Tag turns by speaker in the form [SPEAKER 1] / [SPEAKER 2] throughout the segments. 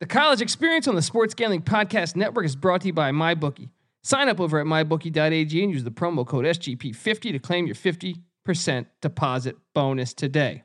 [SPEAKER 1] The college experience on the Sports Gambling Podcast Network is brought to you by MyBookie. Sign up over at mybookie.ag and use the promo code SGP50 to claim your 50% deposit bonus today.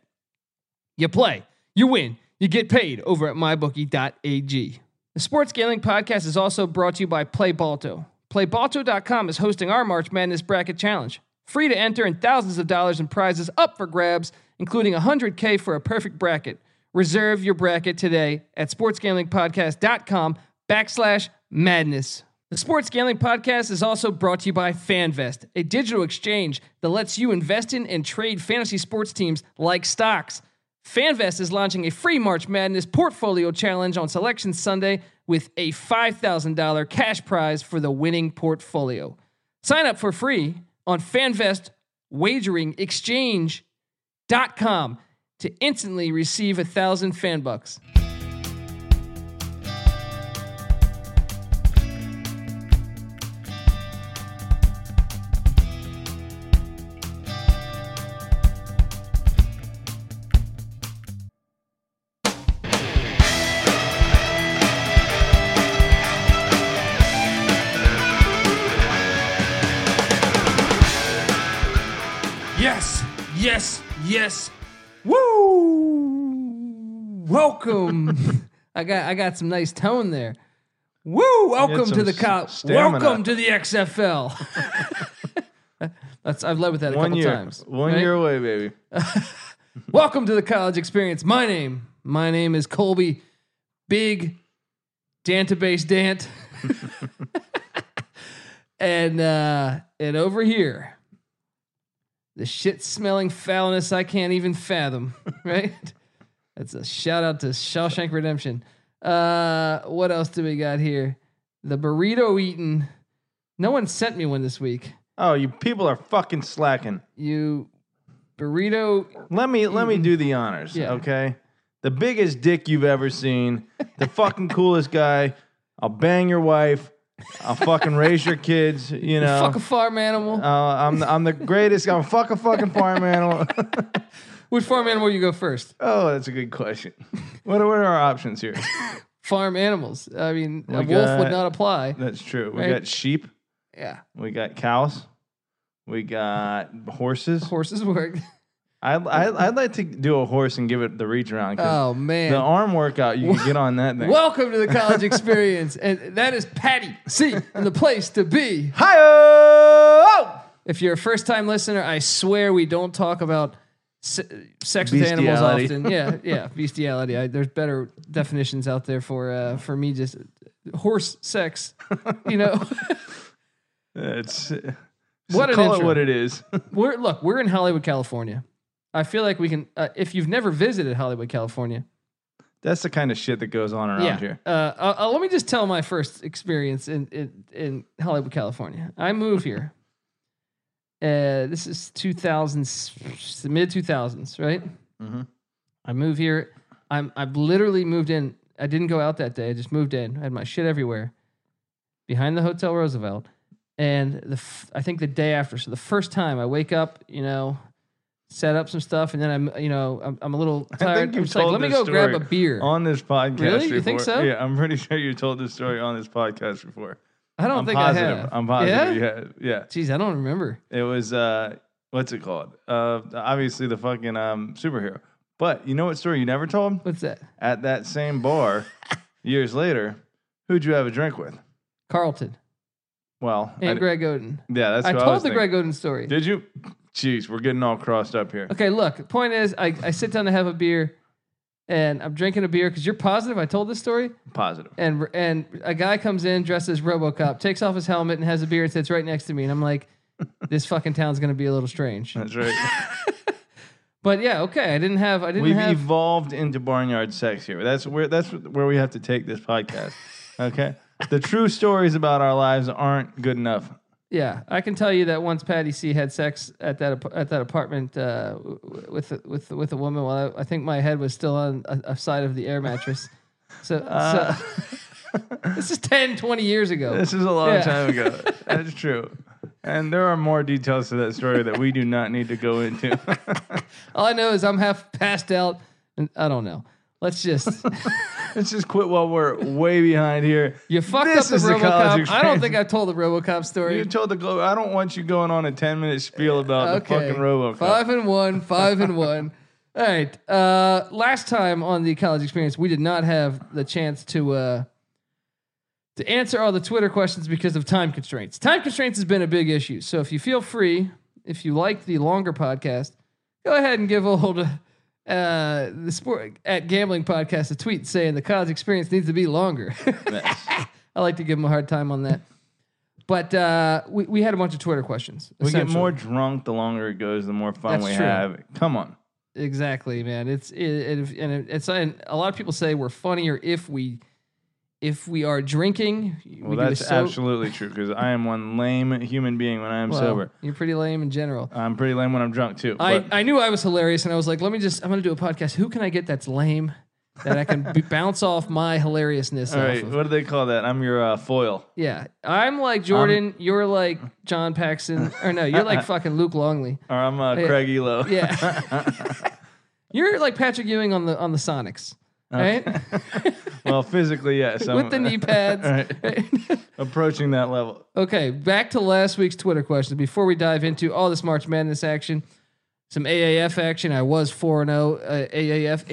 [SPEAKER 1] You play, you win, you get paid over at mybookie.ag. The Sports Gambling Podcast is also brought to you by PlayBalto. PlayBalto.com is hosting our March Madness Bracket Challenge. Free to enter and thousands of dollars in prizes up for grabs, including 100K for a perfect bracket. Reserve your bracket today at sportsgamblingpodcast.com backslash madness. The Sports Gambling Podcast is also brought to you by FanVest, a digital exchange that lets you invest in and trade fantasy sports teams like stocks. FanVest is launching a free March Madness portfolio challenge on Selection Sunday with a $5,000 cash prize for the winning portfolio. Sign up for free on FanVest Wagering Exchange.com to instantly receive a thousand fan bucks. Yes, yes, yes. Woo! Welcome. I got I got some nice tone there. Woo! Welcome to
[SPEAKER 2] some
[SPEAKER 1] the
[SPEAKER 2] s-
[SPEAKER 1] cop.
[SPEAKER 2] stamina.
[SPEAKER 1] Welcome to the XFL. That's I've led with that a
[SPEAKER 2] One
[SPEAKER 1] couple
[SPEAKER 2] year,
[SPEAKER 1] times.
[SPEAKER 2] one
[SPEAKER 1] right?
[SPEAKER 2] year away, baby.
[SPEAKER 1] Welcome to the college experience. My name, my name is Colby Big Dantabase Dant. and uh and over here, the shit smelling foulness I can't even fathom, right? That's a shout out to Shawshank Redemption. Uh what else do we got here? The burrito eating. No one sent me one this week.
[SPEAKER 2] Oh, you people are fucking slacking.
[SPEAKER 1] You burrito
[SPEAKER 2] Let me let me do the honors,
[SPEAKER 1] Mm-hmm. Yeah.
[SPEAKER 2] okay? The biggest dick you've ever seen, the fucking coolest guy. I'll bang your wife. I'll fucking raise your kids. You know,
[SPEAKER 1] fuck a farm animal.
[SPEAKER 2] uh, I'm the, I'm the greatest. I'm fuck a fucking farm animal.
[SPEAKER 1] Which farm animal you go first?
[SPEAKER 2] oh, that's a good question. What are, what are our options here?
[SPEAKER 1] Farm animals. I mean, a wolf would
[SPEAKER 2] got-
[SPEAKER 1] not apply.
[SPEAKER 2] That's true. We
[SPEAKER 1] Right.
[SPEAKER 2] got sheep.
[SPEAKER 1] Yeah,
[SPEAKER 2] We got cows. We got horses.
[SPEAKER 1] horses work.
[SPEAKER 2] I, I I'd like to do a horse and give it the reach around. 'cause
[SPEAKER 1] Oh man!
[SPEAKER 2] The arm workout, you can get on that thing.
[SPEAKER 1] Welcome to the college experience, and that is Patty C, and the place to be.
[SPEAKER 2] Hi-oh!
[SPEAKER 1] If you're a first-time listener, I swear we don't talk about se- sex with animals
[SPEAKER 2] Bestiality.
[SPEAKER 1] often. Yeah, yeah, bestiality. I, there's better definitions out there for uh, for me. Just uh, horse sex, you know.
[SPEAKER 2] It's
[SPEAKER 1] What an
[SPEAKER 2] call
[SPEAKER 1] intro.
[SPEAKER 2] it what it is.
[SPEAKER 1] we're look, we're in Hollywood, California. I feel like we can. Uh, if you've never visited Hollywood, California,
[SPEAKER 2] That's the kind of shit that goes on around
[SPEAKER 1] yeah.
[SPEAKER 2] here.
[SPEAKER 1] Uh, uh, uh, let me just tell my first experience in in, in Hollywood, California. I moved here. Uh, this is 2000s, the mid 2000s, right?
[SPEAKER 2] Mhm.
[SPEAKER 1] I moved here. I'm I've literally moved in. I didn't go out that day. I just moved in. I had my shit everywhere, behind the Hotel Roosevelt. And the f- I think the day after, so the first time I wake up, you know, set up some stuff, and then I'm you know I'm, I'm a little tired.
[SPEAKER 2] think
[SPEAKER 1] I'm
[SPEAKER 2] you've
[SPEAKER 1] just like,
[SPEAKER 2] told
[SPEAKER 1] let me
[SPEAKER 2] this
[SPEAKER 1] go grab a
[SPEAKER 2] story
[SPEAKER 1] beer.
[SPEAKER 2] On this podcast,
[SPEAKER 1] Really? You
[SPEAKER 2] before.
[SPEAKER 1] think so?
[SPEAKER 2] Yeah, I'm pretty sure you told this story on this podcast before.
[SPEAKER 1] I don't
[SPEAKER 2] I'm
[SPEAKER 1] think
[SPEAKER 2] positive.
[SPEAKER 1] I have.
[SPEAKER 2] I'm
[SPEAKER 1] Yeah?
[SPEAKER 2] positive. Yeah, yeah.
[SPEAKER 1] Jeez, I don't remember.
[SPEAKER 2] It was uh, what's it called? Uh, obviously the fucking um superhero. But you know what story you never told?
[SPEAKER 1] What's that?
[SPEAKER 2] At that same bar, years later, who'd you have a drink with?
[SPEAKER 1] Carlton
[SPEAKER 2] Well, I
[SPEAKER 1] and
[SPEAKER 2] di-
[SPEAKER 1] Greg Oden.
[SPEAKER 2] yeah, that's.
[SPEAKER 1] I
[SPEAKER 2] who I was
[SPEAKER 1] told the
[SPEAKER 2] thinking.
[SPEAKER 1] Greg Oden story.
[SPEAKER 2] Did you? Jeez, we're getting all crossed up here.
[SPEAKER 1] Okay, look. The point is, I, I sit down to have a beer, and I'm drinking a beer because you're positive I told this story.
[SPEAKER 2] Positive.
[SPEAKER 1] And and a guy comes in dressed as RoboCop, takes off his helmet, and has a beer and sits right next to me. And I'm like, this fucking town's gonna be a little strange.
[SPEAKER 2] That's right.
[SPEAKER 1] But yeah, okay. I didn't have. I didn't
[SPEAKER 2] We've
[SPEAKER 1] have.
[SPEAKER 2] evolved into barnyard sex here. That's where that's where we have to take this podcast. Okay. the true stories about our lives aren't good enough.
[SPEAKER 1] Yeah, I can tell you that once Patty C had sex at that ap- at that apartment uh, w- w- with a- with with a woman. Well, I, I think my head was still on a, a side of the air mattress. So, so this is 10, 20 years ago.
[SPEAKER 2] Uh. This is a long
[SPEAKER 1] Yeah.
[SPEAKER 2] time ago. That's true. And there are more details to that story that we do not need to go into.
[SPEAKER 1] All I know is I'm half passed out, and I don't know. Let's just
[SPEAKER 2] Let's just quit while we're way behind here.
[SPEAKER 1] You fucked
[SPEAKER 2] This
[SPEAKER 1] up
[SPEAKER 2] is
[SPEAKER 1] the
[SPEAKER 2] the college
[SPEAKER 1] RoboCop. I don't
[SPEAKER 2] experience.
[SPEAKER 1] think I've told the RoboCop story.
[SPEAKER 2] You told the Globe, I don't want you going on a 10 minute spiel about the fucking RoboCop.
[SPEAKER 1] Five and one, five and one. All right. Uh, last time on the college experience, we did not have the chance to uh, to answer all the Twitter questions because of time constraints. Time constraints has been a big issue. So if you feel free, if you like the longer podcast, go ahead and give old uh, the sport at gambling podcast a tweet saying the college experience needs to be longer. I like to give them a hard time on that. But uh, we, we had a bunch of Twitter questions.
[SPEAKER 2] We get
[SPEAKER 1] essentially.
[SPEAKER 2] more drunk the longer it goes, the more fun
[SPEAKER 1] That's
[SPEAKER 2] we
[SPEAKER 1] true.
[SPEAKER 2] have. Come on.
[SPEAKER 1] Exactly, man. It's it, it and it- it's and a lot of people say we're funnier if we if we are drinking.
[SPEAKER 2] Well,
[SPEAKER 1] we do
[SPEAKER 2] that's
[SPEAKER 1] the so-
[SPEAKER 2] absolutely true because I am one lame human being when I am
[SPEAKER 1] Well,
[SPEAKER 2] sober.
[SPEAKER 1] You're pretty lame in general.
[SPEAKER 2] I'm pretty lame when I'm drunk too.
[SPEAKER 1] I,
[SPEAKER 2] but
[SPEAKER 1] I knew I was hilarious, and I was like, let me just I'm gonna do a podcast. Who can I get that's lame that I can b- bounce off my hilariousness?
[SPEAKER 2] all
[SPEAKER 1] off
[SPEAKER 2] right,
[SPEAKER 1] of?
[SPEAKER 2] what do they call that? I'm your uh, foil.
[SPEAKER 1] Yeah, I'm
[SPEAKER 2] Um,
[SPEAKER 1] like Jordan. you're like John Paxson, or no, you're like fucking Luke Longley.
[SPEAKER 2] Or I'm uh, Craig Elo.
[SPEAKER 1] Yeah, you're like Patrick Ewing on the on the Sonics, right?
[SPEAKER 2] well, physically, yes. I'm
[SPEAKER 1] With the knee pads.
[SPEAKER 2] approaching that level.
[SPEAKER 1] Okay, back to last week's Twitter question. Before we dive into all this March Madness action, some AAF action. I was 4 0 uh, AAF ATS.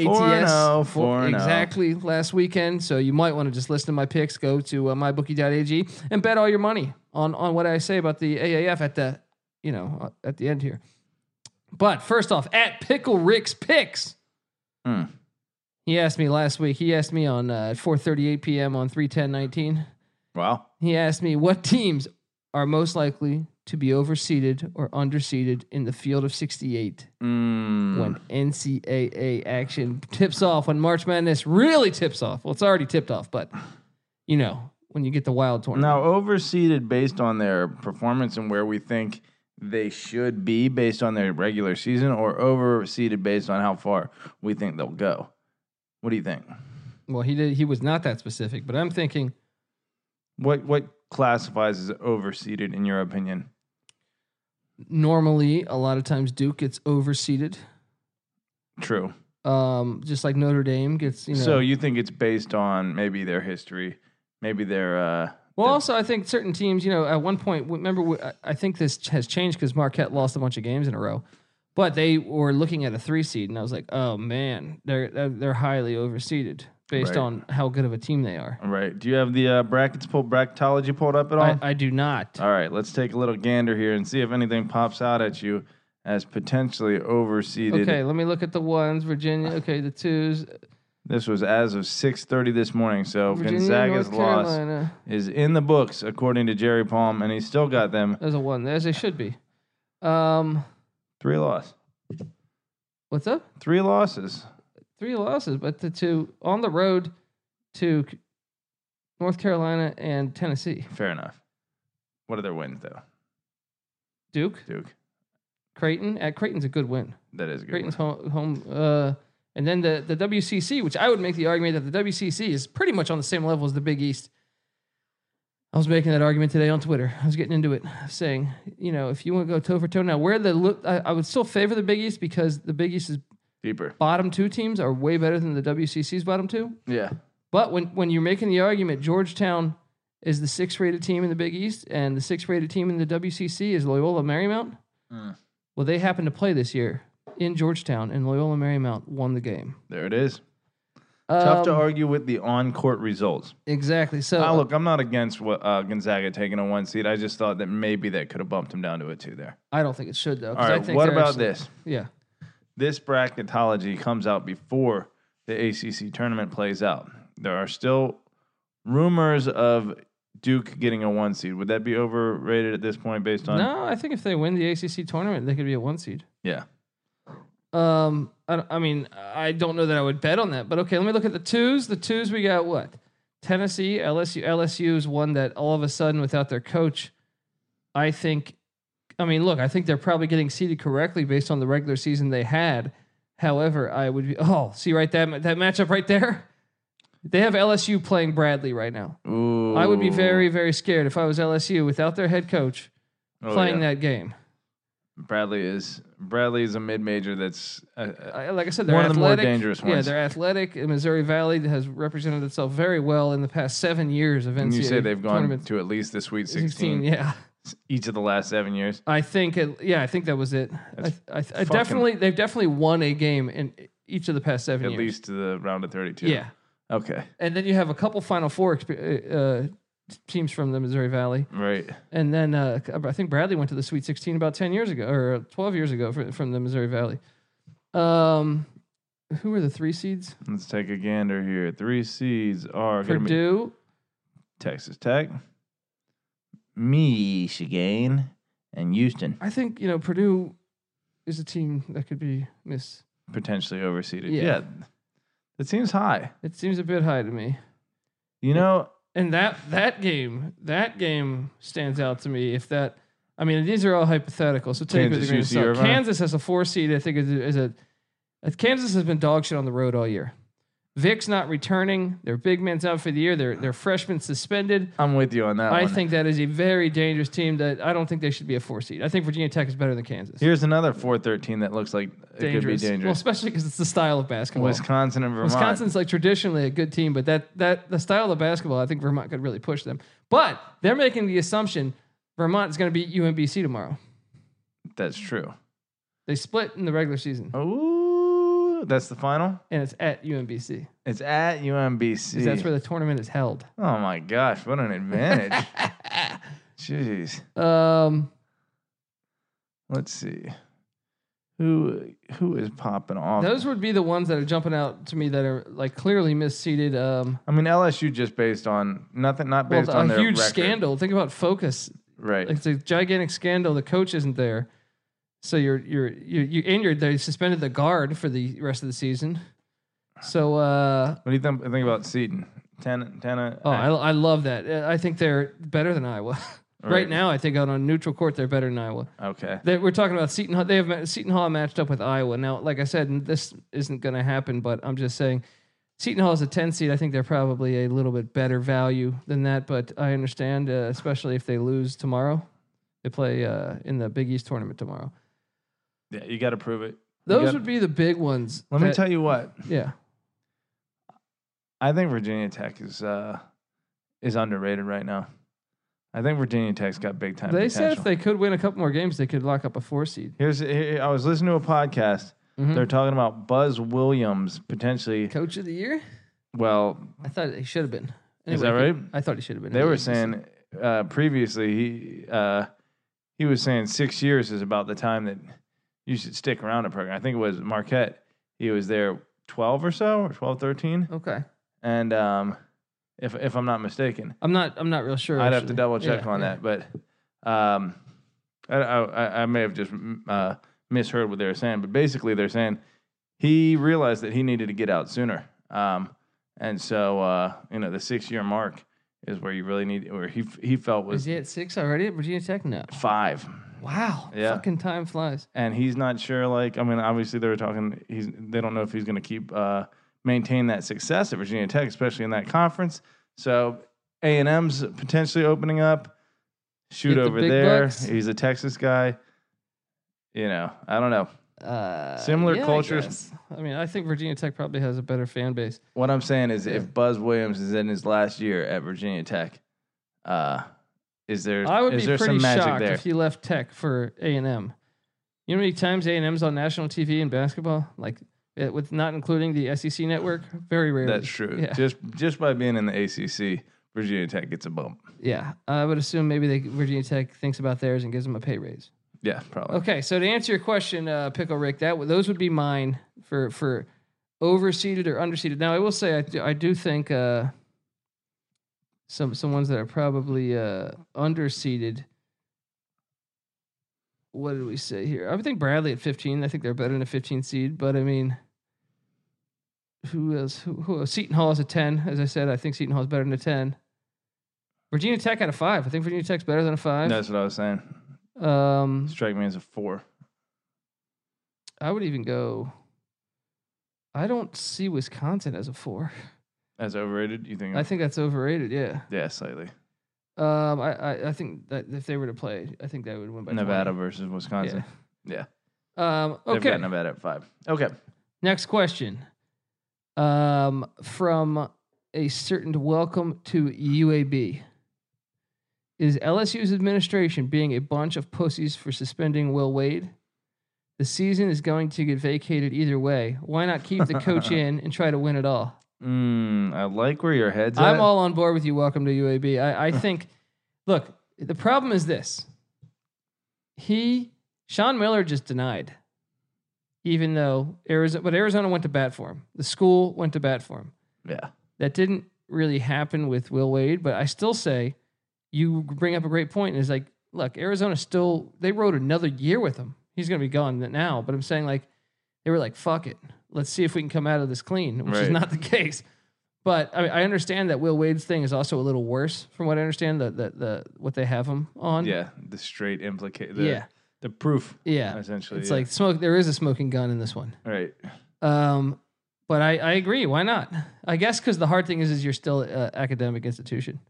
[SPEAKER 2] 4-0,
[SPEAKER 1] Four- oh.
[SPEAKER 2] 4-0.
[SPEAKER 1] Exactly last weekend. So you might want to just listen to my picks. Go to uh, mybookie.ag and bet all your money on, on what I say about the AAF at the, you know, uh, at the end here. But first off, at Pickle Rick's Picks.
[SPEAKER 2] Hmm.
[SPEAKER 1] He asked me last week. He asked me on uh, 4:38 p.m. on 31019.
[SPEAKER 2] Wow.
[SPEAKER 1] He asked me what teams are most likely to be overseeded or underseeded in the field of 68
[SPEAKER 2] Mm.
[SPEAKER 1] when NCAA action tips off, when March Madness really tips off. Well, it's already tipped off, but you know, when you get the wild tournament.
[SPEAKER 2] Now, overseeded based on their performance and where we think they should be based on their regular season, or overseeded based on how far we think they'll go. What do you think?
[SPEAKER 1] Well, he did he was not that specific, but I'm thinking
[SPEAKER 2] What what classifies as overseeded in your opinion?
[SPEAKER 1] normally a lot of times Duke gets overseeded.
[SPEAKER 2] True.
[SPEAKER 1] Um, just like Notre Dame gets, you know.
[SPEAKER 2] So you think it's based on maybe their history, maybe their uh,
[SPEAKER 1] Well, also I think certain teams, you know, at one point, remember, we- I- I think this ch- has changed because Marquette lost a bunch of games in a row, but they were looking at a three seed, and I was like, oh man, they're they're, they're highly overseeded based
[SPEAKER 2] Right.
[SPEAKER 1] on how good of a team they are.
[SPEAKER 2] right? Do you have the uh, brackets pulled bracketology pulled up at all?
[SPEAKER 1] I, I do not.
[SPEAKER 2] All right, let's take a little gander here and see if anything pops out at you as potentially overseeded.
[SPEAKER 1] Okay, let me look at the ones Virginia. Okay, the twos.
[SPEAKER 2] This was as of 6:30 this morning, so
[SPEAKER 1] Virginia,
[SPEAKER 2] Gonzaga's
[SPEAKER 1] North
[SPEAKER 2] loss
[SPEAKER 1] Carolina.
[SPEAKER 2] is in the books according to Jerry Palm, and he's still got them
[SPEAKER 1] There's a one. There's they should be. Um,
[SPEAKER 2] three loss,
[SPEAKER 1] what's up?
[SPEAKER 2] three losses.
[SPEAKER 1] Three losses, but the two on the road to C- North Carolina and Tennessee.
[SPEAKER 2] Fair enough. What are their wins though?
[SPEAKER 1] Duke.
[SPEAKER 2] Duke,
[SPEAKER 1] Creighton. At Creighton's a good win.
[SPEAKER 2] that is a good.
[SPEAKER 1] Creighton's home.
[SPEAKER 2] one.
[SPEAKER 1] home uh, and then the, the WCC, which I would make the argument that the WCC is pretty much on the same level as the Big East. I was making that argument today on Twitter. I was getting into it, saying, you know, if you want to go toe for toe now, where the look, I, I would still favor the Big East because the Big East's
[SPEAKER 2] Deeper,
[SPEAKER 1] bottom two teams are way better than the WCC's bottom two.
[SPEAKER 2] yeah.
[SPEAKER 1] But when, when you're making the argument, Georgetown is the sixth rated team in the Big East, and the sixth rated team in the WCC is Loyola Marymount.
[SPEAKER 2] Mm.
[SPEAKER 1] Well, they happened to play this year in Georgetown, and Loyola Marymount won the game.
[SPEAKER 2] There it is.
[SPEAKER 1] Um,
[SPEAKER 2] Tough to argue with the on-court results.
[SPEAKER 1] Exactly. So,
[SPEAKER 2] Ah, look, I'm not against what, uh, Gonzaga taking a one seed. I just thought that maybe that could have bumped him down to a two there.
[SPEAKER 1] I don't think it should, though.
[SPEAKER 2] All
[SPEAKER 1] 'cause I
[SPEAKER 2] right,
[SPEAKER 1] think
[SPEAKER 2] what
[SPEAKER 1] they're
[SPEAKER 2] about
[SPEAKER 1] actually-
[SPEAKER 2] this?
[SPEAKER 1] Yeah.
[SPEAKER 2] this bracketology comes out before the ACC tournament plays out. There are still rumors of Duke getting a one seed. Would that be overrated at this point based on?
[SPEAKER 1] No, I think if they win the ACC tournament, they could be a one seed.
[SPEAKER 2] Yeah.
[SPEAKER 1] Um, I, don't- I mean, I don't know that I would bet on that, but okay, let me look at the twos. The twos we got what? Tennessee, LSU. LSU is one that all of a sudden, without their coach, I think. I mean, look, I think they're probably getting seeded correctly based on the regular season they had. However, I would be oh, see right that that matchup right there. They have LSU playing Bradley right now.
[SPEAKER 2] Ooh.
[SPEAKER 1] I would be very very scared if I was LSU without their head coach
[SPEAKER 2] Oh,
[SPEAKER 1] playing
[SPEAKER 2] yeah.
[SPEAKER 1] that game.
[SPEAKER 2] Bradley is Bradley is a mid major that's uh, uh,
[SPEAKER 1] I, like I said, they're
[SPEAKER 2] One of the more
[SPEAKER 1] athletic.
[SPEAKER 2] dangerous
[SPEAKER 1] Yeah,
[SPEAKER 2] ones.
[SPEAKER 1] they're athletic. And Missouri Valley has represented itself very well in the past seven years of NCAA
[SPEAKER 2] and you say they've gone
[SPEAKER 1] tournament
[SPEAKER 2] to at least the Sweet 16,
[SPEAKER 1] 16. Yeah,
[SPEAKER 2] each of the last seven years.
[SPEAKER 1] I think. It, yeah, I think that was it. I,
[SPEAKER 2] That's
[SPEAKER 1] I, I
[SPEAKER 2] fucking-
[SPEAKER 1] definitely they've definitely won a game in each of the past seven
[SPEAKER 2] At
[SPEAKER 1] years.
[SPEAKER 2] least to the round of 32.
[SPEAKER 1] yeah,
[SPEAKER 2] Okay.
[SPEAKER 1] and then you have a couple Final Four exp- uh, uh, teams from the Missouri Valley,
[SPEAKER 2] Right.
[SPEAKER 1] and then uh, I think Bradley went to the Sweet 16 about 10 years ago or uh, 12 years ago fr- from the Missouri Valley. Um, who are the three seeds?
[SPEAKER 2] Let's take a gander here. Three seeds are going to be
[SPEAKER 1] Purdue.
[SPEAKER 2] Texas Tech, Michigan, and Houston.
[SPEAKER 1] I think you know Purdue is a team that could be miss.
[SPEAKER 2] Potentially overseeded.
[SPEAKER 1] Yeah.
[SPEAKER 2] Yeah. That seems high.
[SPEAKER 1] It seems a bit high to me.
[SPEAKER 2] You know,
[SPEAKER 1] And that that game, that game stands out to me. If that, I mean, these are all hypothetical. So take it with a
[SPEAKER 2] Kansas,
[SPEAKER 1] grain of
[SPEAKER 2] UC
[SPEAKER 1] salt.
[SPEAKER 2] Irvine.
[SPEAKER 1] Kansas has a four seed. I think is, is a. uh, Kansas has been dog shit on the road all year. Vic's not returning. Their big man's out for the year. Their their freshman suspended.
[SPEAKER 2] I'm with you on that
[SPEAKER 1] I
[SPEAKER 2] one.
[SPEAKER 1] think that is a very dangerous team. That I don't think they should be a four seed. I think Virginia Tech is better than Kansas.
[SPEAKER 2] Here's another 413 that looks like it
[SPEAKER 1] dangerous.
[SPEAKER 2] could be
[SPEAKER 1] Well,
[SPEAKER 2] dangerous.
[SPEAKER 1] especially because it's the style of basketball.
[SPEAKER 2] Wisconsin and Vermont.
[SPEAKER 1] Wisconsin's like traditionally a good team, but that that the style of basketball, I think Vermont could really push them. But they're making the assumption Vermont is going to beat UMBC tomorrow.
[SPEAKER 2] That's true.
[SPEAKER 1] They split in the regular season,
[SPEAKER 2] Oh. Ooh, that's the final.
[SPEAKER 1] and it's at UMBC
[SPEAKER 2] It's at UMBC.
[SPEAKER 1] 'cause that's where the tournament is held.
[SPEAKER 2] oh my gosh, what an advantage! Jeez,
[SPEAKER 1] Um,
[SPEAKER 2] let's see. Who who is popping off?
[SPEAKER 1] those would be the ones that are jumping out to me that are like clearly misseeded. Um,
[SPEAKER 2] I mean, LSU just based on nothing, not
[SPEAKER 1] well,
[SPEAKER 2] based on
[SPEAKER 1] a
[SPEAKER 2] their
[SPEAKER 1] huge
[SPEAKER 2] record.
[SPEAKER 1] scandal. Think about focus.
[SPEAKER 2] right?
[SPEAKER 1] It's a gigantic scandal. The coach isn't there, so you're you're you you and you're they suspended the guard for the rest of the season. So uh,
[SPEAKER 2] what do you think, think about Seton? Ten, ten, uh,
[SPEAKER 1] oh, I, I love that. Uh, I think they're better than Iowa right.
[SPEAKER 2] Right.
[SPEAKER 1] now. I think out on neutral court they're better than Iowa.
[SPEAKER 2] okay.
[SPEAKER 1] They, we're talking about Seton. Hall- They have ma- Seton Hall matched up with Iowa now. Like I said, and this isn't going to happen, but I'm just saying. Seton Hall is a 10 seed. I think they're probably a little bit better value than that, but I understand, uh, especially if they lose tomorrow. They play uh, in the Big East tournament tomorrow.
[SPEAKER 2] Yeah, you got to prove it. You
[SPEAKER 1] Those
[SPEAKER 2] got-
[SPEAKER 1] would be the big ones.
[SPEAKER 2] Let me tell you what.
[SPEAKER 1] Yeah.
[SPEAKER 2] I think Virginia Tech is uh, is underrated right now. I think Virginia Tech's got big time.
[SPEAKER 1] They
[SPEAKER 2] potential.
[SPEAKER 1] said if they could win a couple more games, they could lock up a four seed.
[SPEAKER 2] Here's here, I was listening to a podcast.
[SPEAKER 1] Mhm.
[SPEAKER 2] They're talking about Buzz Williams potentially.
[SPEAKER 1] Coach of the year?
[SPEAKER 2] Well,
[SPEAKER 1] I thought he should have been.
[SPEAKER 2] Is
[SPEAKER 1] Anyway,
[SPEAKER 2] that right?
[SPEAKER 1] I thought he should have been.
[SPEAKER 2] they were saying uh, previously he uh, he was saying six years is about the time that you should stick around a program. I think it was Marquette. He was there twelve or so, or 12, 13.
[SPEAKER 1] Okay.
[SPEAKER 2] and um, if if I'm not mistaken,
[SPEAKER 1] I'm not I'm not real sure.
[SPEAKER 2] I'd have to
[SPEAKER 1] actually.
[SPEAKER 2] double check
[SPEAKER 1] Yeah,
[SPEAKER 2] on
[SPEAKER 1] yeah.
[SPEAKER 2] that, but um, I, I I may have just mm, uh, misheard what they were saying. But basically, they're saying he realized that he needed to get out sooner, um, and so uh, you know the six year mark is where you really need, where he f- he felt
[SPEAKER 1] Is
[SPEAKER 2] was
[SPEAKER 1] he at six already at Virginia Tech? No.
[SPEAKER 2] five,
[SPEAKER 1] Wow.
[SPEAKER 2] Yeah.
[SPEAKER 1] Fucking time flies.
[SPEAKER 2] and he's not sure. Like I mean, obviously they were talking. He's they don't know if he's going to keep uh, maintain that success at Virginia Tech, especially in that conference. So A and M's potentially opening up. Shoot
[SPEAKER 1] Get the
[SPEAKER 2] over
[SPEAKER 1] big
[SPEAKER 2] there.
[SPEAKER 1] bucks.
[SPEAKER 2] He's a Texas guy. You know, I don't know
[SPEAKER 1] Uh,
[SPEAKER 2] Similar
[SPEAKER 1] yeah, I
[SPEAKER 2] cultures.
[SPEAKER 1] guess. I, mean, I think Virginia Tech probably has a better fan base.
[SPEAKER 2] what I'm saying is
[SPEAKER 1] Yeah.
[SPEAKER 2] if Buzz Williams is in his last year at Virginia Tech, uh, is there
[SPEAKER 1] I would
[SPEAKER 2] is
[SPEAKER 1] be
[SPEAKER 2] there
[SPEAKER 1] pretty
[SPEAKER 2] some magic
[SPEAKER 1] shocked
[SPEAKER 2] there?
[SPEAKER 1] if he left Tech for A and M. You know how many times A and M's on national TV in basketball? Like it, with not including the SEC network, very rarely.
[SPEAKER 2] That's true.
[SPEAKER 1] Yeah,
[SPEAKER 2] Just just by being in the ACC, Virginia Tech gets a bump.
[SPEAKER 1] yeah. I would assume maybe they, Virginia Tech thinks about theirs and gives them a pay raise.
[SPEAKER 2] Yeah, probably.
[SPEAKER 1] Okay, so to answer your question, uh, Pickle Rick, that w- those would be mine for for overseeded or underseeded. Now I will say I do, I do think uh, some some ones that are probably uh, underseeded. What did we say here? I would think Bradley at fifteen. I think they're better than a fifteen seed, but I mean, who else? Who, who else? Seton Hall is a ten. As I said, I think Seton Hall is better than a ten. Virginia Tech at a five. I think Virginia Tech's better than a five.
[SPEAKER 2] That's what I was saying.
[SPEAKER 1] Um,
[SPEAKER 2] Strike me as a four.
[SPEAKER 1] I would even go. I don't see Wisconsin as a four.
[SPEAKER 2] As overrated, you think?
[SPEAKER 1] I think that's overrated. Yeah.
[SPEAKER 2] yeah, slightly.
[SPEAKER 1] Um. I, I, I think that if they were to play, I think they would win by
[SPEAKER 2] Nevada versus Wisconsin.
[SPEAKER 1] Wisconsin.
[SPEAKER 2] Yeah.
[SPEAKER 1] Um,
[SPEAKER 2] They've
[SPEAKER 1] okay.
[SPEAKER 2] gotten about at five. Okay.
[SPEAKER 1] Next question. Um, from a certain welcome to UAB. Is LSU's administration being a bunch of pussies for suspending Will Wade? The season is going to get vacated either way. Why not keep the coach in and try to win it all?
[SPEAKER 2] Mm, I like where your head's at.
[SPEAKER 1] I'm all on board with you. Welcome to UAB. I, I think, look, the problem is this. He, Sean Miller just denied, even though Arizona, but Arizona went to bat for him. The school went to bat for him.
[SPEAKER 2] Yeah.
[SPEAKER 1] That didn't really happen with Will Wade, but I still say you bring up a great point. And it's like, look, Arizona still, they rode another year with him. He's going to be gone now, but I'm saying like, they were like, fuck it. Let's see if we can come out of this clean, which is
[SPEAKER 2] Right.
[SPEAKER 1] not the case. But I, mean, I understand that Will Wade's thing is also a little worse from what I understand the, the, the what they have him on.
[SPEAKER 2] Yeah. The straight implicate. The,
[SPEAKER 1] Yeah.
[SPEAKER 2] The proof,
[SPEAKER 1] Yeah.
[SPEAKER 2] essentially.
[SPEAKER 1] It's
[SPEAKER 2] yeah.
[SPEAKER 1] like smoke. There is a smoking gun in this one.
[SPEAKER 2] Right.
[SPEAKER 1] Um, but I, I agree. Why not? I guess because the hard thing is, is you're still uh, academic institution.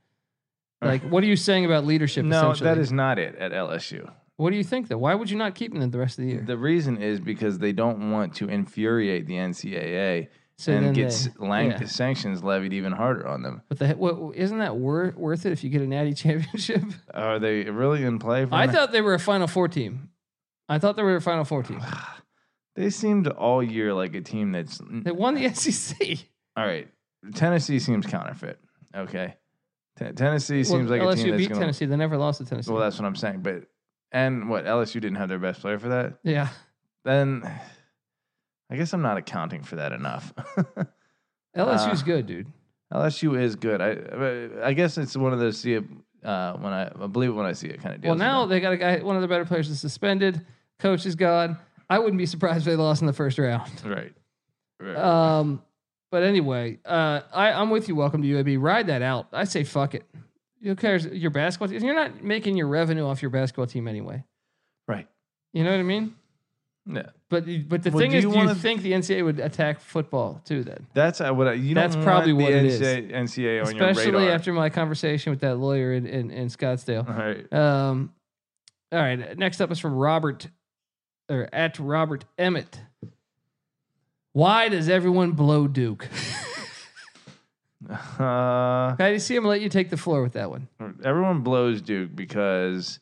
[SPEAKER 1] Like, what are you saying about leadership?
[SPEAKER 2] No,
[SPEAKER 1] essentially?
[SPEAKER 2] that is not it at LSU.
[SPEAKER 1] What do you think though? Why would you not keep them the rest of the year?
[SPEAKER 2] The reason is because they don't want to infuriate the NCAA
[SPEAKER 1] So then
[SPEAKER 2] and
[SPEAKER 1] they-
[SPEAKER 2] get s lang-
[SPEAKER 1] yeah.
[SPEAKER 2] sanctions levied even harder on them.
[SPEAKER 1] But the, what, isn't that wor- worth it if you get a natty championship?
[SPEAKER 2] Are they really in play for
[SPEAKER 1] I
[SPEAKER 2] that?
[SPEAKER 1] thought they were a Final Four team. I thought they were a Final Four team.
[SPEAKER 2] They seemed all year like a team that's
[SPEAKER 1] They won the E SEC.
[SPEAKER 2] all right. Tennessee seems counterfeit. Okay, T- Tennessee
[SPEAKER 1] Well,
[SPEAKER 2] seems like
[SPEAKER 1] LSU
[SPEAKER 2] a team that's
[SPEAKER 1] beat
[SPEAKER 2] going
[SPEAKER 1] Tennessee. They never lost to Tennessee.
[SPEAKER 2] Well, that's what I'm saying. But and what LSU didn't have their best player for that.
[SPEAKER 1] yeah.
[SPEAKER 2] Then I guess I'm not accounting for that enough.
[SPEAKER 1] LSU's
[SPEAKER 2] uh,
[SPEAKER 1] good, dude.
[SPEAKER 2] LSU is good. I I guess it's one of those see it uh, when I, I believe it when I see it kind of deals.
[SPEAKER 1] Well,
[SPEAKER 2] with
[SPEAKER 1] now
[SPEAKER 2] them.
[SPEAKER 1] they got a guy, one of the better players is suspended. Coach is gone. I wouldn't be surprised if they lost in the first round.
[SPEAKER 2] right. right.
[SPEAKER 1] Um, but anyway, uh, I, I'm with you. Welcome to UAB. Ride that out. I say fuck it. Who cares? Your basketball team. You're not making your revenue off your basketball team anyway.
[SPEAKER 2] right.
[SPEAKER 1] You know what I mean?
[SPEAKER 2] Yeah.
[SPEAKER 1] But you- but the
[SPEAKER 2] Well,
[SPEAKER 1] thing
[SPEAKER 2] do
[SPEAKER 1] is,
[SPEAKER 2] you
[SPEAKER 1] do you
[SPEAKER 2] wanna-
[SPEAKER 1] think the NCAA would attack football too? Then,
[SPEAKER 2] That's uh, what I, you
[SPEAKER 1] That's
[SPEAKER 2] don't
[SPEAKER 1] probably
[SPEAKER 2] want
[SPEAKER 1] what it
[SPEAKER 2] the
[SPEAKER 1] is.
[SPEAKER 2] NCAA, NCAA on your
[SPEAKER 1] especially
[SPEAKER 2] radar.
[SPEAKER 1] after my conversation with that lawyer in in, in Scottsdale.
[SPEAKER 2] all right.
[SPEAKER 1] Um, all right. Next up is from Robert, or at Robert Emmett. Why does everyone blow Duke?
[SPEAKER 2] Uh,
[SPEAKER 1] Patty, see, I'm gonna let you take the floor with that one.
[SPEAKER 2] everyone blows Duke because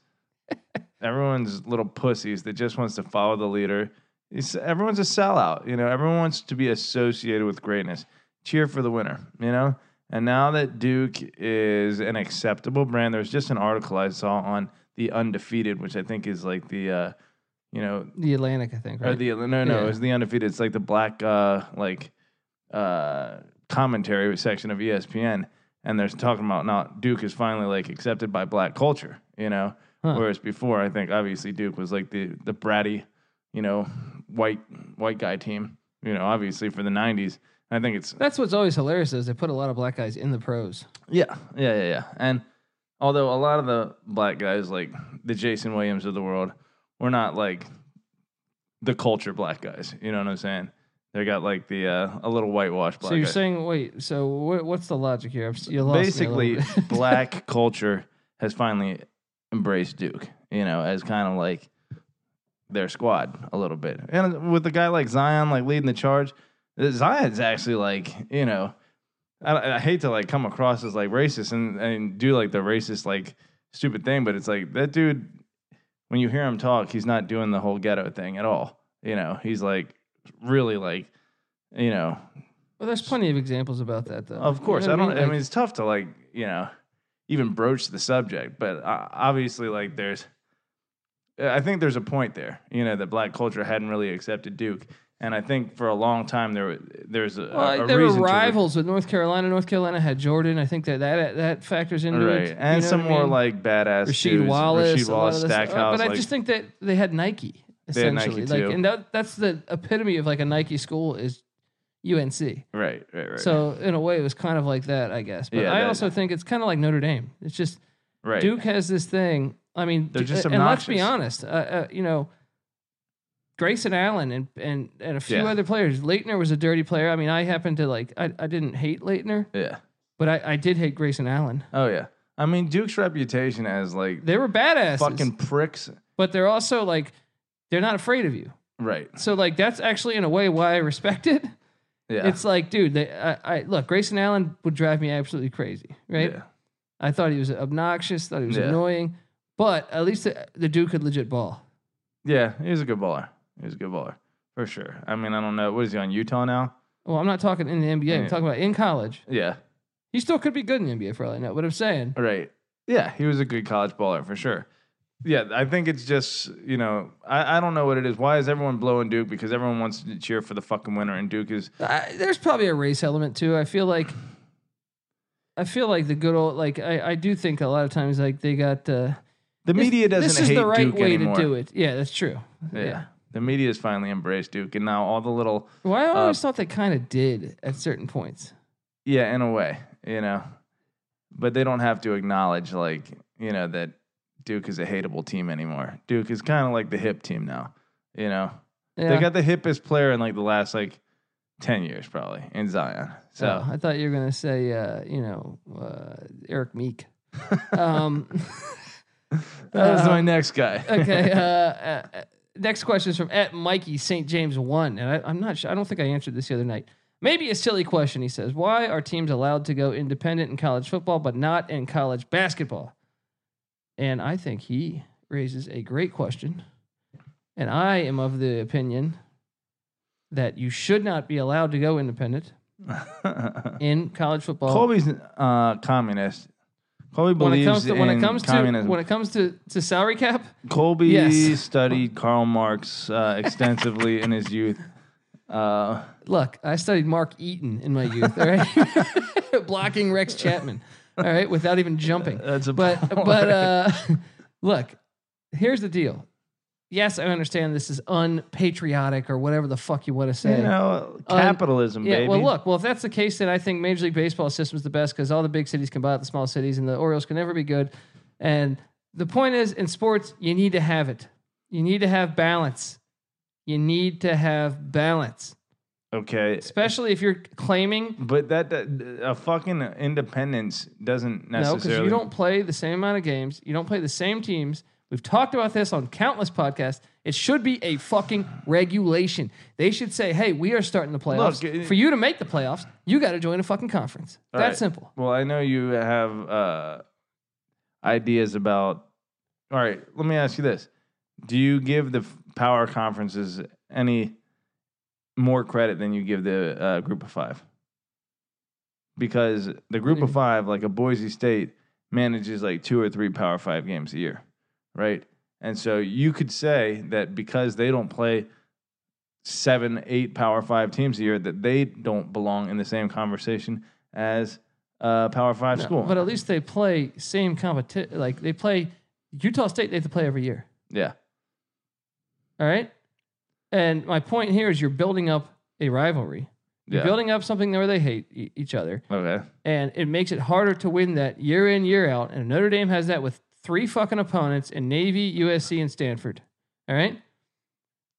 [SPEAKER 2] everyone's little pussies that just wants to follow the leader. It's, everyone's a sellout. You know, everyone wants to be associated with greatness. Cheer for the winner. You know. And now that Duke is an acceptable brand, there's just an article I saw on the undefeated, which I think is like the, uh, you know,
[SPEAKER 1] The Atlantic, I think. Right?
[SPEAKER 2] Or the no no
[SPEAKER 1] Yeah.
[SPEAKER 2] it's the undefeated. It's like the black uh like uh commentary section of E ESPN, and they're talking about now Duke is finally like accepted by black culture. You know,
[SPEAKER 1] Huh.
[SPEAKER 2] whereas before I think obviously Duke was like the the bratty, you know, white white guy team. You know, obviously for the '90s, I think it's
[SPEAKER 1] That's what's always hilarious is they put a lot of black guys in the pros.
[SPEAKER 2] yeah, yeah, yeah, yeah. And although a lot of the black guys, like the Jason Williams of the world, were not like the culture black guys. You know what I'm saying? They got like the uh, a little whitewashed black.
[SPEAKER 1] so you're
[SPEAKER 2] guy.
[SPEAKER 1] saying, wait, so what, what's the logic here? I'm, s- you lost me a
[SPEAKER 2] basically
[SPEAKER 1] little bit.
[SPEAKER 2] black culture has finally embraced Duke. You know, as kind of like their squad a little bit, and with a guy like Zion like leading the charge, uh, Zion's actually like you know. I, I hate to like come across as like racist and, and do like the racist like stupid thing, but it's like that dude. When you hear him talk, he's not doing the whole ghetto thing at all. You know, he's like really like, you know,
[SPEAKER 1] well, there's plenty of examples about that, though.
[SPEAKER 2] of
[SPEAKER 1] You
[SPEAKER 2] course,
[SPEAKER 1] know
[SPEAKER 2] I
[SPEAKER 1] what
[SPEAKER 2] don't. I mean,
[SPEAKER 1] Like,
[SPEAKER 2] it's tough to like you know even broach the subject, but uh, obviously, like there's, I think there's a point there. You know, that black culture hadn't really accepted Duke, and I think for a long time there there's a,
[SPEAKER 1] well,
[SPEAKER 2] a
[SPEAKER 1] they were
[SPEAKER 2] reason to-
[SPEAKER 1] rivals with North Carolina. North Carolina had Jordan. I think that that that factors into it.
[SPEAKER 2] right?
[SPEAKER 1] You
[SPEAKER 2] and
[SPEAKER 1] know
[SPEAKER 2] some
[SPEAKER 1] what I
[SPEAKER 2] more
[SPEAKER 1] mean?
[SPEAKER 2] like badass
[SPEAKER 1] Rasheed
[SPEAKER 2] dudes,
[SPEAKER 1] Wallace,
[SPEAKER 2] Rasheed
[SPEAKER 1] a lot
[SPEAKER 2] Wallace,
[SPEAKER 1] of this- uh,
[SPEAKER 2] Stackhouse.
[SPEAKER 1] But I
[SPEAKER 2] like-
[SPEAKER 1] just think that they had Nike
[SPEAKER 2] They had Nike,
[SPEAKER 1] essentially, like,
[SPEAKER 2] too.
[SPEAKER 1] and that, that's the epitome of like a Nike school is UNC.
[SPEAKER 2] right, right, right.
[SPEAKER 1] So in a way, it was kind of like that, I guess. But
[SPEAKER 2] Yeah,
[SPEAKER 1] I
[SPEAKER 2] that-
[SPEAKER 1] also think it's kind of like Notre Dame. It's just
[SPEAKER 2] right,
[SPEAKER 1] Duke has this thing. I mean,
[SPEAKER 2] They're
[SPEAKER 1] d-
[SPEAKER 2] just
[SPEAKER 1] and let's be
[SPEAKER 2] obnoxious.
[SPEAKER 1] honest. Uh, uh, you know, Grayson Allen and and and a few
[SPEAKER 2] Yeah.
[SPEAKER 1] other players. Leitner was a dirty player. I mean, I happened to like. I, I didn't hate Leitner,
[SPEAKER 2] yeah,
[SPEAKER 1] but I, I did hate Grayson Allen.
[SPEAKER 2] oh yeah. I mean, Duke's reputation as like
[SPEAKER 1] They were badasses,
[SPEAKER 2] fucking pricks.
[SPEAKER 1] but they're also like They're not afraid of you.
[SPEAKER 2] Right.
[SPEAKER 1] So like that's actually in a way why I respect it.
[SPEAKER 2] Yeah.
[SPEAKER 1] It's like, dude, they, I, I look. Grayson Allen would drive me absolutely crazy, right?
[SPEAKER 2] Yeah.
[SPEAKER 1] I thought he was obnoxious. Thought he was
[SPEAKER 2] Yeah.
[SPEAKER 1] annoying. But at least the, the dude could legit ball.
[SPEAKER 2] Yeah, he's a good baller. He's a good baller for sure. I mean, I don't know. What is he on Utah now?
[SPEAKER 1] Well, I'm not talking in the NBA. I'm
[SPEAKER 2] Yeah.
[SPEAKER 1] talking about in college.
[SPEAKER 2] Yeah,
[SPEAKER 1] He still could be good in the NBA for all I know. But I'm saying,
[SPEAKER 2] right. Yeah, he was a good college baller for sure. Yeah, I think it's just you know I, I don't know what it is. Why is everyone blowing Duke? Because everyone wants to cheer for the fucking winner, and Duke is
[SPEAKER 1] I, there's probably a race element too. I feel like, I feel like the good old like I, I do think a lot of times like they got uh,
[SPEAKER 2] the
[SPEAKER 1] this-
[SPEAKER 2] media doesn't
[SPEAKER 1] This is
[SPEAKER 2] hate
[SPEAKER 1] the right
[SPEAKER 2] Duke
[SPEAKER 1] way
[SPEAKER 2] anymore.
[SPEAKER 1] to do it. Yeah, that's true.
[SPEAKER 2] Yeah. the media's finally embraced Duke, and now all the little
[SPEAKER 1] Well, I always
[SPEAKER 2] Um,
[SPEAKER 1] thought they kind of did at certain points.
[SPEAKER 2] yeah, in a way, you know, but they don't have to acknowledge like you know that Duke is a hateable team anymore. Duke is kind of like the hip team now, you know.
[SPEAKER 1] Yeah.
[SPEAKER 2] They got the hippest player in like the last like ten years probably in Zion. So
[SPEAKER 1] Oh, I thought you were gonna say, uh, you know, uh, Eric Meek. um,
[SPEAKER 2] that was
[SPEAKER 1] um,
[SPEAKER 2] my next guy.
[SPEAKER 1] okay. Uh, uh, uh, next question is from at Mikey St. James one, and I, I'm not sure. I don't think I answered this the other night. Maybe a silly question. He says, "Why are teams allowed to go independent in college football, but not in college basketball?" And I think he raises a great question. And I am of the opinion that you should not be allowed to go independent in college football.
[SPEAKER 2] Colby's uh, communist. Colby
[SPEAKER 1] when it
[SPEAKER 2] believes
[SPEAKER 1] comes to when
[SPEAKER 2] in
[SPEAKER 1] it comes
[SPEAKER 2] communism.
[SPEAKER 1] to when it comes to, to salary cap,
[SPEAKER 2] Colby
[SPEAKER 1] Yes.
[SPEAKER 2] studied Karl Marx uh, extensively in his youth. Uh,
[SPEAKER 1] look, I studied Mark Eaton in my youth, all right? Blocking Rex Chapman, all right, without even jumping.
[SPEAKER 2] that's a
[SPEAKER 1] But but uh look, here's the deal. Yes, I understand this is unpatriotic or whatever the fuck you want to say.
[SPEAKER 2] you know capitalism,
[SPEAKER 1] Uh, yeah,
[SPEAKER 2] baby.
[SPEAKER 1] well, look, well, if that's the case, then I think Major League Baseball system is the best because all the big cities can buy out the small cities, and the Orioles can never be good. And the point is, in sports, you need to have it. You need to have balance. You need to have balance,
[SPEAKER 2] Okay,
[SPEAKER 1] especially if you're claiming
[SPEAKER 2] but that, that a fucking independence doesn't
[SPEAKER 1] no, because
[SPEAKER 2] necessarily.
[SPEAKER 1] you don't play the same amount of games. You don't play the same teams. We've talked about this on countless podcasts. It should be a fucking regulation. They should say, "Hey, we are starting the playoffs.
[SPEAKER 2] Look, it-
[SPEAKER 1] For you to make the playoffs, you got to join a fucking conference.
[SPEAKER 2] All
[SPEAKER 1] That's
[SPEAKER 2] right.
[SPEAKER 1] simple."
[SPEAKER 2] Well, I know you have uh, ideas about. All right, let me ask you this: Do you give the f- power conferences any more credit than you give the uh, group of five? Because the group of
[SPEAKER 1] Mm.
[SPEAKER 2] five, like a Boise State, manages like two or three power five games a year, right? And so you could say that because they don't play seven, eight power five teams a year, that they don't belong in the same conversation as uh, power five
[SPEAKER 1] No,
[SPEAKER 2] school.
[SPEAKER 1] But at least they play same competition. Like they play Utah State. They have to play every year.
[SPEAKER 2] yeah.
[SPEAKER 1] All right. And my point here is you're building up a rivalry. You're
[SPEAKER 2] Yeah.
[SPEAKER 1] building up something where they hate e- each other,
[SPEAKER 2] Okay.
[SPEAKER 1] and it makes it harder to win that year in year out. And Notre Dame has that with three fucking opponents in Navy, USC, and Stanford. All right.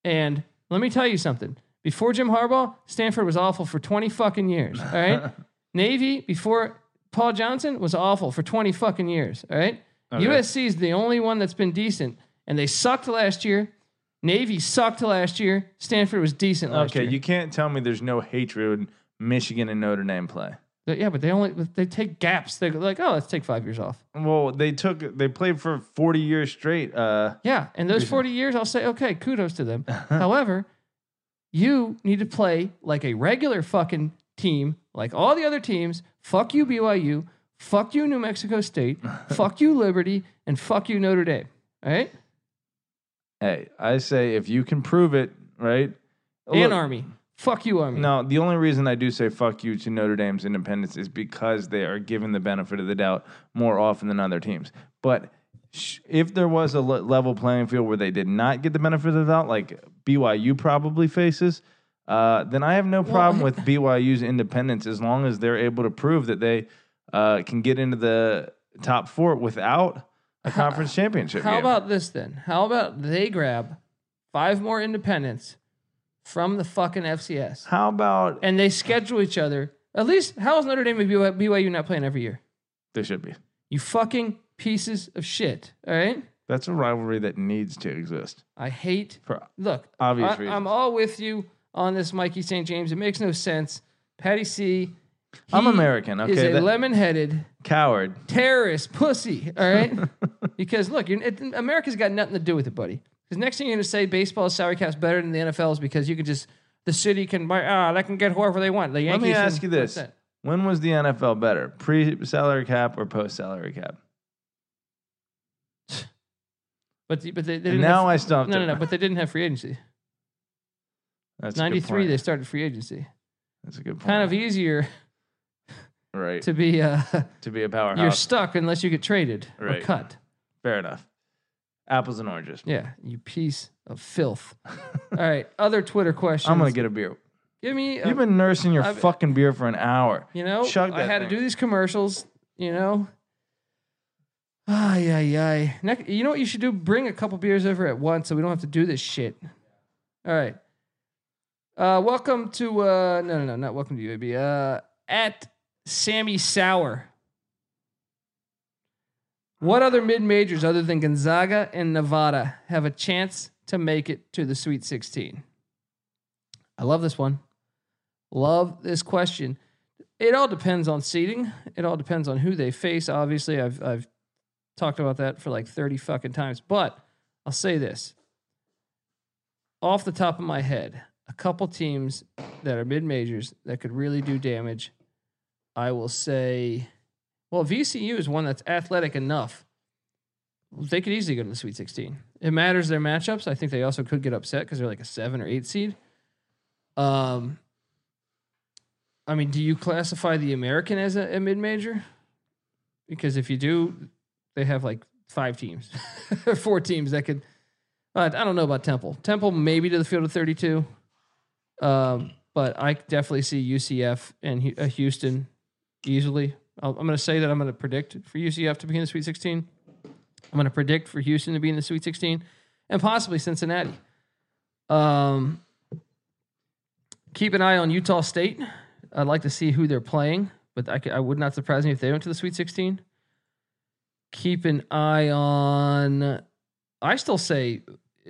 [SPEAKER 1] And let me tell you something. Before Jim Harbaugh, Stanford was awful for 20 fucking years. All right. Navy, before Paul Johnson, was awful for 20 fucking years. All right.
[SPEAKER 2] Okay.
[SPEAKER 1] USC is the only one that's been decent, and they sucked last year. Navy sucked last year. Stanford was decent last
[SPEAKER 2] Okay.
[SPEAKER 1] year.
[SPEAKER 2] You can't tell me there's no hatred when Michigan and Notre Dame play.
[SPEAKER 1] But yeah, but they only but they take gaps. They're like, oh, let's take five years off.
[SPEAKER 2] Well, they took they played for 40 years straight. Uh,
[SPEAKER 1] Yeah, and those 40 years, I'll say, okay, kudos to them. However, you need to play like a regular fucking team, like all the other teams. Fuck you, BYU. Fuck you, New Mexico State. fuck you, Liberty. And fuck you, Notre Dame. All right?
[SPEAKER 2] hey, I say if you can prove it, right? Look,
[SPEAKER 1] and Army. Fuck you, Army.
[SPEAKER 2] Now, the only reason I do say fuck you to Notre Dame's independence is because they are given the benefit of the doubt more often than other teams. But sh- if there was a le- level playing field where they did not get the benefit of the doubt, like BYU probably faces, uh, then I have no problem with BYU's independence as long as they're able to prove that they uh, can get into the top four without a conference championship.
[SPEAKER 1] How
[SPEAKER 2] game.
[SPEAKER 1] about this then? How about they grab five more independents from the fucking FCS
[SPEAKER 2] How about
[SPEAKER 1] and they schedule each other? At least, how is Notre Dame and BYU BYU not playing every year?
[SPEAKER 2] they should be?
[SPEAKER 1] You fucking pieces of shit. All right.
[SPEAKER 2] That's a rivalry that needs to exist
[SPEAKER 1] I hate.
[SPEAKER 2] for
[SPEAKER 1] Look,
[SPEAKER 2] obvious
[SPEAKER 1] I,
[SPEAKER 2] reasons.
[SPEAKER 1] I'm all with you on this, Mikey St. James. It makes no sense. Patty C.
[SPEAKER 2] I'm
[SPEAKER 1] he
[SPEAKER 2] American,
[SPEAKER 1] Is
[SPEAKER 2] okay,
[SPEAKER 1] a
[SPEAKER 2] that-
[SPEAKER 1] lemon-headed
[SPEAKER 2] Coward.
[SPEAKER 1] terrorist pussy. All right, because look, you're, it, America's got nothing to do with it, buddy. Because next thing you're gonna say, baseball is salary cap's better than the NFL is because you can just the city can buy ah they can get whoever they want. The
[SPEAKER 2] Let
[SPEAKER 1] Yankees
[SPEAKER 2] me
[SPEAKER 1] and-
[SPEAKER 2] ask you
[SPEAKER 1] what's
[SPEAKER 2] this:
[SPEAKER 1] that?
[SPEAKER 2] When was the NFL better, pre-salary cap or post-salary cap?
[SPEAKER 1] But the- but they, they
[SPEAKER 2] And
[SPEAKER 1] didn't
[SPEAKER 2] now
[SPEAKER 1] have,
[SPEAKER 2] I stumped.
[SPEAKER 1] no no
[SPEAKER 2] him.
[SPEAKER 1] no. But they didn't have free agency.
[SPEAKER 2] That's
[SPEAKER 1] Ninety three they
[SPEAKER 2] This
[SPEAKER 1] started free agency.
[SPEAKER 2] That's a good point.
[SPEAKER 1] Kind of easier
[SPEAKER 2] right to,
[SPEAKER 1] to be uh,
[SPEAKER 2] be a
[SPEAKER 1] you're
[SPEAKER 2] powerhouse.
[SPEAKER 1] stuck unless you get traded or
[SPEAKER 2] Uh, Right.
[SPEAKER 1] cut.
[SPEAKER 2] Fair enough. Apples and oranges.
[SPEAKER 1] Yeah, you piece of filth. All right, other Twitter questions.
[SPEAKER 2] I'm gonna get a beer.
[SPEAKER 1] give me. a-
[SPEAKER 2] You've been nursing your
[SPEAKER 1] I've-
[SPEAKER 2] fucking beer for an hour.
[SPEAKER 1] you know,
[SPEAKER 2] chug
[SPEAKER 1] I
[SPEAKER 2] that
[SPEAKER 1] had
[SPEAKER 2] thing.
[SPEAKER 1] to do these commercials. You know. Ay ay ay. Next, you know what you should do? Bring a couple beers over at once, so we don't have to do this shit. All right. Uh, welcome to uh, no no no not welcome to UAB. Uh, at Sammy Sauer. What other mid majors other than Gonzaga and Nevada have a chance to make it to the Sweet 16? I love this one. Love this question. It all depends on seeding. It all depends on who they face. Obviously, I've I've talked about that for like 30 fucking times, but I'll say this. Off the top of my head, a couple teams that are mid majors that could really do damage. I will say well, VCU is one that's athletic enough. They could easily go to the Sweet 16. It matters their matchups. I think they also could get upset because they're like a seven or eight seed. Um, I mean, do you classify the American as a, a mid major? Because if you do, they have like five teams, or four teams that could. Uh, I don't know about Temple. Temple maybe to the field of 32. Um, but I definitely see UCF and Hu- uh, Houston easily. I'll, I'm going to say that I'm going to predict for UCF to be in the Sweet 16. I'm going to predict for Houston to be in the Sweet 16 and possibly Cincinnati. Um, keep an eye on Utah State. I'd like to see who they're playing, but I, c- I would not surprise me if they went to the Sweet 16. Keep an eye on. I still say,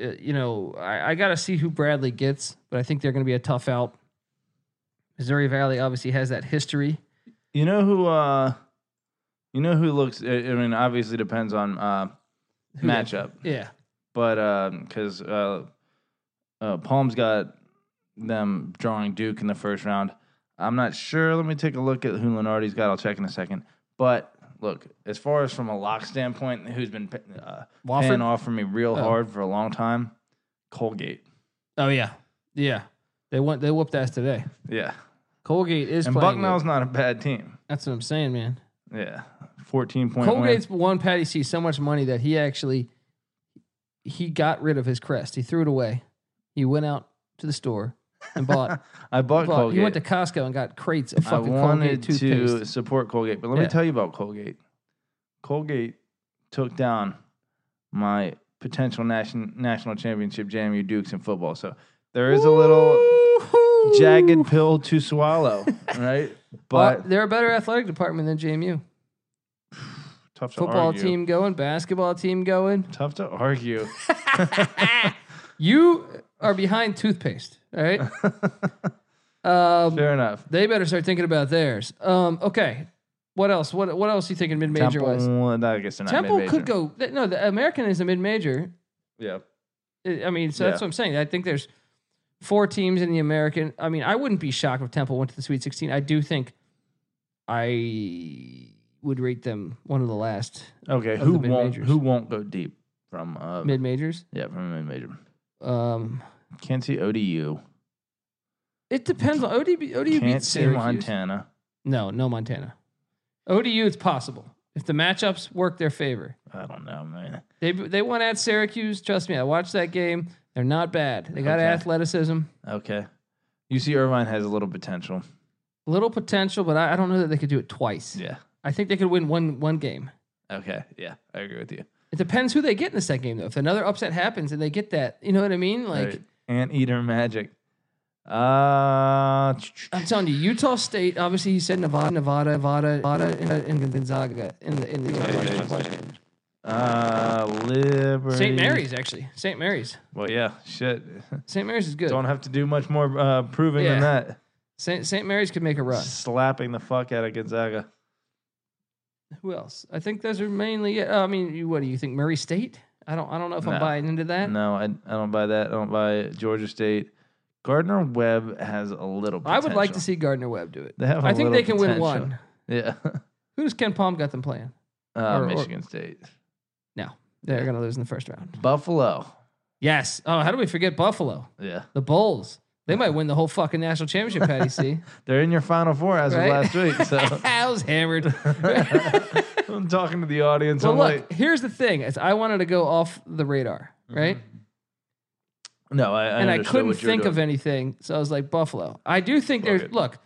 [SPEAKER 1] uh, you know, I, I got to see who Bradley gets, but I think they're going to be a tough out. Missouri Valley obviously has that history.
[SPEAKER 2] You know who? uh You know who looks? I I mean, obviously depends on uh
[SPEAKER 1] Who they-
[SPEAKER 2] matchup,
[SPEAKER 1] Yeah.
[SPEAKER 2] but because uh, uh, Palm's got them drawing Duke in the first round. I'm not sure. Let me take a look at who Lenardi's got. I'll check in a second. But look, as far as from a lock standpoint, who's been uh,
[SPEAKER 1] Wofford?
[SPEAKER 2] paying off for me real
[SPEAKER 1] Oh.
[SPEAKER 2] hard for a long time? Colgate.
[SPEAKER 1] Oh yeah, yeah. They went. They whooped ass today.
[SPEAKER 2] Yeah,
[SPEAKER 1] Colgate is
[SPEAKER 2] and
[SPEAKER 1] playing.
[SPEAKER 2] Bucknell's
[SPEAKER 1] good.
[SPEAKER 2] not a bad team.
[SPEAKER 1] That's what I'm saying, man.
[SPEAKER 2] Yeah, 14 point win.
[SPEAKER 1] Colgate's won Patty C so much money that he actually he got rid of his crest. He threw it away. He went out to the store and bought.
[SPEAKER 2] I bought,
[SPEAKER 1] bought
[SPEAKER 2] Colgate.
[SPEAKER 1] he went to Costco and got crates of
[SPEAKER 2] I
[SPEAKER 1] fucking Colgate
[SPEAKER 2] wanted
[SPEAKER 1] toothpaste.
[SPEAKER 2] to support Colgate, but let
[SPEAKER 1] Yeah.
[SPEAKER 2] me tell you about Colgate. Colgate took down my potential national national championship JMU Dukes in football. So there is a little
[SPEAKER 1] Woo-hoo!
[SPEAKER 2] jagged pill to swallow, right?
[SPEAKER 1] Uh,
[SPEAKER 2] But
[SPEAKER 1] they're a better athletic department than JMU.
[SPEAKER 2] tough to
[SPEAKER 1] Football
[SPEAKER 2] argue.
[SPEAKER 1] team going, basketball team going.
[SPEAKER 2] Tough to argue.
[SPEAKER 1] You are behind toothpaste. All right. um,
[SPEAKER 2] Fair enough.
[SPEAKER 1] They better start thinking about theirs. Um, okay. What else? What what else you thinking mid major
[SPEAKER 2] Temple,
[SPEAKER 1] was?
[SPEAKER 2] well, I guess they're not
[SPEAKER 1] Temple
[SPEAKER 2] mid-major.
[SPEAKER 1] could go. th- No, the American is a mid major.
[SPEAKER 2] Yeah.
[SPEAKER 1] I I mean, so that's
[SPEAKER 2] Yeah.
[SPEAKER 1] what I'm saying. I think there's four teams in the American. I mean, I wouldn't be shocked if Temple went to the Sweet 16. I do think I would rate them one of the last
[SPEAKER 2] Okay.
[SPEAKER 1] the
[SPEAKER 2] Who won't?
[SPEAKER 1] mid-majors.
[SPEAKER 2] Who won't go deep from? Uh,
[SPEAKER 1] mid majors.
[SPEAKER 2] yeah, from a mid major.
[SPEAKER 1] Um,
[SPEAKER 2] Can't see ODU.
[SPEAKER 1] it depends on ODB. ODU
[SPEAKER 2] Can't
[SPEAKER 1] beats
[SPEAKER 2] see
[SPEAKER 1] Syracuse.
[SPEAKER 2] Montana.
[SPEAKER 1] No, no Montana. ODU, it's possible if the matchups work their favor.
[SPEAKER 2] I don't know, man.
[SPEAKER 1] They they won at Syracuse. Trust me, I watched that game. They're not bad. They got
[SPEAKER 2] Okay.
[SPEAKER 1] athleticism,
[SPEAKER 2] Okay. UC Irvine has a little potential.
[SPEAKER 1] little potential, but I, I don't know that they could do it twice.
[SPEAKER 2] Yeah.
[SPEAKER 1] I think they could win one one game.
[SPEAKER 2] Okay. Yeah, I agree with you.
[SPEAKER 1] It depends who they get in the second game, though. If another upset happens and they get that, you know what I mean? Like
[SPEAKER 2] Right. Anteater magic. Uh,
[SPEAKER 1] I'm telling you, Utah State. Obviously, he said Nevada, Nevada, uh, Nevada, Nevada, and, and Gonzaga in the in the.
[SPEAKER 2] uh Liberty.
[SPEAKER 1] St. Mary's actually. St. Mary's.
[SPEAKER 2] Well, yeah, shit.
[SPEAKER 1] St. Mary's is good.
[SPEAKER 2] Don't have to do much more uh, proving
[SPEAKER 1] Yeah.
[SPEAKER 2] than that.
[SPEAKER 1] St. St. Mary's could make a run.
[SPEAKER 2] Slapping the fuck out of Gonzaga.
[SPEAKER 1] Who else? I think those are mainly. it. I mean, you- what do you think? Murray State? I don't. I don't know if I'm
[SPEAKER 2] No.
[SPEAKER 1] buying into that.
[SPEAKER 2] No, I, I don't buy that. I don't buy Georgia State. Gardner Webb has a little.
[SPEAKER 1] I would like
[SPEAKER 2] potential.
[SPEAKER 1] to see Gardner Webb do it.
[SPEAKER 2] They have a
[SPEAKER 1] I think
[SPEAKER 2] little
[SPEAKER 1] they can win
[SPEAKER 2] potential.
[SPEAKER 1] one.
[SPEAKER 2] Yeah,
[SPEAKER 1] Who does Ken Palm got them playing?
[SPEAKER 2] uh,
[SPEAKER 1] Or- or-
[SPEAKER 2] Michigan State,
[SPEAKER 1] They're going to lose in the first round.
[SPEAKER 2] Buffalo.
[SPEAKER 1] Yes. Oh, how do we forget Buffalo?
[SPEAKER 2] Yeah,
[SPEAKER 1] The Bulls. They might win the whole fucking national championship, Patty C.
[SPEAKER 2] they're in your Final Four as
[SPEAKER 1] Right?
[SPEAKER 2] of last week. So
[SPEAKER 1] I was hammered.
[SPEAKER 2] I'm talking to the audience.
[SPEAKER 1] well,
[SPEAKER 2] I'm
[SPEAKER 1] look,
[SPEAKER 2] like,
[SPEAKER 1] here's the thing. Is I wanted to go off the radar, right?
[SPEAKER 2] no, Mm-hmm. I, I
[SPEAKER 1] and I
[SPEAKER 2] understood
[SPEAKER 1] couldn't
[SPEAKER 2] what you were
[SPEAKER 1] think
[SPEAKER 2] doing.
[SPEAKER 1] of anything. So I was like, Buffalo. I do think
[SPEAKER 2] Fuck
[SPEAKER 1] there's,
[SPEAKER 2] it.
[SPEAKER 1] look,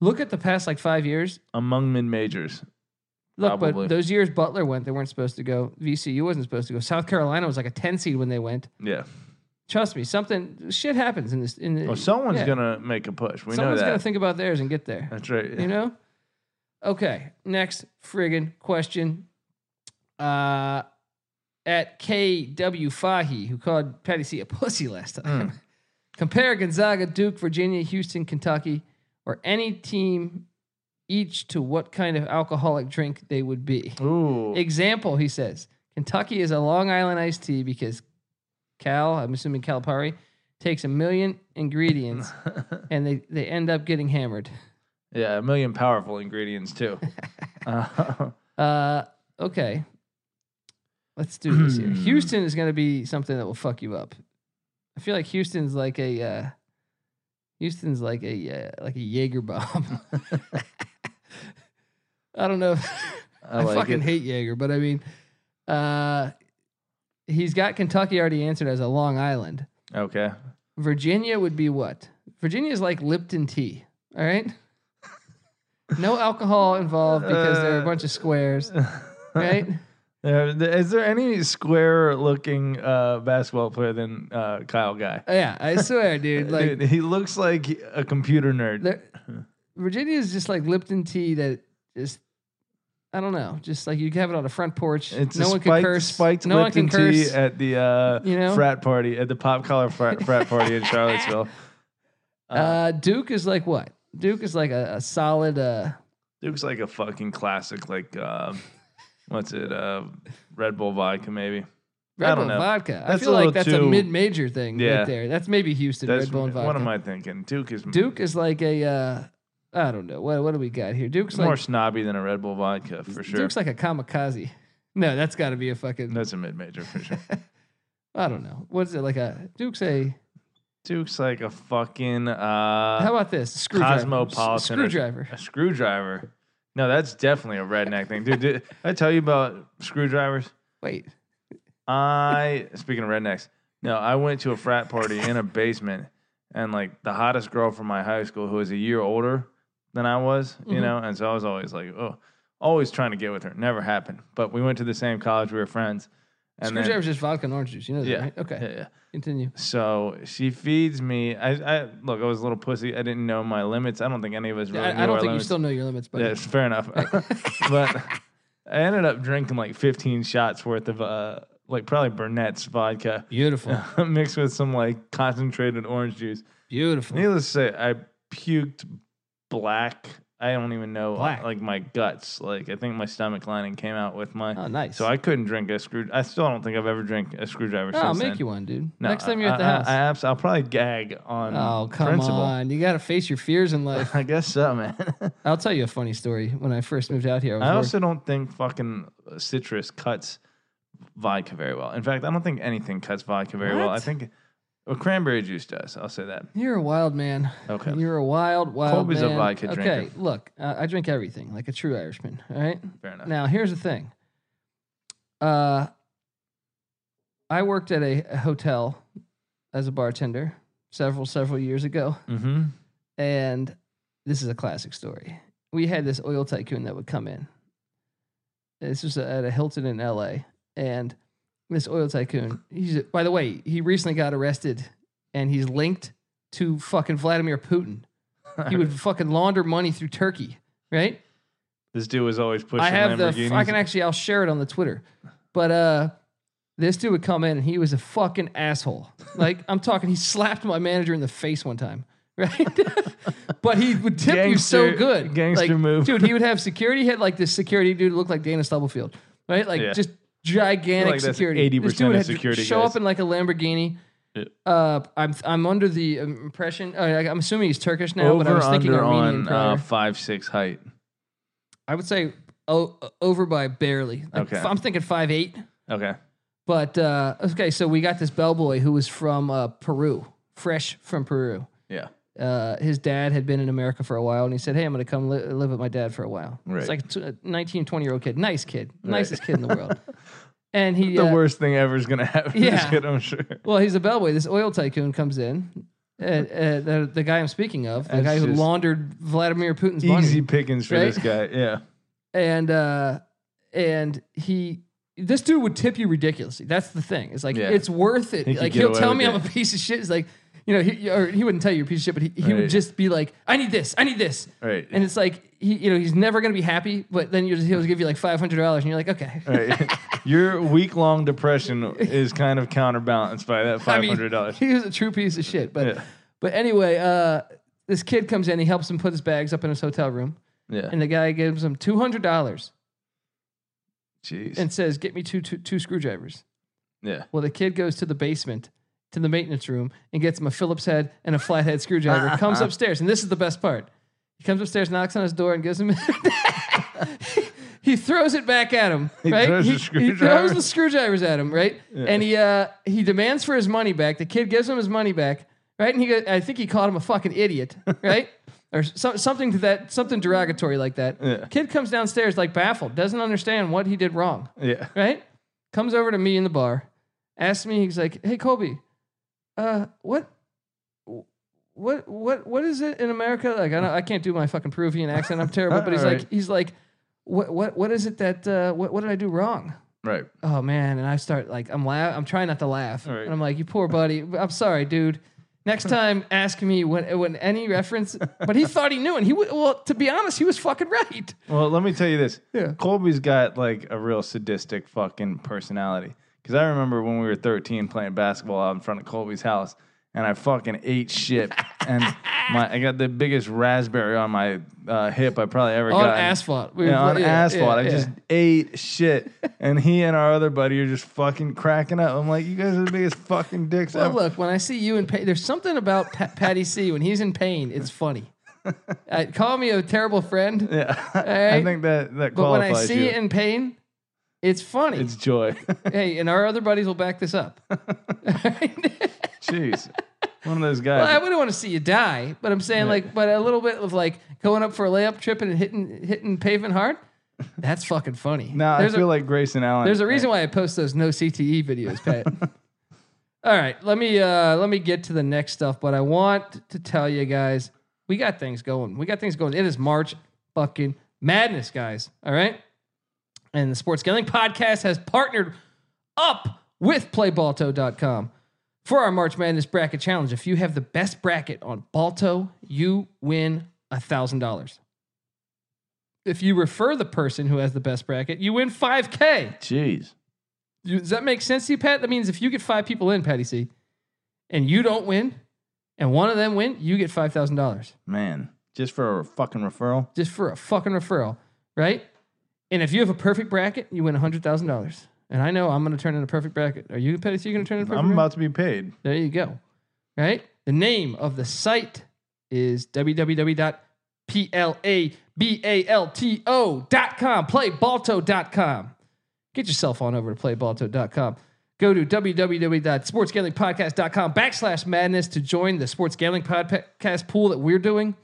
[SPEAKER 1] look at the past like five years.
[SPEAKER 2] among mid majors.
[SPEAKER 1] Look,
[SPEAKER 2] Probably.
[SPEAKER 1] but those years Butler went, they weren't supposed to go. VCU wasn't supposed to go. South Carolina was like a 10 seed when they went.
[SPEAKER 2] Yeah.
[SPEAKER 1] Trust me, something, shit happens in this. In the,
[SPEAKER 2] Well, someone's
[SPEAKER 1] yeah.
[SPEAKER 2] gonna make a push. Oh, We
[SPEAKER 1] Someone's
[SPEAKER 2] know that.
[SPEAKER 1] gonna think about theirs and get there.
[SPEAKER 2] That's right.
[SPEAKER 1] You know? Okay. Next friggin' question. Uh at KW Fahy, who called Patty C a pussy last time. Compare Gonzaga, Duke, Virginia, Houston, Kentucky, or any team each to what kind of alcoholic drink they would be.
[SPEAKER 2] Ooh.
[SPEAKER 1] Example, he says Kentucky is a Long Island iced tea because Cal, I'm assuming Calipari, takes a million ingredients and they, they end up getting hammered.
[SPEAKER 2] yeah, a million powerful ingredients too. Uh,
[SPEAKER 1] Uh, okay. Let's do this
[SPEAKER 2] Hmm.
[SPEAKER 1] here. Houston is going to be something that will fuck you up. I feel like Houston's like a uh, Houston's like a uh, like a Jaeger bomb. I don't know. If,
[SPEAKER 2] I,
[SPEAKER 1] I,
[SPEAKER 2] like
[SPEAKER 1] fucking
[SPEAKER 2] it.
[SPEAKER 1] hate Jaeger, but I mean, uh, he's got Kentucky already answered as a Long Island.
[SPEAKER 2] okay.
[SPEAKER 1] Virginia would be what? Virginia is like Lipton tea. All right. No alcohol involved because they're a
[SPEAKER 2] Uh,
[SPEAKER 1] bunch of squares, right?
[SPEAKER 2] Uh, th- Is there any square looking uh, basketball player than uh, Kyle Guy?
[SPEAKER 1] Yeah, I swear, dude. Like
[SPEAKER 2] Dude, he looks like a computer nerd.
[SPEAKER 1] there- Virginia is just like Lipton tea that is. I don't know, just like you have it on a front porch.
[SPEAKER 2] It's
[SPEAKER 1] no
[SPEAKER 2] a
[SPEAKER 1] one
[SPEAKER 2] spiked,
[SPEAKER 1] can curse.
[SPEAKER 2] spiked
[SPEAKER 1] no
[SPEAKER 2] Lipton
[SPEAKER 1] one can
[SPEAKER 2] tea
[SPEAKER 1] curse.
[SPEAKER 2] at the uh,
[SPEAKER 1] You know?
[SPEAKER 2] frat party, at the pop collar frat, frat party in Charlottesville.
[SPEAKER 1] uh, Duke is like what? Duke is like a, a solid. Uh,
[SPEAKER 2] Duke's like a fucking classic, like uh, what's it, uh, Red Bull vodka maybe.
[SPEAKER 1] Red
[SPEAKER 2] I don't
[SPEAKER 1] Bull
[SPEAKER 2] know.
[SPEAKER 1] vodka. I
[SPEAKER 2] That's
[SPEAKER 1] feel
[SPEAKER 2] a
[SPEAKER 1] like
[SPEAKER 2] little
[SPEAKER 1] that's a
[SPEAKER 2] too-
[SPEAKER 1] mid-major thing
[SPEAKER 2] Yeah.
[SPEAKER 1] right there. That's maybe Houston
[SPEAKER 2] That's
[SPEAKER 1] Red Bull and vodka.
[SPEAKER 2] what am I thinking? Duke is
[SPEAKER 1] Duke is like a. Uh, I don't know. What what do we got here? Duke's
[SPEAKER 2] It's more
[SPEAKER 1] like
[SPEAKER 2] snobby than a Red Bull vodka for sure.
[SPEAKER 1] Duke's like a kamikaze. No, that's got to be a fucking.
[SPEAKER 2] That's a mid major for sure.
[SPEAKER 1] I don't know. What is it like a Duke's a
[SPEAKER 2] Duke's like a fucking
[SPEAKER 1] How
[SPEAKER 2] uh,
[SPEAKER 1] about this? Screwdriver.
[SPEAKER 2] cosmopolitan
[SPEAKER 1] S- Screwdriver.
[SPEAKER 2] a screwdriver. No, that's definitely a redneck thing, dude. Did I tell you about screwdrivers?
[SPEAKER 1] Wait.
[SPEAKER 2] I speaking of rednecks. No, I went to a frat party in a basement, and like the hottest girl from my high school, who was a year older than I was, you
[SPEAKER 1] Mhm.
[SPEAKER 2] know, and so I was always like, oh, always trying to get with her. Never happened. But we went to the same college. We were friends. And then-
[SPEAKER 1] Screwdriver's just vodka and orange juice. You know that,
[SPEAKER 2] yeah,
[SPEAKER 1] right? Okay.
[SPEAKER 2] yeah, yeah.
[SPEAKER 1] Continue.
[SPEAKER 2] So she feeds me. I, I look. I was a little pussy. I didn't know my limits. I don't think any of us really.
[SPEAKER 1] I,
[SPEAKER 2] knew
[SPEAKER 1] I don't
[SPEAKER 2] our
[SPEAKER 1] think you
[SPEAKER 2] limits.
[SPEAKER 1] still know your limits, but
[SPEAKER 2] Yeah, it's fair enough. but I ended up drinking like 15 shots worth of uh, like probably Burnett's vodka
[SPEAKER 1] beautiful.
[SPEAKER 2] mixed with some like concentrated orange juice.
[SPEAKER 1] Beautiful.
[SPEAKER 2] Needless to say, I puked black. I don't even know uh,
[SPEAKER 1] Black.
[SPEAKER 2] like my guts. Like I think my stomach lining came out with my.
[SPEAKER 1] Oh, nice.
[SPEAKER 2] So I couldn't drink a screw. I still don't think I've ever drank a screwdriver.
[SPEAKER 1] oh, I'll
[SPEAKER 2] since
[SPEAKER 1] make
[SPEAKER 2] then.
[SPEAKER 1] you one, dude.
[SPEAKER 2] No,
[SPEAKER 1] Next time you're at the
[SPEAKER 2] I, I-
[SPEAKER 1] house.
[SPEAKER 2] I, abs- I'll probably gag on.
[SPEAKER 1] oh, come
[SPEAKER 2] principle.
[SPEAKER 1] on. You got to face your fears in life.
[SPEAKER 2] I guess so, man.
[SPEAKER 1] I'll tell you a funny story. When I first moved out here, I was
[SPEAKER 2] I
[SPEAKER 1] work-
[SPEAKER 2] also don't think fucking citrus cuts vodka very well. In fact, I don't think anything cuts vodka very well. I
[SPEAKER 1] What?
[SPEAKER 2] think well, cranberry juice does. I'll say that.
[SPEAKER 1] You're a wild man.
[SPEAKER 2] Okay.
[SPEAKER 1] You're a wild, wild
[SPEAKER 2] Colby's a
[SPEAKER 1] man.
[SPEAKER 2] vodka drinker.
[SPEAKER 1] Okay, look, uh, I drink everything like a true Irishman. All right.
[SPEAKER 2] Fair enough.
[SPEAKER 1] Now, here's the thing. Uh, I worked at a, a hotel as a bartender several, several years ago.
[SPEAKER 2] mm-hmm.
[SPEAKER 1] And this is a classic story. We had this oil tycoon that would come in. This was at a Hilton in LA. And this oil tycoon, he's, by the way, he recently got arrested and he's linked to fucking Vladimir Putin. He would fucking launder money through Turkey, right?
[SPEAKER 2] This dude was always pushing
[SPEAKER 1] I have the.
[SPEAKER 2] Lamborghinis.
[SPEAKER 1] I can actually. I'll share it on the Twitter. But uh, This dude would come in and he was a fucking asshole. Like I'm talking, he slapped my manager in the face one time. Right, but he would tip you so
[SPEAKER 2] Gangster-
[SPEAKER 1] good,
[SPEAKER 2] gangster
[SPEAKER 1] Like,
[SPEAKER 2] move.
[SPEAKER 1] dude. He would have security. He had like this security dude who looked like Dana Stubblefield, right? Like
[SPEAKER 2] Yeah.
[SPEAKER 1] just gigantic
[SPEAKER 2] like that's
[SPEAKER 1] security. This
[SPEAKER 2] 80%
[SPEAKER 1] dude
[SPEAKER 2] of
[SPEAKER 1] had to
[SPEAKER 2] security
[SPEAKER 1] Show
[SPEAKER 2] guys.
[SPEAKER 1] up in like a Lamborghini.
[SPEAKER 2] Yeah.
[SPEAKER 1] Uh, I'm I'm under the impression. Uh, I'm assuming he's Turkish now,
[SPEAKER 2] Over
[SPEAKER 1] but I was thinking
[SPEAKER 2] under
[SPEAKER 1] Armenian.
[SPEAKER 2] on
[SPEAKER 1] prior.
[SPEAKER 2] uh, five six height.
[SPEAKER 1] I would say o- over by barely. Like,
[SPEAKER 2] Okay.
[SPEAKER 1] f- I'm thinking five eight.
[SPEAKER 2] Okay.
[SPEAKER 1] But uh, okay, so we got this bellboy who was from uh, Peru, fresh from Peru.
[SPEAKER 2] Yeah.
[SPEAKER 1] Uh, his dad had been in America for a while, and he said, "Hey, I'm going to come li- live with my dad for a while."
[SPEAKER 2] Right.
[SPEAKER 1] It's like a t- a 19, 20 year old kid, nice kid, nicest kid in the world. And he,
[SPEAKER 2] The
[SPEAKER 1] uh,
[SPEAKER 2] worst thing ever is gonna happen. to this
[SPEAKER 1] Yeah.
[SPEAKER 2] kid, I'm sure.
[SPEAKER 1] well, he's a bellboy. This oil tycoon comes in. Uh, uh, the, the guy I'm speaking of, the
[SPEAKER 2] That's
[SPEAKER 1] guy who
[SPEAKER 2] just
[SPEAKER 1] laundered Vladimir Putin's money.
[SPEAKER 2] Easy pickings for
[SPEAKER 1] Right?
[SPEAKER 2] this guy. Yeah.
[SPEAKER 1] and uh and he this dude would tip you ridiculously that's the thing it's like
[SPEAKER 2] Yeah.
[SPEAKER 1] it's worth it
[SPEAKER 2] He could
[SPEAKER 1] like
[SPEAKER 2] get
[SPEAKER 1] he'll
[SPEAKER 2] away
[SPEAKER 1] tell
[SPEAKER 2] with
[SPEAKER 1] me i'm
[SPEAKER 2] it.
[SPEAKER 1] a piece of shit it's like you know he, or he wouldn't tell you you're a piece of shit but he, he
[SPEAKER 2] Right.
[SPEAKER 1] would just be like i need this i need this
[SPEAKER 2] Right.
[SPEAKER 1] and it's like he you know he's never gonna be happy but then you just, he'll give you like $500 and you're like okay
[SPEAKER 2] Right. Your week long depression is kind of counterbalanced by that
[SPEAKER 1] I
[SPEAKER 2] five
[SPEAKER 1] mean,
[SPEAKER 2] hundred dollars.
[SPEAKER 1] he was a true piece of shit but
[SPEAKER 2] Yeah.
[SPEAKER 1] but anyway uh this kid comes in he helps him put his bags up in his hotel room
[SPEAKER 2] Yeah.
[SPEAKER 1] and the guy gives him $200
[SPEAKER 2] Jeez.
[SPEAKER 1] and says get me two two, two screwdrivers
[SPEAKER 2] yeah.
[SPEAKER 1] Well, the kid goes to the basement, to the maintenance room, and gets him a Phillips head and a flathead screwdriver. comes upstairs, and this is the best part. He comes upstairs, knocks on his door, and gives him. he throws it back at him.
[SPEAKER 2] He
[SPEAKER 1] Right?
[SPEAKER 2] throws the
[SPEAKER 1] he
[SPEAKER 2] screwdriver.
[SPEAKER 1] throws the screwdrivers at him. Right, and he uh, he demands for his money back. The kid gives him his money back. Right, and he go- I think he called him a fucking idiot. Right. Or so, something to that, something derogatory like that.
[SPEAKER 2] Yeah.
[SPEAKER 1] Kid comes downstairs like baffled, doesn't understand what he did wrong
[SPEAKER 2] Yeah.
[SPEAKER 1] right? Comes over to me in the bar, asks me, he's like, "Hey, Kobe, uh, what, what, what, what is it in America? Like, I, don't, I can't do my fucking Peruvian accent. I'm terrible." But he's
[SPEAKER 2] All right.
[SPEAKER 1] like, he's like, what, what, what is it that, uh, what, what did I do wrong?
[SPEAKER 2] Right.
[SPEAKER 1] Oh man! And I start like, I'm laugh, I'm trying not to laugh,
[SPEAKER 2] All right.
[SPEAKER 1] and I'm like, "You poor buddy. I'm sorry, dude." Next time, ask me when, when any reference. But he thought he knew, and he w- well, to be honest, he was fucking right.
[SPEAKER 2] Well, let me tell you this.
[SPEAKER 1] Yeah.
[SPEAKER 2] Colby's got like a real sadistic fucking personality. Because I remember when we were 13 playing basketball out in front of Colby's house, and I fucking ate shit. and my, I got the biggest raspberry on my uh, hip I probably ever
[SPEAKER 1] On
[SPEAKER 2] got.
[SPEAKER 1] asphalt, We
[SPEAKER 2] Yeah,
[SPEAKER 1] were-
[SPEAKER 2] on
[SPEAKER 1] yeah,
[SPEAKER 2] asphalt.
[SPEAKER 1] yeah,
[SPEAKER 2] I
[SPEAKER 1] yeah.
[SPEAKER 2] just ate shit. and he and our other buddy are just fucking cracking up. I'm like, you guys are the biggest fucking dicks
[SPEAKER 1] Well,
[SPEAKER 2] ever.
[SPEAKER 1] look, when I see you in pain, there's something about pa- Patty C. When he's in pain, it's funny. Uh, call me a terrible friend,
[SPEAKER 2] yeah. I
[SPEAKER 1] right.
[SPEAKER 2] think that, that
[SPEAKER 1] but when
[SPEAKER 2] qualifies
[SPEAKER 1] I see you
[SPEAKER 2] you.
[SPEAKER 1] in pain, it's funny.
[SPEAKER 2] it's joy.
[SPEAKER 1] hey, and our other buddies will back this up.
[SPEAKER 2] Jeez. One of those guys.
[SPEAKER 1] I wouldn't want to see you die, but I'm saying like, but a little bit of like going up for a layup, tripping and hitting hitting pavement hard. That's fucking funny.
[SPEAKER 2] Now I
[SPEAKER 1] there's
[SPEAKER 2] feel
[SPEAKER 1] a,
[SPEAKER 2] like Grayson Allen.
[SPEAKER 1] there's a reason why I post those no CTE videos, Pat. All right, let me uh, let me get to the next stuff, but I want to tell you guys we got things going. We got things going. It is March fucking madness, guys. All right, and the Sports Gambling Podcast has partnered up with PlayBalto.com for our March Madness bracket challenge. If you have the best bracket on Balto, you win a thousand dollars. If you refer the person who has the best bracket, you win five k.
[SPEAKER 2] Jeez.
[SPEAKER 1] You- Does that make sense to you, Pat? That means if you get five people in, Patty C, and you don't win, and one of them win, you get five thousand dollars
[SPEAKER 2] Man, just for a fucking referral.
[SPEAKER 1] just for a fucking referral, right? And if you have a perfect bracket, you win hundred thousand dollars. And I know I'm going to turn in a perfect bracket. Are you, Patty C, going to turn in a perfect?
[SPEAKER 2] I'm
[SPEAKER 1] bracket?
[SPEAKER 2] about to be paid.
[SPEAKER 1] There you go. Right? The name of the site is www.plabalto.com. Playbalto.com. Get yourself on over to playbalto.com. Go to www.sportsgamblingpodcast.com backslash madness to join the Sports Gambling Podcast pool that we're doing.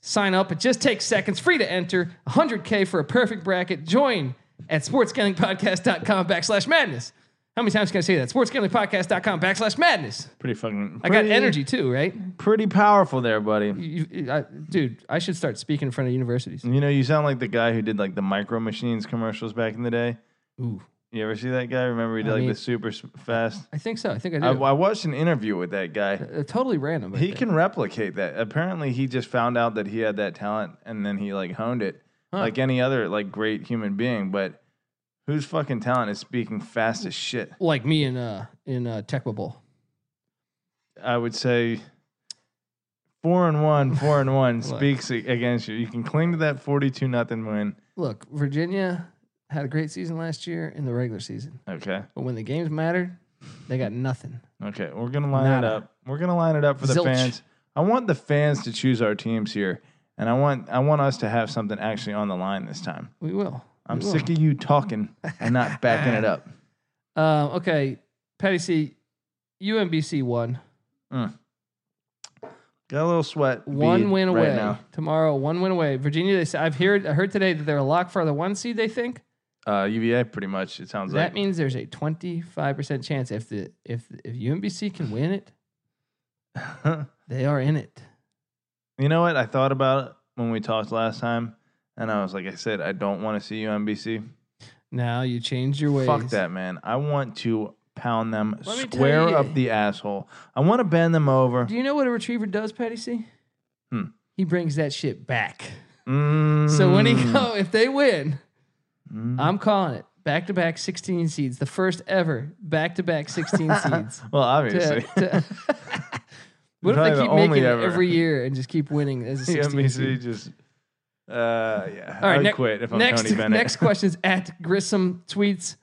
[SPEAKER 1] Sign up. It just takes seconds. Free to enter. 100K for a perfect bracket. Join at sportsgamblingpodcast.com backslash madness. How many times can I say that? Sportsgamblingpodcast.com backslash madness.
[SPEAKER 2] Pretty fucking.
[SPEAKER 1] I got
[SPEAKER 2] pretty-
[SPEAKER 1] energy too, right?
[SPEAKER 2] Pretty powerful there, buddy.
[SPEAKER 1] You, you- I, dude, I should start speaking in front of universities.
[SPEAKER 2] You know, you sound like the guy who did like the micro machines commercials back in the day.
[SPEAKER 1] Ooh,
[SPEAKER 2] You ever see that guy? Remember he did
[SPEAKER 1] I
[SPEAKER 2] like
[SPEAKER 1] mean-
[SPEAKER 2] the super s- fast.
[SPEAKER 1] I think so. I think I do.
[SPEAKER 2] I, I watched an interview with that guy.
[SPEAKER 1] Uh, totally random. I
[SPEAKER 2] He
[SPEAKER 1] think.
[SPEAKER 2] can replicate that. Apparently, he just found out that he had that talent, and then he like honed it, like any other like great human being. But Whose fucking talent is speaking fast as shit?
[SPEAKER 1] Like me in uh in uh Tecmo Bowl.
[SPEAKER 2] I would say four and one, four and one
[SPEAKER 1] Look.
[SPEAKER 2] speaks a- against you. You can cling to that forty-two nothing win.
[SPEAKER 1] Look, Virginia had a great season last year in the regular season,
[SPEAKER 2] Okay,
[SPEAKER 1] but when the games mattered, they got nothing.
[SPEAKER 2] okay, we're gonna line
[SPEAKER 1] Nada.
[SPEAKER 2] it up. We're gonna line it up for the
[SPEAKER 1] Zilch.
[SPEAKER 2] fans. I want the fans to choose our teams here, and I want I want us to have something actually on the line this time.
[SPEAKER 1] We will.
[SPEAKER 2] I'm
[SPEAKER 1] We will.
[SPEAKER 2] sick of you talking and not backing it up.
[SPEAKER 1] Uh, okay, Patty C, UMBC won
[SPEAKER 2] Got a little sweat. bead
[SPEAKER 1] one win
[SPEAKER 2] right
[SPEAKER 1] away
[SPEAKER 2] now.
[SPEAKER 1] tomorrow. One win away. Virginia. They said I've heard I heard today that they're a lock for the one seed. They think
[SPEAKER 2] Uh, UVA, pretty much. It sounds
[SPEAKER 1] that
[SPEAKER 2] like
[SPEAKER 1] means there's a 25 percent chance if the if if UMBC can win it, they are in it.
[SPEAKER 2] You know what? I thought about it when we talked last time, and I was like, I said, I don't want to see UMBC.
[SPEAKER 1] Now you changed your ways.
[SPEAKER 2] Fuck that, man. I want to pound them
[SPEAKER 1] Let me tell
[SPEAKER 2] square
[SPEAKER 1] you-
[SPEAKER 2] up the asshole. I want to bend them over.
[SPEAKER 1] Do you know what a retriever does, Patty C?
[SPEAKER 2] Hmm.
[SPEAKER 1] He brings that shit back.
[SPEAKER 2] Mm.
[SPEAKER 1] So when he go, if they win,
[SPEAKER 2] Mm.
[SPEAKER 1] I'm calling it back to back 16 seeds, the first ever back to back 16 seeds.
[SPEAKER 2] well,
[SPEAKER 1] To-
[SPEAKER 2] obviously,
[SPEAKER 1] to- what if
[SPEAKER 2] Probably
[SPEAKER 1] they
[SPEAKER 2] the
[SPEAKER 1] keep
[SPEAKER 2] only
[SPEAKER 1] making
[SPEAKER 2] ever.
[SPEAKER 1] it every year and just keep winning as a 16
[SPEAKER 2] UMBC
[SPEAKER 1] seed?
[SPEAKER 2] just. Uh, yeah.
[SPEAKER 1] All right,
[SPEAKER 2] I'd
[SPEAKER 1] ne-
[SPEAKER 2] quit if I'm
[SPEAKER 1] next,
[SPEAKER 2] Tony Bennett.
[SPEAKER 1] next question is at Grissom tweets.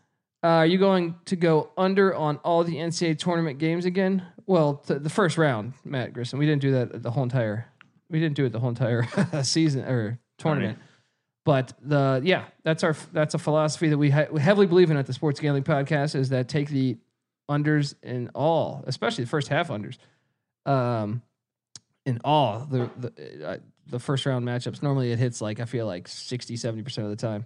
[SPEAKER 1] Uh, are you going to go under on all the NCAA tournament games again? Well, th- the first round, Matt Grissom. We didn't do that the whole entire. We didn't do it the whole entire season or tournament. But the yeah, that's our that's a philosophy that we, he- we heavily believe in at the Sports Gambling Podcast is that take the unders in all, especially the first half unders, um, in all the the uh, the first round matchups. Normally it hits like I feel like 60, 70 percent of the time.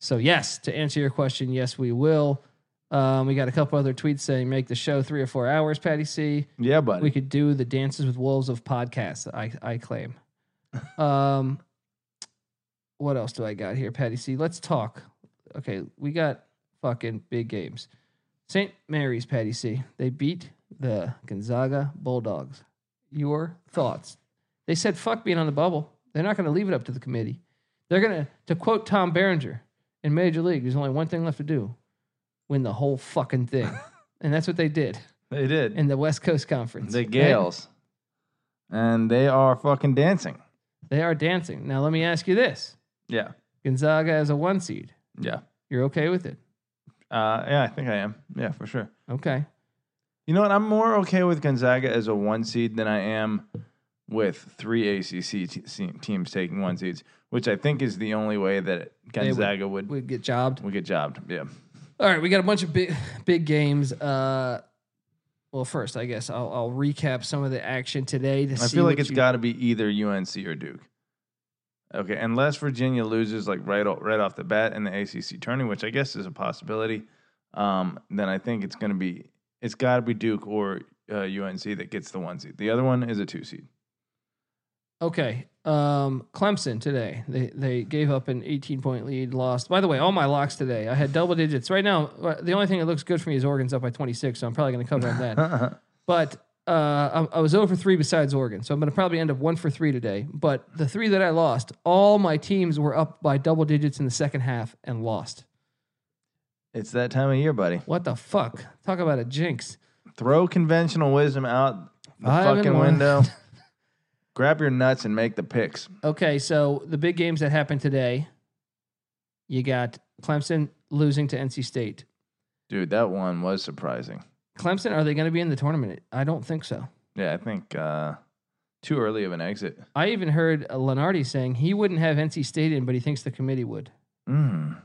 [SPEAKER 1] So yes, to answer your question, yes we will. Um, we got a couple other tweets saying make the show three or four hours, Patty C.
[SPEAKER 2] Yeah, buddy.
[SPEAKER 1] We could do the Dances with Wolves of podcasts. I I claim. Um, what else do I got here, Patty C? Let's talk. Okay, we got fucking big games. St. Mary's, Patty C. They beat the Gonzaga Bulldogs. Your thoughts? They said fuck being on the bubble. They're not going to leave it up to the committee. They're going to, to quote Tom Berenger in Major League, there's only one thing left to do win the whole fucking thing. and that's what they did
[SPEAKER 2] they did.
[SPEAKER 1] in the West Coast Conference.
[SPEAKER 2] the
[SPEAKER 1] right?
[SPEAKER 2] Gales. And they are fucking dancing.
[SPEAKER 1] They are dancing. Now, let me ask you this
[SPEAKER 2] Yeah.
[SPEAKER 1] Gonzaga as a one seed.
[SPEAKER 2] Yeah.
[SPEAKER 1] You're okay with it?
[SPEAKER 2] Uh, yeah, I think I am. Yeah, for sure.
[SPEAKER 1] Okay.
[SPEAKER 2] You know what? I'm more okay with Gonzaga as a one seed than I am with three ACC te- se- teams taking one seeds, which I think is the only way that
[SPEAKER 1] would-
[SPEAKER 2] Gonzaga would, would,
[SPEAKER 1] We'd get jobbed.
[SPEAKER 2] get jobbed. Yeah.
[SPEAKER 1] All right. We got a bunch of big, big games. Uh, well, first, I guess I'll, I'll recap some of the action today. To
[SPEAKER 2] I
[SPEAKER 1] see
[SPEAKER 2] feel like
[SPEAKER 1] what
[SPEAKER 2] it's
[SPEAKER 1] you-
[SPEAKER 2] got to be either UNC or Duke. Okay, unless Virginia loses like right o- right off the bat in the ACC tourney, which I guess is a possibility, um, then I think it's going to be it's got to be Duke or uh, UNC that gets the one seed. The other one is a two seed.
[SPEAKER 1] Okay. Um, Clemson today. They they gave up an 18 point lead, lost. By the way, all my locks today. I had double digits. Right now, uh, the only thing that looks good for me is Oregon's up by 26, so I'm probably going to cover on that. But uh, I, I was over three besides Oregon, so I'm going to probably end up one for three today. But the three that I lost, all my teams were up by double digits in the second half and lost.
[SPEAKER 2] it's that time of year, buddy.
[SPEAKER 1] What the fuck? Talk about a jinx.
[SPEAKER 2] Throw conventional wisdom out the
[SPEAKER 1] Five and
[SPEAKER 2] fucking
[SPEAKER 1] one.
[SPEAKER 2] window. Grab your nuts and make the picks.
[SPEAKER 1] Okay, so the big games that happened today, you got Clemson losing to NC State.
[SPEAKER 2] Dude, that one was surprising.
[SPEAKER 1] Clemson, are they going to be in the tournament? I don't think so.
[SPEAKER 2] Yeah, I think uh, too early of an exit.
[SPEAKER 1] I even heard uh, Lenardi saying he wouldn't have NC State in, but he thinks the committee would.
[SPEAKER 2] Mm.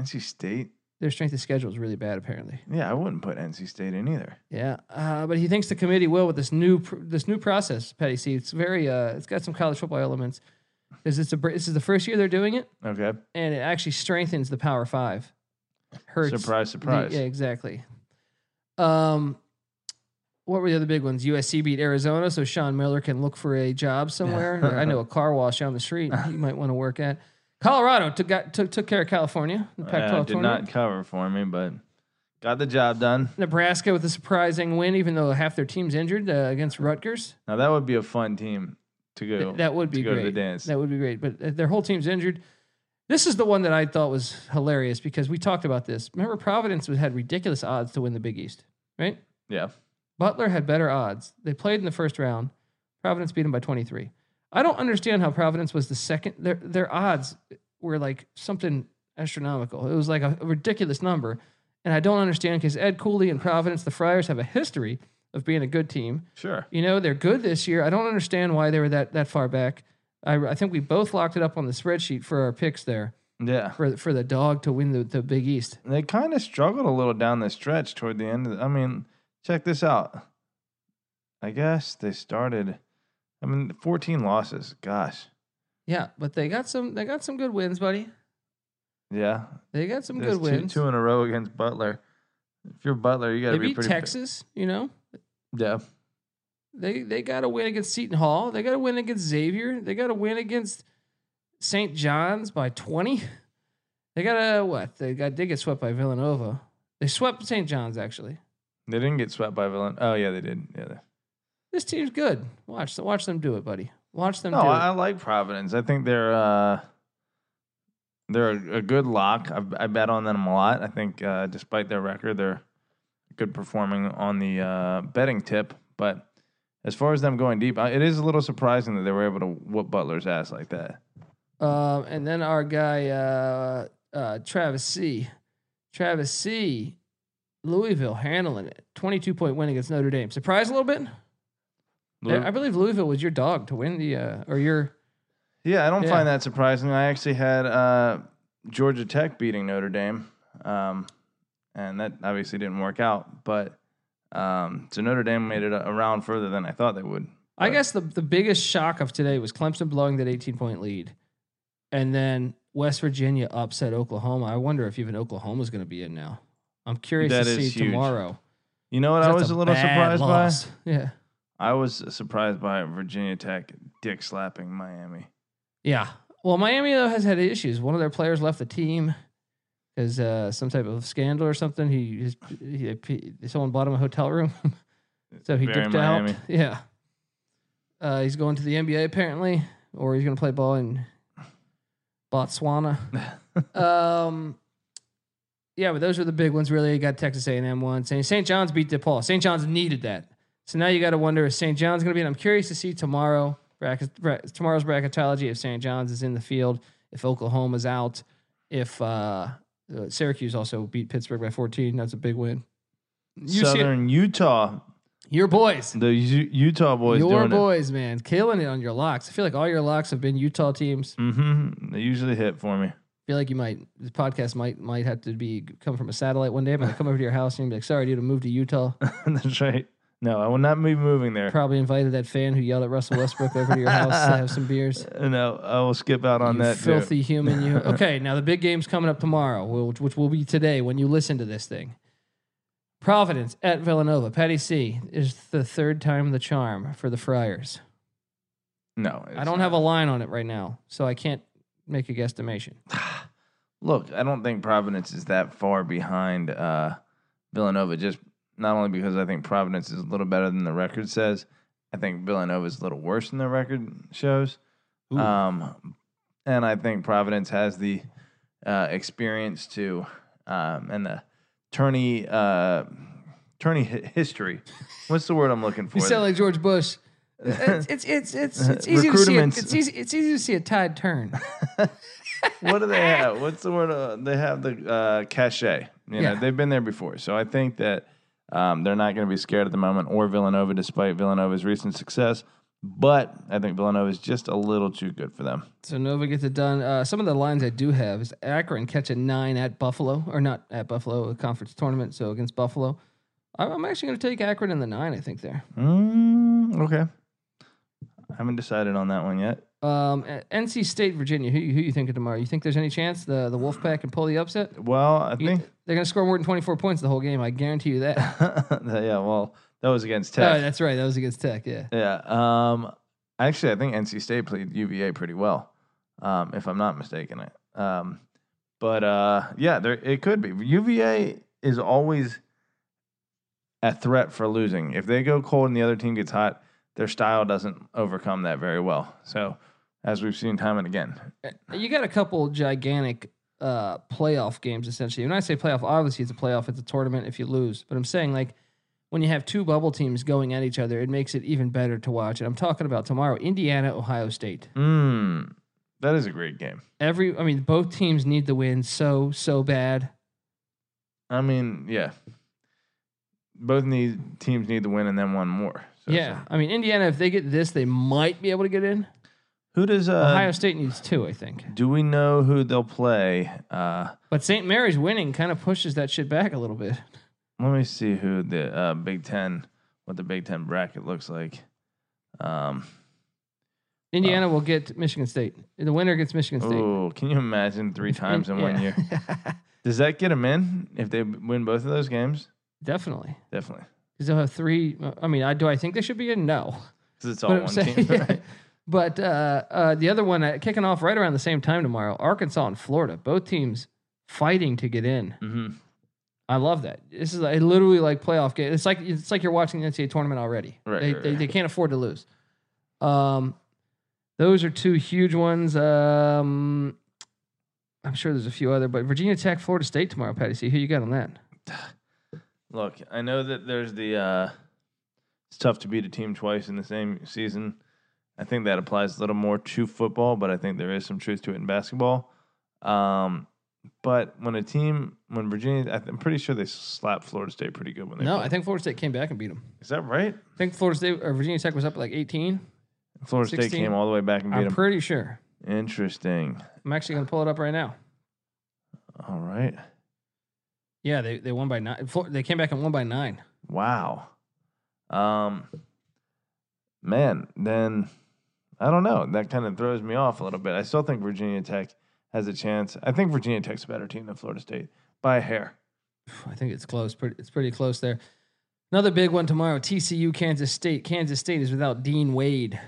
[SPEAKER 2] NC State?
[SPEAKER 1] Their strength of schedule is really bad, apparently.
[SPEAKER 2] Yeah, I wouldn't put NC State in either.
[SPEAKER 1] Yeah, uh, but he thinks the committee will with this new pr- this new process. Petty C, it's very uh, it's got some college football elements because it's a br- this is the first year they're doing it,
[SPEAKER 2] Okay.
[SPEAKER 1] and it actually strengthens the Power Five. Hurts
[SPEAKER 2] Surprise,
[SPEAKER 1] the-
[SPEAKER 2] surprise.
[SPEAKER 1] yeah, exactly. Um, what were the other big ones? USC beat Arizona, so Sean Miller can look for a job somewhere. I know a car wash down the street he might want to work at. Colorado took got, took took care of California. in The Pac-12
[SPEAKER 2] Uh, did
[SPEAKER 1] tournament.
[SPEAKER 2] not cover for me, but got the job done.
[SPEAKER 1] Nebraska with a surprising win, even though half their team's injured uh, against Rutgers.
[SPEAKER 2] Now, that would be a fun team to go.
[SPEAKER 1] Th- that would be
[SPEAKER 2] to go
[SPEAKER 1] great.
[SPEAKER 2] to the dance.
[SPEAKER 1] That would be great. But uh, their whole team's injured. This is the one that I thought was hilarious because we talked about this. Remember, Providence had ridiculous odds to win the Big East, right?
[SPEAKER 2] Yeah.
[SPEAKER 1] Butler had better odds. They played in the first round. Providence beat them by 23. I don't understand how Providence was the second. Their their odds were like something astronomical. It was like a, a ridiculous number, and I don't understand because Ed Cooley and Providence, the Friars, have a history of being a good team.
[SPEAKER 2] Sure.
[SPEAKER 1] You know, they're good this year. I don't understand why they were that that far back. I, I think we both locked it up on the spreadsheet for our picks there
[SPEAKER 2] Yeah.
[SPEAKER 1] for for the dog to win the, the Big East.
[SPEAKER 2] They kind of struggled a little down the stretch toward the end. Of the, I mean, check this out. I guess they started. I mean, 14 losses. Gosh.
[SPEAKER 1] Yeah, but they got some they got some good wins, buddy.
[SPEAKER 2] Yeah.
[SPEAKER 1] They got some
[SPEAKER 2] There's
[SPEAKER 1] good
[SPEAKER 2] two-
[SPEAKER 1] wins.
[SPEAKER 2] Two, in a row against Butler. If you're Butler, you got
[SPEAKER 1] they
[SPEAKER 2] to be
[SPEAKER 1] beat
[SPEAKER 2] pretty.
[SPEAKER 1] Texas, you know.
[SPEAKER 2] Yeah.
[SPEAKER 1] They they got to win against Seton Hall. They got to win against Xavier. They got to win against St. John's by twenty. They got to what? They got did get swept by Villanova. They swept St. John's actually.
[SPEAKER 2] They didn't get swept by Villan. Oh, yeah, they did. Yeah. They-
[SPEAKER 1] This team's good. Watch watch them do it, buddy. Watch them
[SPEAKER 2] No,
[SPEAKER 1] do
[SPEAKER 2] I, I
[SPEAKER 1] it.
[SPEAKER 2] like Providence. I think they're uh, they're a, a good lock. I, I bet on them a lot. I think uh, despite their record, they're good performing on the uh, betting tip. But as far as them going deep, I- it is a little surprising that they were able to whoop Butler's ass like that.
[SPEAKER 1] Um, and then our guy uh, uh, Travis C. Travis C. Louisville handling it. Twenty two point win against Notre Dame. Surprised a little bit.
[SPEAKER 2] Lou-
[SPEAKER 1] I believe Louisville was your dog to win the uh, or your
[SPEAKER 2] yeah, I don't
[SPEAKER 1] Yeah.
[SPEAKER 2] find that surprising. I actually had uh, Georgia Tech beating Notre Dame, um, and that obviously didn't work out. But um, so Notre Dame made it a, a round further than I thought they would.
[SPEAKER 1] I
[SPEAKER 2] But-
[SPEAKER 1] guess the, the biggest shock of today was Clemson blowing that 18 point lead. And then West Virginia upset Oklahoma. I wonder if even Oklahoma's going to be in now. I'm curious
[SPEAKER 2] That
[SPEAKER 1] to see
[SPEAKER 2] is huge.
[SPEAKER 1] tomorrow.
[SPEAKER 2] You know what I
[SPEAKER 1] That's
[SPEAKER 2] was a little
[SPEAKER 1] bad
[SPEAKER 2] surprised by?
[SPEAKER 1] loss. Yeah.
[SPEAKER 2] I was surprised by Virginia Tech dick slapping Miami.
[SPEAKER 1] Yeah. Well, Miami, though, has had issues. One of their players left the team because uh, some type of scandal or something. He, his, he, Someone bought him a hotel room. so he
[SPEAKER 2] Very
[SPEAKER 1] dipped
[SPEAKER 2] Miami.
[SPEAKER 1] out. Yeah. Uh, he's going to the NBA, apparently, or he's going to play ball in Botswana. Um, yeah, but those were the big ones. Really, you got Texas A&M one. St. St. John's beat DePaul. St. John's needed that. So now you got to wonder if St. John's going to be. And I'm curious to see tomorrow bracket, bra- tomorrow's bracketology if St. John's is in the field, if Oklahoma's out, if uh, uh, Syracuse also beat Pittsburgh by 14. That's a big win. You see,
[SPEAKER 2] Southern Utah,
[SPEAKER 1] your boys,
[SPEAKER 2] the U- Utah boys
[SPEAKER 1] your
[SPEAKER 2] doing
[SPEAKER 1] boys, man, killing it on your locks. I feel like all your locks have been Utah teams.
[SPEAKER 2] it. Mm-hmm. They usually hit for me.
[SPEAKER 1] feel like you might this podcast might might have to be come from a satellite one day. I'm gonna come over to your house and you'll be like, sorry, dude, I moved to Utah.
[SPEAKER 2] That's right. No, I will not be moving there.
[SPEAKER 1] Probably invited that fan who yelled at Russell Westbrook over to your house to have some beers.
[SPEAKER 2] No, I will skip out on
[SPEAKER 1] you
[SPEAKER 2] that. too.
[SPEAKER 1] filthy human, you. Okay, now the big game's coming up tomorrow, which, which will be today when you listen to this thing. Providence at Villanova. Patty C is the third time the charm for the Friars.
[SPEAKER 2] No, it's
[SPEAKER 1] I don't
[SPEAKER 2] not.
[SPEAKER 1] have a line on it right now, so I can't make a guesstimation.
[SPEAKER 2] Look, I don't think Providence is that far behind uh, Villanova. Just not only because I think Providence is a little better than the record says, I think Villanova is a little worse than the record shows.
[SPEAKER 1] Ooh.
[SPEAKER 2] Um, and I think Providence has the uh, experience to um, and the tourney uh, tourney hi- history. What's the word I'm looking for?
[SPEAKER 1] You sound like George Bush. It's it's it's it's, it's easy to see a,
[SPEAKER 2] Recruitments.
[SPEAKER 1] it's easy it's easy to see a tide turn.
[SPEAKER 2] what do they have? What's the word? Uh, they have the uh, cachet. You know,
[SPEAKER 1] Yeah.
[SPEAKER 2] they've been there before, so I think that um, they're not going to be scared at the moment, or Villanova, despite Villanova's recent success. But I think Villanova is just a little too good for them.
[SPEAKER 1] So Nova gets it done. Uh, some of the lines I do have is Akron catching nine at Buffalo, or not at Buffalo, a conference tournament. So against Buffalo, I'm, I'm actually going to take Akron in the nine. I think there.
[SPEAKER 2] Mm, okay, I haven't decided on that one yet.
[SPEAKER 1] Um, a- NC State, Virginia. Who you- who you thinking tomorrow? You think there's any chance the the Wolfpack can pull the upset?
[SPEAKER 2] Well, I
[SPEAKER 1] You-
[SPEAKER 2] think
[SPEAKER 1] they're going to score more than 24 points the whole game. I guarantee you that.
[SPEAKER 2] yeah. Well, that was against
[SPEAKER 1] Oh,
[SPEAKER 2] Tech.
[SPEAKER 1] that's right. That was against Tech. Yeah.
[SPEAKER 2] yeah. Um, actually, I think NC State played UVA pretty well, um, if I'm not mistaken. Um, but uh, yeah, there it could be. UVA is always a threat for losing. If they go cold and the other team gets hot, their style doesn't overcome that very well. So as we've seen time and again.
[SPEAKER 1] Uh, You got a couple gigantic uh, playoff games essentially. When I say playoff, obviously it's a playoff, it's a tournament if you lose. But I'm saying like when you have two bubble teams going at each other, it makes it even better to watch. And I'm talking about tomorrow, Indiana, Ohio State.
[SPEAKER 2] Mm, that is a great game.
[SPEAKER 1] Every I mean, both teams need the win so, so bad.
[SPEAKER 2] I mean, yeah. Both need teams need to win and then one more. So,
[SPEAKER 1] yeah.
[SPEAKER 2] so-
[SPEAKER 1] I mean, Indiana, if they get this, they might be able to get in.
[SPEAKER 2] Who does uh,
[SPEAKER 1] Ohio State needs two, I think.
[SPEAKER 2] Do we know who they'll play? Uh,
[SPEAKER 1] But St. Mary's winning kind of pushes that shit back a little bit.
[SPEAKER 2] let me see who the uh, Big Ten, what the Big Ten bracket looks like. Um,
[SPEAKER 1] Indiana will get Michigan State. The winner gets Michigan State. Mm,
[SPEAKER 2] oh, can you imagine three times in one year? Does that get them in if they win both of those games?
[SPEAKER 1] Definitely.
[SPEAKER 2] Definitely,
[SPEAKER 1] Because they'll have three. uh, I mean, I, do I think they should be in? No.
[SPEAKER 2] because it's all
[SPEAKER 1] But I'm
[SPEAKER 2] one
[SPEAKER 1] saying-
[SPEAKER 2] team. right?
[SPEAKER 1] But uh, uh, the other one uh, kicking off right around the same time tomorrow Arkansas and Florida. Both teams fighting to get in.
[SPEAKER 2] hmm
[SPEAKER 1] I love that. This is a literally like playoff game. It's like it's like you're watching the NCAA tournament already.
[SPEAKER 2] Right,
[SPEAKER 1] They,
[SPEAKER 2] right,
[SPEAKER 1] they,
[SPEAKER 2] right.
[SPEAKER 1] they can't afford to lose. Um, those are two huge ones. Um, I'm sure there's a few other, but Virginia Tech, Florida State tomorrow, Patty. See who you got on that.
[SPEAKER 2] Look, I know that there's the. Uh, it's tough to beat a team twice in the same season. I think that applies a little more to football, but I think there is some truth to it in basketball. Um, but when a team, when Virginia, I th- I'm pretty sure they slapped Florida State pretty good when they.
[SPEAKER 1] No,
[SPEAKER 2] played.
[SPEAKER 1] I think Florida State came back and beat them.
[SPEAKER 2] is that right?
[SPEAKER 1] I think Florida State or Virginia Tech was up like 18.
[SPEAKER 2] Florida State
[SPEAKER 1] 16?
[SPEAKER 2] came all the way back and beat
[SPEAKER 1] I'm
[SPEAKER 2] them.
[SPEAKER 1] pretty sure.
[SPEAKER 2] Interesting.
[SPEAKER 1] I'm actually going to pull it up right now.
[SPEAKER 2] All right.
[SPEAKER 1] Yeah, they, they won by nine. Flor- They came back and won by nine.
[SPEAKER 2] Wow. Um, man, then I don't know. That kind of throws me off a little bit. I still think Virginia Tech has a chance. I think Virginia Tech's a better team than Florida State by a hair.
[SPEAKER 1] I think it's close. Pretty, it's pretty close there. Another big one tomorrow: TCU, Kansas State. Kansas State is without Dean Wade,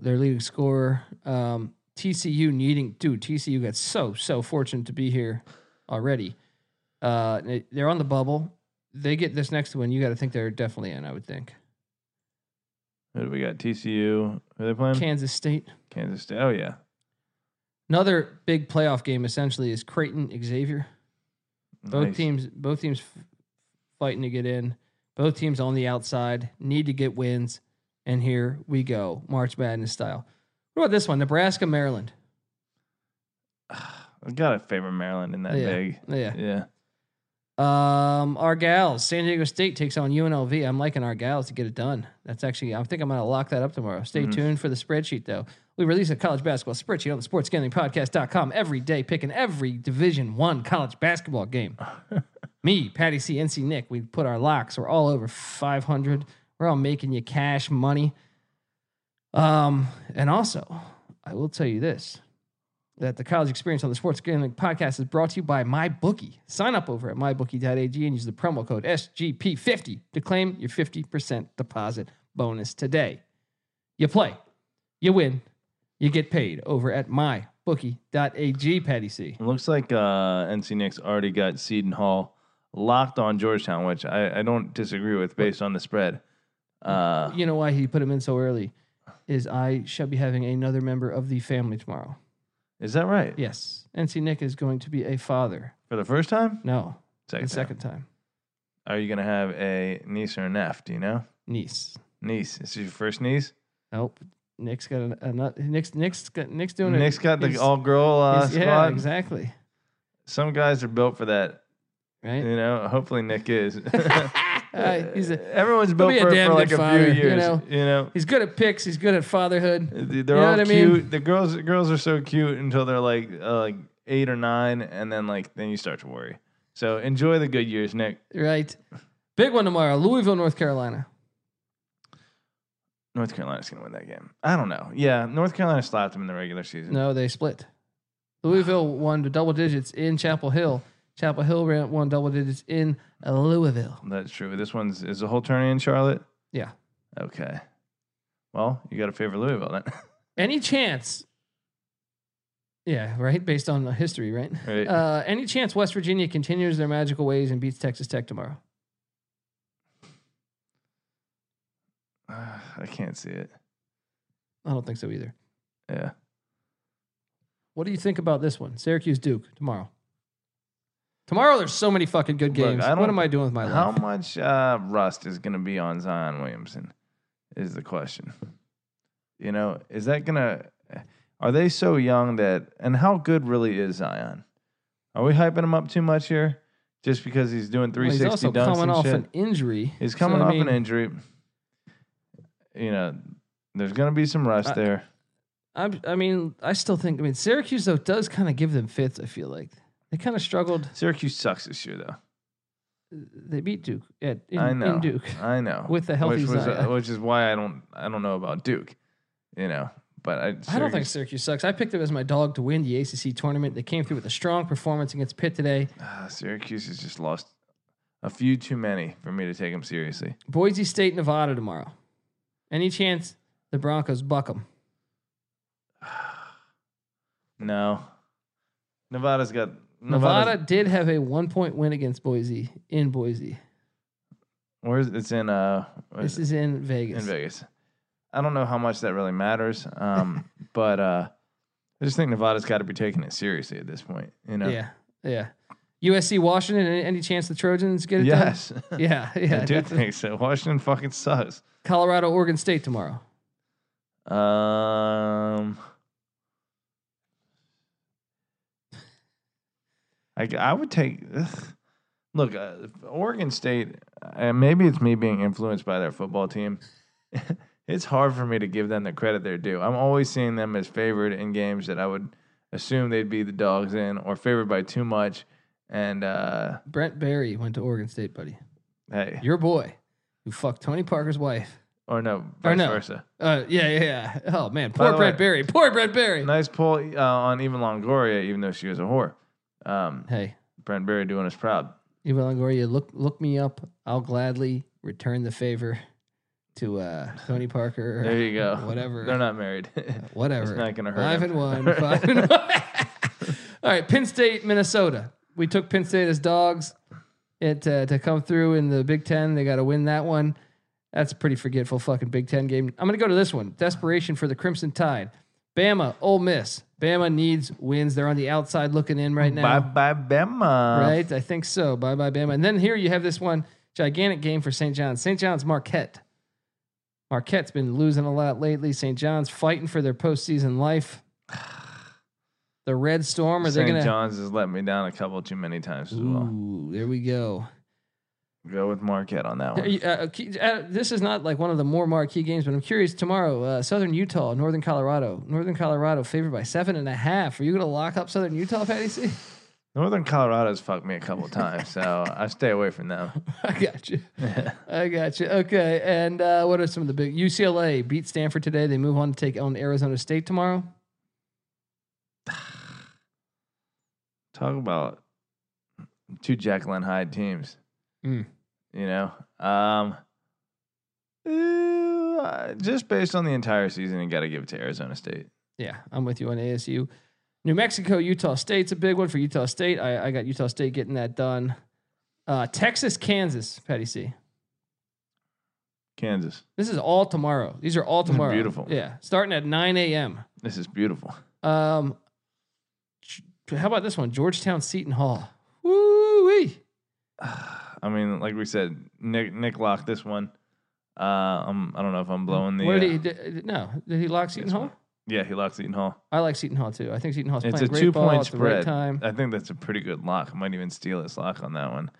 [SPEAKER 1] their leading scorer. Um, TCU needing dude. TCU got so so fortunate to be here already. Uh, they- they're on the bubble. They get this next one. You got to think they're definitely in. I would think
[SPEAKER 2] Who do we got? TCU. Are they playing?
[SPEAKER 1] Kansas State.
[SPEAKER 2] Kansas State. Oh yeah.
[SPEAKER 1] Another big playoff game essentially is Creighton Xavier. Both
[SPEAKER 2] Nice.
[SPEAKER 1] teams, both teams f- fighting to get in. Both teams on the outside need to get wins, and here we go, March Madness style. What about this one? Nebraska, Maryland.
[SPEAKER 2] I gotta favor Maryland in that
[SPEAKER 1] yeah,
[SPEAKER 2] big.
[SPEAKER 1] yeah.
[SPEAKER 2] Yeah.
[SPEAKER 1] Um, our gals, San Diego State takes on UNLV. I'm liking our gals to get it done. That's actually, I think I'm going to lock that up tomorrow. Stay
[SPEAKER 2] Mhm.
[SPEAKER 1] tuned for the spreadsheet, though. We release a college basketball spreadsheet on the sportsgamblingpodcast.com every day, picking every Division One college basketball game. Me, Patty C, NC Nick, we put our locks. We're all over 500. We're all making you cash money. Um, and also, I will tell you this that the college experience on the Sports Gambling Podcast is brought to you by MyBookie. Sign up over at mybookie.ag and use the promo code SGP50 to claim your 50% deposit bonus today. You play, you win, you get paid over at mybookie.ag, Patty C.
[SPEAKER 2] It looks like uh, NC Nick's already got Seton Hall locked on Georgetown, which I, I don't disagree with based on the spread. Uh,
[SPEAKER 1] You know why he put him in so early is I shall be having another member of the family tomorrow.
[SPEAKER 2] is that right?
[SPEAKER 1] Yes, NC Nick is going to be a father.
[SPEAKER 2] For the first time?
[SPEAKER 1] No,
[SPEAKER 2] Second.
[SPEAKER 1] the
[SPEAKER 2] time.
[SPEAKER 1] second time.
[SPEAKER 2] Are you gonna have a niece or a nephew? Do you know?
[SPEAKER 1] Niece.
[SPEAKER 2] Niece. Is this your first niece?
[SPEAKER 1] Nope. Nick's got an, another. Nick's Nick's got, Nick's doing it.
[SPEAKER 2] Nick's got the
[SPEAKER 1] he's-
[SPEAKER 2] all girl uh,
[SPEAKER 1] He's-
[SPEAKER 2] squad.
[SPEAKER 1] yeah, exactly.
[SPEAKER 2] Some guys are built for that.
[SPEAKER 1] Right.
[SPEAKER 2] You know. Hopefully Nick is.
[SPEAKER 1] Uh, he's a,
[SPEAKER 2] Everyone's built
[SPEAKER 1] be a
[SPEAKER 2] for, it
[SPEAKER 1] damn
[SPEAKER 2] for like
[SPEAKER 1] good
[SPEAKER 2] a
[SPEAKER 1] father,
[SPEAKER 2] few
[SPEAKER 1] you
[SPEAKER 2] years. You know.
[SPEAKER 1] know? he's good at picks. He's good at fatherhood.
[SPEAKER 2] Th- They're
[SPEAKER 1] You know
[SPEAKER 2] all
[SPEAKER 1] what I mean?
[SPEAKER 2] cute. The girls the girls are so cute until they're like uh, like eight or nine, and then like then you start to worry. So enjoy the good years, Nick.
[SPEAKER 1] Right. Big one tomorrow. Louisville, North Carolina.
[SPEAKER 2] North Carolina's gonna win that game. I don't know. Yeah, North Carolina slapped them in the regular season.
[SPEAKER 1] No, they split. Louisville won to double digits in Chapel Hill. Chapel Hill ran- won double digits in Louisville.
[SPEAKER 2] That's true. This one's is the whole tourney in Charlotte.
[SPEAKER 1] Yeah.
[SPEAKER 2] Okay. Well, you got to favor Louisville then.
[SPEAKER 1] Any chance? Yeah, right. Based on the history, right?
[SPEAKER 2] right.
[SPEAKER 1] Uh, any chance West Virginia continues their magical ways and beats Texas Tech tomorrow?
[SPEAKER 2] Ah, I can't see it.
[SPEAKER 1] I don't think so either.
[SPEAKER 2] Yeah.
[SPEAKER 1] What do you think about this one? Syracuse Duke tomorrow. Tomorrow there's so many fucking good
[SPEAKER 2] Look,
[SPEAKER 1] games.
[SPEAKER 2] I
[SPEAKER 1] what
[SPEAKER 2] don't-
[SPEAKER 1] am I doing with my
[SPEAKER 2] How
[SPEAKER 1] life?
[SPEAKER 2] much uh, rust is going to be on Zion Williamson is the question. You know, is that going to, are they so young that, and how good really is Zion? Are we hyping him up too much here just because he's doing
[SPEAKER 1] Well, he's
[SPEAKER 2] 360
[SPEAKER 1] also
[SPEAKER 2] dunks
[SPEAKER 1] coming
[SPEAKER 2] and
[SPEAKER 1] off
[SPEAKER 2] shit?
[SPEAKER 1] an injury.
[SPEAKER 2] he's
[SPEAKER 1] so,
[SPEAKER 2] coming
[SPEAKER 1] I
[SPEAKER 2] off
[SPEAKER 1] mean,
[SPEAKER 2] an injury. You know, there's going to be some rust
[SPEAKER 1] I-
[SPEAKER 2] there.
[SPEAKER 1] I'm, I mean, I still think. I mean, Syracuse though does kind of give them fits. I feel like they kind of struggled.
[SPEAKER 2] Syracuse sucks this year, though.
[SPEAKER 1] They beat Duke at in,
[SPEAKER 2] I
[SPEAKER 1] in
[SPEAKER 2] know.
[SPEAKER 1] Duke.
[SPEAKER 2] I know.
[SPEAKER 1] With a healthy
[SPEAKER 2] which, was, uh,
[SPEAKER 1] Zion.
[SPEAKER 2] which is why I don't I don't know about Duke. You know, but I,
[SPEAKER 1] I don't think Syracuse sucks. I picked them as my dog to win the ACC tournament. They came through with a strong performance against Pitt today.
[SPEAKER 2] Ah, Syracuse has just lost a few too many for me to take them seriously.
[SPEAKER 1] Boise State, Nevada tomorrow. Any chance the Broncos buck them?
[SPEAKER 2] No, Nevada's got
[SPEAKER 1] Nevada
[SPEAKER 2] Nevada's-
[SPEAKER 1] did have a one point win against Boise in Boise.
[SPEAKER 2] Where's it's in uh where
[SPEAKER 1] This
[SPEAKER 2] is
[SPEAKER 1] is in
[SPEAKER 2] it?
[SPEAKER 1] Vegas.
[SPEAKER 2] in Vegas. I don't know how much that really matters, um, but uh, I just think Nevada's got to be taking it seriously at this point. You know,
[SPEAKER 1] Yeah, yeah. USC, Washington. Any, any chance the Trojans get it
[SPEAKER 2] yes,
[SPEAKER 1] done? Yeah, yeah.
[SPEAKER 2] I do
[SPEAKER 1] definitely.
[SPEAKER 2] think so. Washington fucking sucks.
[SPEAKER 1] Colorado, Oregon State tomorrow.
[SPEAKER 2] Um, I, g- I would take. ugh. Look, uh, Oregon State, and maybe it's me being influenced by their football team. it's hard for me to give them the credit they're due. I'm always seeing them as favored in games that I would assume they'd be the dogs in or favored by too much. And uh,
[SPEAKER 1] Brent Berry went to Oregon State, buddy.
[SPEAKER 2] hey,
[SPEAKER 1] Your boy, who fucked Tony Parker's wife.
[SPEAKER 2] or no, vice
[SPEAKER 1] no.
[SPEAKER 2] versa.
[SPEAKER 1] Uh, yeah, yeah, yeah. Oh man,
[SPEAKER 2] By
[SPEAKER 1] poor
[SPEAKER 2] the
[SPEAKER 1] Brent
[SPEAKER 2] way-
[SPEAKER 1] Berry. Poor Brent Berry.
[SPEAKER 2] Nice pull uh, on Eva Longoria, even though she was a whore. Um,
[SPEAKER 1] Hey,
[SPEAKER 2] Brent Berry doing us proud.
[SPEAKER 1] Eva Longoria, look look me up. I'll gladly return the favor to uh, Tony Parker. or
[SPEAKER 2] There you go.
[SPEAKER 1] Whatever.
[SPEAKER 2] They're not married.
[SPEAKER 1] Whatever.
[SPEAKER 2] It's not gonna hurt
[SPEAKER 1] Five
[SPEAKER 2] him.
[SPEAKER 1] and one. Five and one. All right, Penn State, Minnesota. We took Penn State as dogs. It uh, to come through in the Big Ten. They got to win that one. That's a pretty forgetful fucking Big Ten game. I'm gonna go to this one. Desperation for the Crimson Tide. Bama, Ole Miss. Bama needs wins. They're on the outside looking in right now.
[SPEAKER 2] bye bye Bama.
[SPEAKER 1] Right? I think so. Bye bye, Bama. And then here you have this one gigantic game for St. John's. St. John's Marquette. Marquette's been losing a lot lately. St. John's fighting for their postseason life. The Red Storm, are they
[SPEAKER 2] St.
[SPEAKER 1] going to.
[SPEAKER 2] John's has let me down a couple too many times as well.
[SPEAKER 1] Ooh, there we go.
[SPEAKER 2] Go with Marquette on that
[SPEAKER 1] Uh,
[SPEAKER 2] one.
[SPEAKER 1] you- uh, key- uh, this is not like one of the more marquee games, but I'm curious tomorrow, uh, Southern Utah, Northern Colorado. Northern Colorado favored by seven and a half. Are you going to lock up Southern Utah, Patty C?
[SPEAKER 2] Northern Colorado's fucked me a couple times, so I stay away from them.
[SPEAKER 1] I got you. I got you. Okay. And uh, what are some of the big UCLA beat Stanford today? They move on to take on Arizona State tomorrow.
[SPEAKER 2] Talk about two Jekyll and Hyde teams.
[SPEAKER 1] Mm.
[SPEAKER 2] You know, um, ooh, I- just based on the entire season, you got to give it to Arizona State.
[SPEAKER 1] Yeah, I'm with you on ASU. New Mexico, Utah State's a big one for Utah State. I, I got Utah State getting that done. Uh, Texas, Kansas, Patty C.
[SPEAKER 2] Kansas,
[SPEAKER 1] This is all tomorrow. These are all tomorrow.
[SPEAKER 2] Beautiful.
[SPEAKER 1] Yeah, starting at 9 a.m.
[SPEAKER 2] this is beautiful.
[SPEAKER 1] Um, how about this one? Georgetown, Seton Hall. Woo
[SPEAKER 2] I mean, like we said, Nick Nick locked this one. Uh, I'm, I don't know if I'm blowing the.
[SPEAKER 1] What
[SPEAKER 2] uh,
[SPEAKER 1] did he? Did, no, did he lock Seton
[SPEAKER 2] Yes,
[SPEAKER 1] Hall?
[SPEAKER 2] Yeah, he locks Eaton Hall.
[SPEAKER 1] I like Seton Hall too. I think Seton Hall's
[SPEAKER 2] It's
[SPEAKER 1] playing
[SPEAKER 2] a
[SPEAKER 1] great
[SPEAKER 2] two
[SPEAKER 1] ball
[SPEAKER 2] point
[SPEAKER 1] at the right
[SPEAKER 2] spread.
[SPEAKER 1] time.
[SPEAKER 2] I think that's a pretty good lock. I might even steal his lock on that one.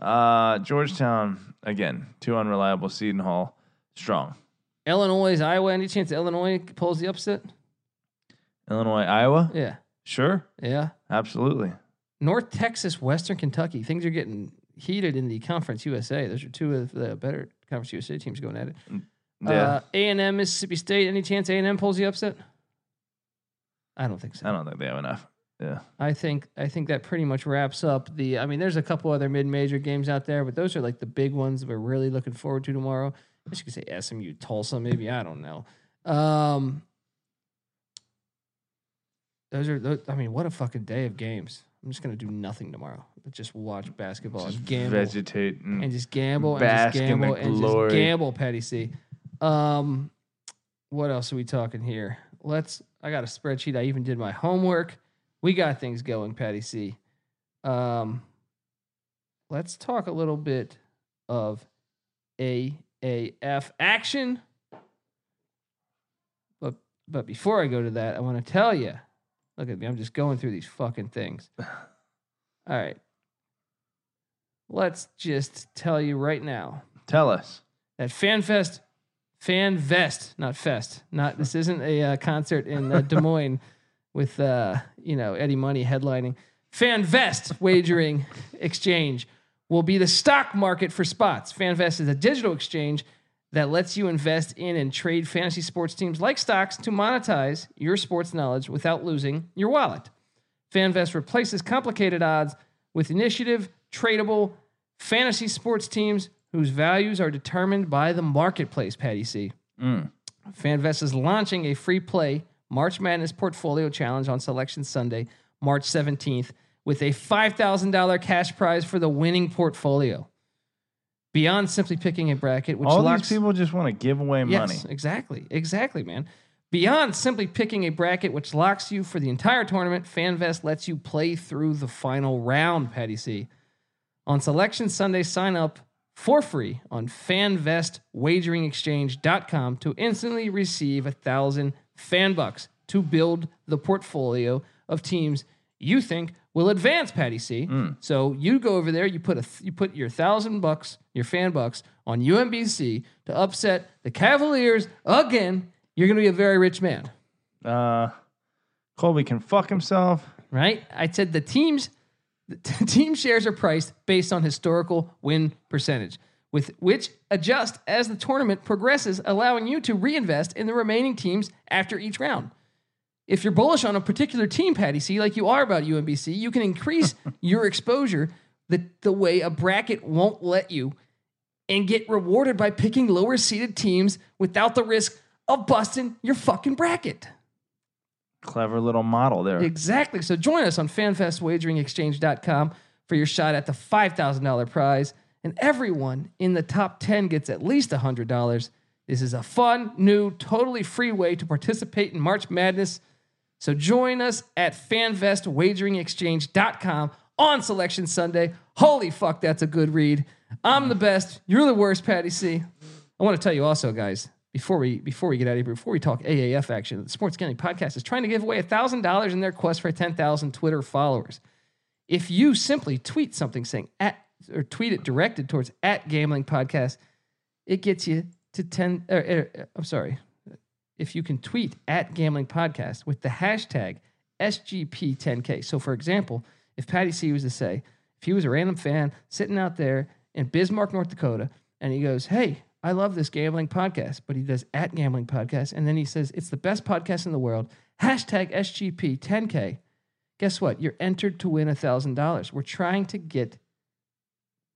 [SPEAKER 2] Uh, Georgetown again, two unreliable. Seton Hall strong.
[SPEAKER 1] Illinois is Iowa. Any chance Illinois pulls the upset?
[SPEAKER 2] Illinois, Iowa,
[SPEAKER 1] Yeah,
[SPEAKER 2] sure,
[SPEAKER 1] yeah.
[SPEAKER 2] absolutely.
[SPEAKER 1] North Texas, Western Kentucky. Things are getting heated in the Conference USA. Those are two of the better Conference USA teams going at it. Uh,
[SPEAKER 2] Yeah,
[SPEAKER 1] A and M, Mississippi State. Any chance A and M pulls the upset? I don't think so.
[SPEAKER 2] I don't think they have enough. Yeah,
[SPEAKER 1] I think I think that pretty much wraps up the. I mean, there's a couple other mid-major games out there, but those are like the big ones that we're really looking forward to tomorrow. I guess you could say SMU, Tulsa, maybe I don't know. Um, those are. tho- I mean, what a fucking day of games. I'm just gonna do nothing tomorrow. but Just watch basketball
[SPEAKER 2] just
[SPEAKER 1] and gamble
[SPEAKER 2] vegetate and,
[SPEAKER 1] and just gamble and just
[SPEAKER 2] Bask in the
[SPEAKER 1] gamble and
[SPEAKER 2] glory.
[SPEAKER 1] just gamble, Patty C. Um, what else are we talking here? Let's. I got a spreadsheet. I even did my homework. We got things going, Patty C. Um, let's talk a little bit of AAF action. But but before I go to that, I want to tell you. Look at me. I'm just going through these fucking things. All right. Let's just tell you right now
[SPEAKER 2] Tell us.
[SPEAKER 1] at FanFest, FanVest, not Fest. Not this isn't a uh, concert in uh, Des Moines with uh, you know Eddie Money headlining. FanVest wagering exchange will be the stock market for spots. FanVest is a digital exchange that lets you invest in and trade fantasy sports teams like stocks to monetize your sports knowledge without losing your wallet. FanVest replaces complicated odds with initiative, tradable fantasy sports teams whose values are determined by the marketplace, Patty C.
[SPEAKER 2] Mm.
[SPEAKER 1] FanVest is launching a free play March Madness Portfolio Challenge on Selection Sunday, March 17th, with a $5,000 cash prize for the winning portfolio. Beyond simply picking a bracket, which
[SPEAKER 2] All
[SPEAKER 1] locks
[SPEAKER 2] these people just want to give away money.
[SPEAKER 1] Yes, exactly. Exactly, man. Beyond simply picking a bracket which locks you for the entire tournament, FanVest lets you play through the final round, Patty C. On Selection Sunday, sign up for free on fanvestwageringexchange.com to instantly receive a thousand fan bucks to build the portfolio of teams you think will advance, Patty C. So you go over there, you put a th- you put your thousand bucks, your fan bucks on UMBC to upset the Cavaliers again. You're going to be a very rich man,
[SPEAKER 2] Uh, Colby can fuck himself.
[SPEAKER 1] right? I said the teams the t- team shares are priced based on historical win percentage, with which adjust as the tournament progresses, allowing you to reinvest in the remaining teams after each round. If you're bullish on a particular team, Patty C, like you are about UMBC, you can increase your exposure the, the way a bracket won't let you and get rewarded by picking lower seeded teams without the risk of busting your fucking bracket.
[SPEAKER 2] Clever little model there.
[SPEAKER 1] Exactly. So join us on fanfestwageringexchange.com for your shot at the $5,000 prize. And everyone in the top 10 gets at least $100. This is a fun, new, totally free way to participate in March Madness. So join us at fanfestwageringexchange.com on Selection Sunday. Holy fuck, that's a good read. I'm the best. You're the worst, Patty C. I want to tell you also, guys, before we before we get out of here, before we talk AAF action, the Sports Gambling Podcast is trying to give away thousand dollars in their quest for ten thousand Twitter followers. If you simply tweet something saying at or tweet it directed towards at Gambling Podcast, it gets you to ten. Or, or, I'm sorry, if you can tweet at Gambling Podcast with the hashtag SGP10K. So, for example, if Patty C was to say, if he was a random fan sitting out there in Bismarck, North Dakota, and he goes, Hey, I love this gambling podcast, but he does at Gambling Podcast, and then he says, It's the best podcast in the world, hashtag SGP10K. Guess what? You're entered to win $1,000. We're trying to get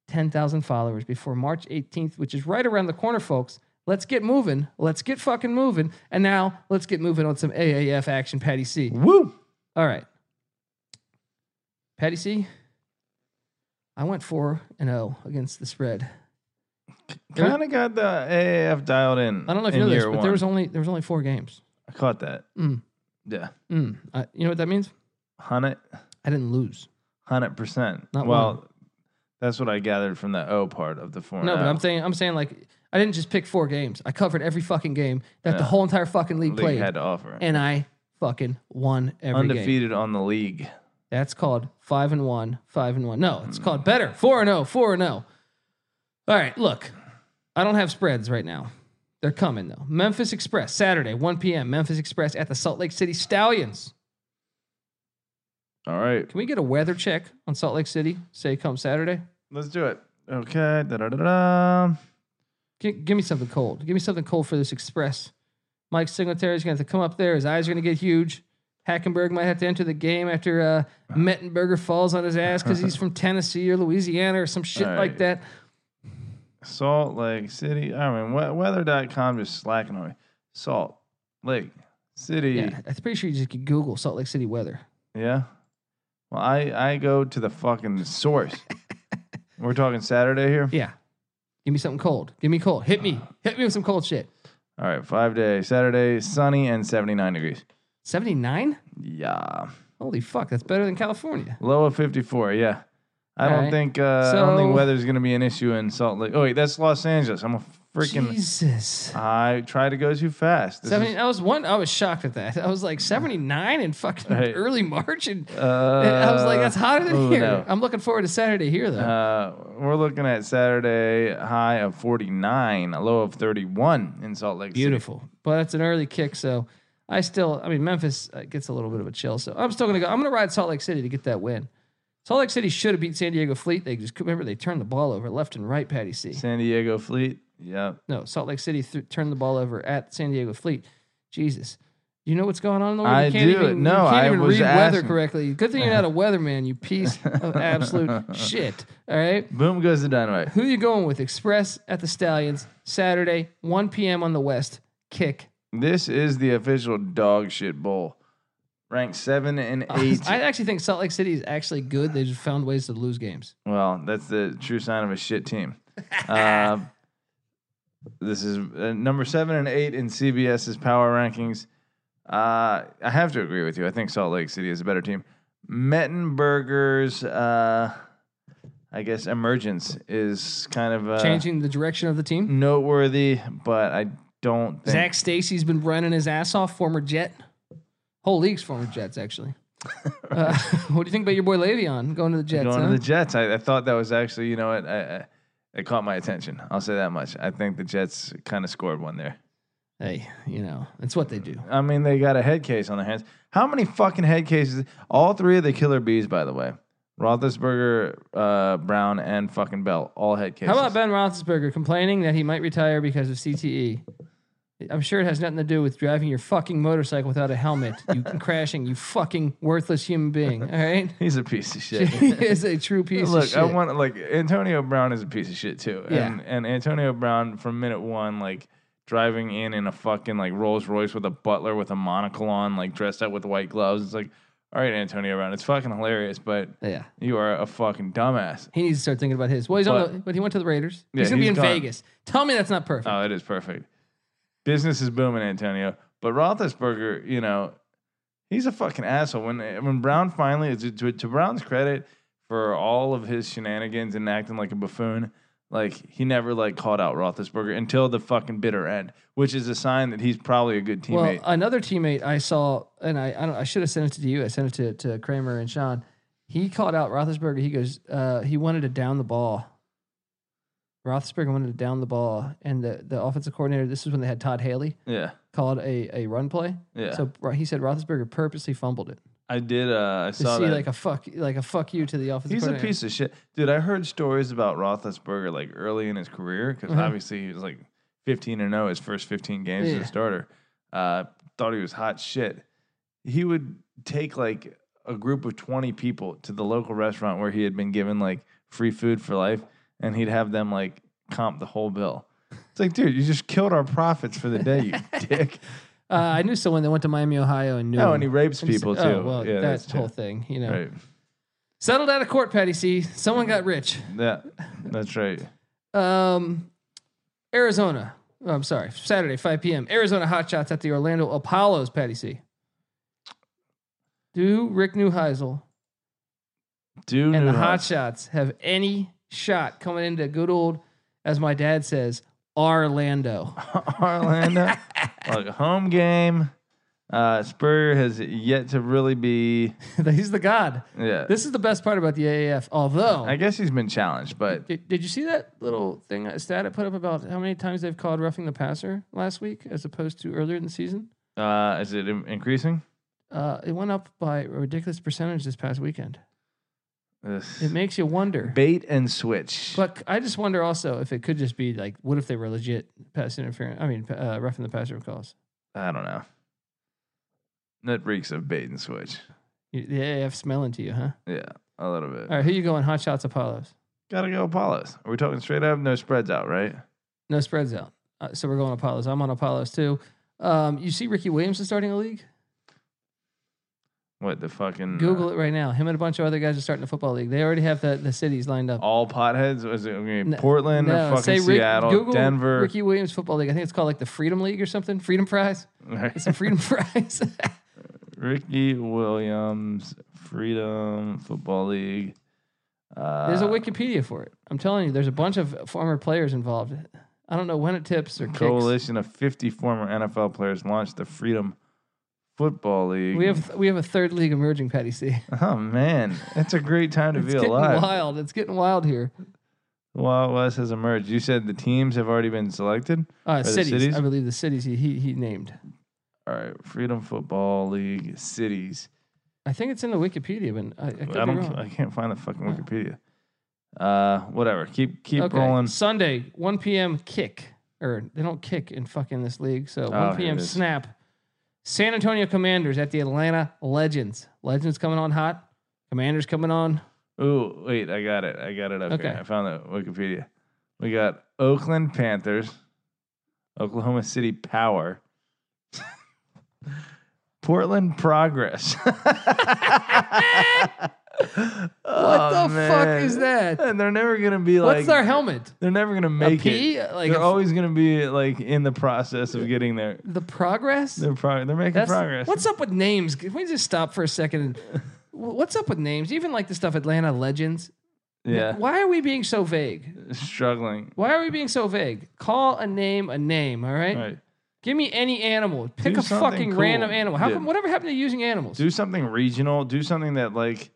[SPEAKER 1] 10,000 followers before March 18th, which is right around the corner, folks. Let's get moving. Let's get fucking moving. And now let's get moving on some AAF action, Patty C.
[SPEAKER 2] Woo!
[SPEAKER 1] All right. Patty C, I went 4 and 0 against the spread.
[SPEAKER 2] Kind of got the AAF dialed in.
[SPEAKER 1] I don't know if
[SPEAKER 2] in
[SPEAKER 1] you know this,
[SPEAKER 2] year
[SPEAKER 1] but
[SPEAKER 2] one.
[SPEAKER 1] there was only there was only 4 games.
[SPEAKER 2] I caught that.
[SPEAKER 1] Mm.
[SPEAKER 2] Yeah,
[SPEAKER 1] Mm. I, you know what that means?
[SPEAKER 2] hundred
[SPEAKER 1] I didn't lose.
[SPEAKER 2] hundred percent.
[SPEAKER 1] Not
[SPEAKER 2] Well, that's what I gathered from the O part of the four.
[SPEAKER 1] No,
[SPEAKER 2] and
[SPEAKER 1] but
[SPEAKER 2] O.
[SPEAKER 1] I'm saying I'm saying like I didn't just pick 4 games. I covered every fucking game that the
[SPEAKER 2] Yeah.
[SPEAKER 1] whole entire fucking league,
[SPEAKER 2] league
[SPEAKER 1] played
[SPEAKER 2] had to offer.
[SPEAKER 1] and I fucking won every game.
[SPEAKER 2] Undefeated on the league.
[SPEAKER 1] That's called five and one, five and one. No, it's called better. Four and oh, four and oh. All right, look, I don't have spreads right now. They're coming though. Memphis Express, Saturday, 1 p.m. Memphis Express at the Salt Lake City Stallions.
[SPEAKER 2] All right,
[SPEAKER 1] Can we get a weather check on Salt Lake City? Say come Saturday.
[SPEAKER 2] let's do it. Okay. Da-da-da-da.
[SPEAKER 1] Gi- give me something cold. Give me something cold for this Express. Mike Singletary's going to have to come up there. His eyes are going to get huge. Hackenberg might have to enter the game after uh, Mettenberger falls on his ass because he's from Tennessee or Louisiana or some shit
[SPEAKER 2] All
[SPEAKER 1] like
[SPEAKER 2] right.
[SPEAKER 1] that.
[SPEAKER 2] Salt Lake City. I mean, we- weather.com just slacking on me. Salt Lake City.
[SPEAKER 1] Yeah, I'm pretty sure you just could Google Salt Lake City weather.
[SPEAKER 2] Yeah. Well, I I go to the fucking source. We're talking Saturday here.
[SPEAKER 1] Yeah. Give me something cold. Give me cold.
[SPEAKER 2] Uh.
[SPEAKER 1] Hit me. Hit me with some cold shit.
[SPEAKER 2] All right, five day Saturday, sunny and seventy nine degrees.
[SPEAKER 1] 79?
[SPEAKER 2] Yeah.
[SPEAKER 1] Holy fuck, that's better than California.
[SPEAKER 2] Low of 54. Yeah. I
[SPEAKER 1] All
[SPEAKER 2] don't
[SPEAKER 1] right.
[SPEAKER 2] think uh, I don't
[SPEAKER 1] So-
[SPEAKER 2] think weather's gonna be an issue in Salt Lake. Oh wait, that's Los Angeles. I'm a freaking.
[SPEAKER 1] Jesus.
[SPEAKER 2] I tried to go too fast. This is-
[SPEAKER 1] 70, I was one. I was shocked at that. I was like 79 in fucking
[SPEAKER 2] Right.
[SPEAKER 1] early March, and,
[SPEAKER 2] uh,
[SPEAKER 1] and I was like, that's hotter than
[SPEAKER 2] oh,
[SPEAKER 1] here.
[SPEAKER 2] no.
[SPEAKER 1] I'm looking forward to Saturday here though.
[SPEAKER 2] Uh, we're looking at Saturday high of 49, a low of 31 in Salt Lake
[SPEAKER 1] Beautiful, but that's an early kick. So I still, I mean, Memphis uh, gets a little bit of a chill. So I'm still gonna go. I'm gonna ride Salt Lake City to get that win. Salt Lake City should have beat San Diego Fleet. They just remember they turned the ball over left and right. Patty C.
[SPEAKER 2] City. San Diego Fleet. Yep.
[SPEAKER 1] No, Salt Lake City th- turned the ball over at San Diego Fleet. Jesus. You know what's going on in the world?
[SPEAKER 2] I
[SPEAKER 1] you can't
[SPEAKER 2] do.
[SPEAKER 1] Even,
[SPEAKER 2] No,
[SPEAKER 1] you can't
[SPEAKER 2] I
[SPEAKER 1] even
[SPEAKER 2] was
[SPEAKER 1] read weather
[SPEAKER 2] asking.
[SPEAKER 1] correctly. Good thing you're not a weatherman, you piece of absolute shit. All right.
[SPEAKER 2] Boom goes the dynamite.
[SPEAKER 1] Who you going with? Express at the Stallions, Saturday, 1 p.m. on the West. Kick.
[SPEAKER 2] This is the official dog shit bowl. Ranked seven and eight.
[SPEAKER 1] I actually think Salt Lake City is actually good. They just found ways to lose games.
[SPEAKER 2] well, that's the true sign of a shit team. Uh, this is uh, number seven and eight in CBS's power rankings. Uh, I have to agree with you. I think Salt Lake City is a better team. Mettenberger's, uh, I guess, emergence is kind of uh,
[SPEAKER 1] Changing the direction of the team.
[SPEAKER 2] noteworthy, but I don't think
[SPEAKER 1] Zach Stacy's been running his ass off, former Jet. Whole league's former Jets, actually. Uh, what do you think about your boy Le'Veon going to the Jets?
[SPEAKER 2] going
[SPEAKER 1] huh?
[SPEAKER 2] to the Jets. I, I thought that was actually, you know what, I, I, it caught my attention. I'll say that much. I think the Jets kind of scored one there.
[SPEAKER 1] hey, you know, it's what they do.
[SPEAKER 2] I mean, they got a head case on their hands. How many fucking head cases? All three of the killer bees, by the way. Roethlisberger, uh, Brown, and fucking Bell, all head cases.
[SPEAKER 1] How about Ben Roethlisberger complaining that he might retire because of CTE? I'm sure it has nothing to do with driving your fucking motorcycle without a helmet, you crashing, you fucking worthless human being. All right,
[SPEAKER 2] He's a piece of shit.
[SPEAKER 1] he is a true piece
[SPEAKER 2] Look,
[SPEAKER 1] of shit.
[SPEAKER 2] I want like Antonio Brown is a piece of shit too,
[SPEAKER 1] Yeah.
[SPEAKER 2] and and Antonio Brown from minute one, like driving in in a fucking like Rolls Royce with a butler with a monocle on, like dressed up with white gloves. It's like, all right, Antonio Brown, it's fucking hilarious, but
[SPEAKER 1] yeah,
[SPEAKER 2] you are a fucking dumbass.
[SPEAKER 1] he needs to start thinking about his. Well, he's on
[SPEAKER 2] But-
[SPEAKER 1] the, but he went to the Raiders.
[SPEAKER 2] Yeah,
[SPEAKER 1] he's gonna be
[SPEAKER 2] he's
[SPEAKER 1] in
[SPEAKER 2] gone.
[SPEAKER 1] Vegas. Tell me that's not perfect.
[SPEAKER 2] Oh, it is perfect. Business is booming, Antonio. But Roethlisberger, you know, he's a fucking asshole. When when Brown finally, to, to, to Brown's credit, for all of his shenanigans and acting like a buffoon, like he never like called out Roethlisberger until the fucking bitter end, which is a sign that he's probably a good
[SPEAKER 1] Well,
[SPEAKER 2] teammate.
[SPEAKER 1] another teammate I saw, and I I, don't, I should have sent it to you. I sent it to, to Kramer and Sean. He called out Roethlisberger. He goes, uh, he wanted to down the ball. Roethlisberger wanted to down the ball, and the, the offensive coordinator. This is when they had Todd Haley
[SPEAKER 2] yeah,
[SPEAKER 1] called a, a run play.
[SPEAKER 2] yeah.
[SPEAKER 1] So Ro- he said Roethlisberger purposely fumbled it
[SPEAKER 2] I did. Uh, I
[SPEAKER 1] to
[SPEAKER 2] saw
[SPEAKER 1] see
[SPEAKER 2] that.
[SPEAKER 1] like a fuck like a fuck you to the offensive.
[SPEAKER 2] He's a
[SPEAKER 1] coordinator.
[SPEAKER 2] piece of shit, dude. I heard stories about Roethlisberger like early in his career because
[SPEAKER 1] Uh-huh.
[SPEAKER 2] obviously he was like 15 and 0 his first 15 games as
[SPEAKER 1] Yeah.
[SPEAKER 2] a starter. Uh, thought he was hot shit. He would take like a group of 20 people to the local restaurant where he had been given like free food for life, and he'd have them like comp the whole bill. It's like, dude, you just killed our profits for the day, you dick.
[SPEAKER 1] Uh, I knew someone that went to Miami, Ohio, and knew.
[SPEAKER 2] No,
[SPEAKER 1] him.
[SPEAKER 2] and he rapes
[SPEAKER 1] And s-
[SPEAKER 2] people too.
[SPEAKER 1] Oh, well,
[SPEAKER 2] yeah,
[SPEAKER 1] that
[SPEAKER 2] that's
[SPEAKER 1] whole
[SPEAKER 2] too.
[SPEAKER 1] thing, you know.
[SPEAKER 2] Right.
[SPEAKER 1] Settled out of court, Patty C. Someone got rich.
[SPEAKER 2] Yeah, that's right.
[SPEAKER 1] Um, Arizona. oh, I'm sorry. Saturday, 5 p.m. Arizona Hot Shots at the Orlando Apollos, Patty C. Do Rick Neuheisel
[SPEAKER 2] Dude,
[SPEAKER 1] and the Hot Shots have any shot coming into good old, as my dad says, Orlando?
[SPEAKER 2] Orlando. Look, home game. Uh, Spurrier has yet to really be.
[SPEAKER 1] He's the god.
[SPEAKER 2] Yeah,
[SPEAKER 1] This is the best part about the AAF. Although,
[SPEAKER 2] I guess he's been challenged, but
[SPEAKER 1] did, did you see that little thing uh, stat I put up about how many times they've called roughing the passer last week as opposed to earlier in the season?
[SPEAKER 2] uh, is it in- increasing?
[SPEAKER 1] Uh, it went up by a ridiculous percentage this past weekend.
[SPEAKER 2] Ugh.
[SPEAKER 1] It makes you wonder.
[SPEAKER 2] Bait and switch.
[SPEAKER 1] But I just wonder also if it could just be like, what if they were legit pass interference? I mean, uh, roughing the passer calls.
[SPEAKER 2] I don't know. That reeks of bait and switch.
[SPEAKER 1] You- The AAF smelling to you, huh?
[SPEAKER 2] Yeah, a little bit.
[SPEAKER 1] All right, who you going? Hot shots, Apollos.
[SPEAKER 2] Gotta go Apollos. Are we talking straight up? No spreads out, right?
[SPEAKER 1] No spreads out. Uh, so we're going Apollos. I'm on Apollos too. Um, you see Ricky Williams is starting a league?
[SPEAKER 2] What the fucking
[SPEAKER 1] Google it right now. Him and a bunch of other guys are starting a football league. They already have the, the cities lined up.
[SPEAKER 2] uh, all potheads? Was it okay,
[SPEAKER 1] No,
[SPEAKER 2] Portland or
[SPEAKER 1] No,
[SPEAKER 2] Oh, fucking
[SPEAKER 1] Rick-
[SPEAKER 2] Seattle,
[SPEAKER 1] Google
[SPEAKER 2] Denver?
[SPEAKER 1] Ricky Williams football league. I think it's called like the Freedom League or something. Freedom Prize. It's a Freedom Prize.
[SPEAKER 2] Ricky Williams Freedom Football League. Uh,
[SPEAKER 1] There's a Wikipedia for it. I'm telling you, there's a bunch of former players involved. I don't know when it tips or kicks.
[SPEAKER 2] coalition of 50 former NFL players launched the Freedom Football League.
[SPEAKER 1] We have we have a third league emerging, Patty C.
[SPEAKER 2] oh man, it's a great time to
[SPEAKER 1] It's
[SPEAKER 2] be
[SPEAKER 1] getting
[SPEAKER 2] alive.
[SPEAKER 1] wild. It's getting wild here. Uh,
[SPEAKER 2] Wild West has emerged. You said the teams have already been selected.
[SPEAKER 1] Uh,
[SPEAKER 2] the
[SPEAKER 1] cities,
[SPEAKER 2] cities?
[SPEAKER 1] I believe the cities he, he he named.
[SPEAKER 2] All right, Freedom Football League cities.
[SPEAKER 1] I think it's in the Wikipedia, but I, I could
[SPEAKER 2] I
[SPEAKER 1] be
[SPEAKER 2] don't.
[SPEAKER 1] wrong.
[SPEAKER 2] I can't find the fucking
[SPEAKER 1] Yeah.
[SPEAKER 2] Wikipedia. Uh, whatever. Keep keep
[SPEAKER 1] okay.
[SPEAKER 2] rolling.
[SPEAKER 1] Sunday, 1 p.m. kick, or they don't kick in fucking this league. So 1
[SPEAKER 2] Oh, here
[SPEAKER 1] p.m.
[SPEAKER 2] it is.
[SPEAKER 1] snap. San Antonio Commanders at the Atlanta Legends. Legends coming on hot. Commanders coming on.
[SPEAKER 2] Ooh, wait, I got it. I got it up
[SPEAKER 1] Okay.
[SPEAKER 2] here. I found the Wikipedia. We got Oakland Panthers, Oklahoma City Power, Portland Progress. what Oh,
[SPEAKER 1] What the fuck is that?
[SPEAKER 2] And they're never gonna be like.
[SPEAKER 1] What's their helmet?
[SPEAKER 2] They're never gonna
[SPEAKER 1] A
[SPEAKER 2] make it.
[SPEAKER 1] P? Like
[SPEAKER 2] they're
[SPEAKER 1] a-
[SPEAKER 2] always gonna be like in the process of getting there.
[SPEAKER 1] the progress?
[SPEAKER 2] They're pro- they're making
[SPEAKER 1] That's-
[SPEAKER 2] progress.
[SPEAKER 1] What's up with names? Can we just stop for a second? And, what's up with names? Even like the stuff Atlanta Legends.
[SPEAKER 2] yeah,
[SPEAKER 1] Why are we being so vague?
[SPEAKER 2] struggling.
[SPEAKER 1] Why are we being so vague? Call a name a name, all right?
[SPEAKER 2] All right,
[SPEAKER 1] Give me any animal. Pick
[SPEAKER 2] Do
[SPEAKER 1] a
[SPEAKER 2] something
[SPEAKER 1] fucking
[SPEAKER 2] cool.
[SPEAKER 1] random animal. How
[SPEAKER 2] Yeah.
[SPEAKER 1] come whatever happened to using animals?
[SPEAKER 2] do something regional. Do something that like,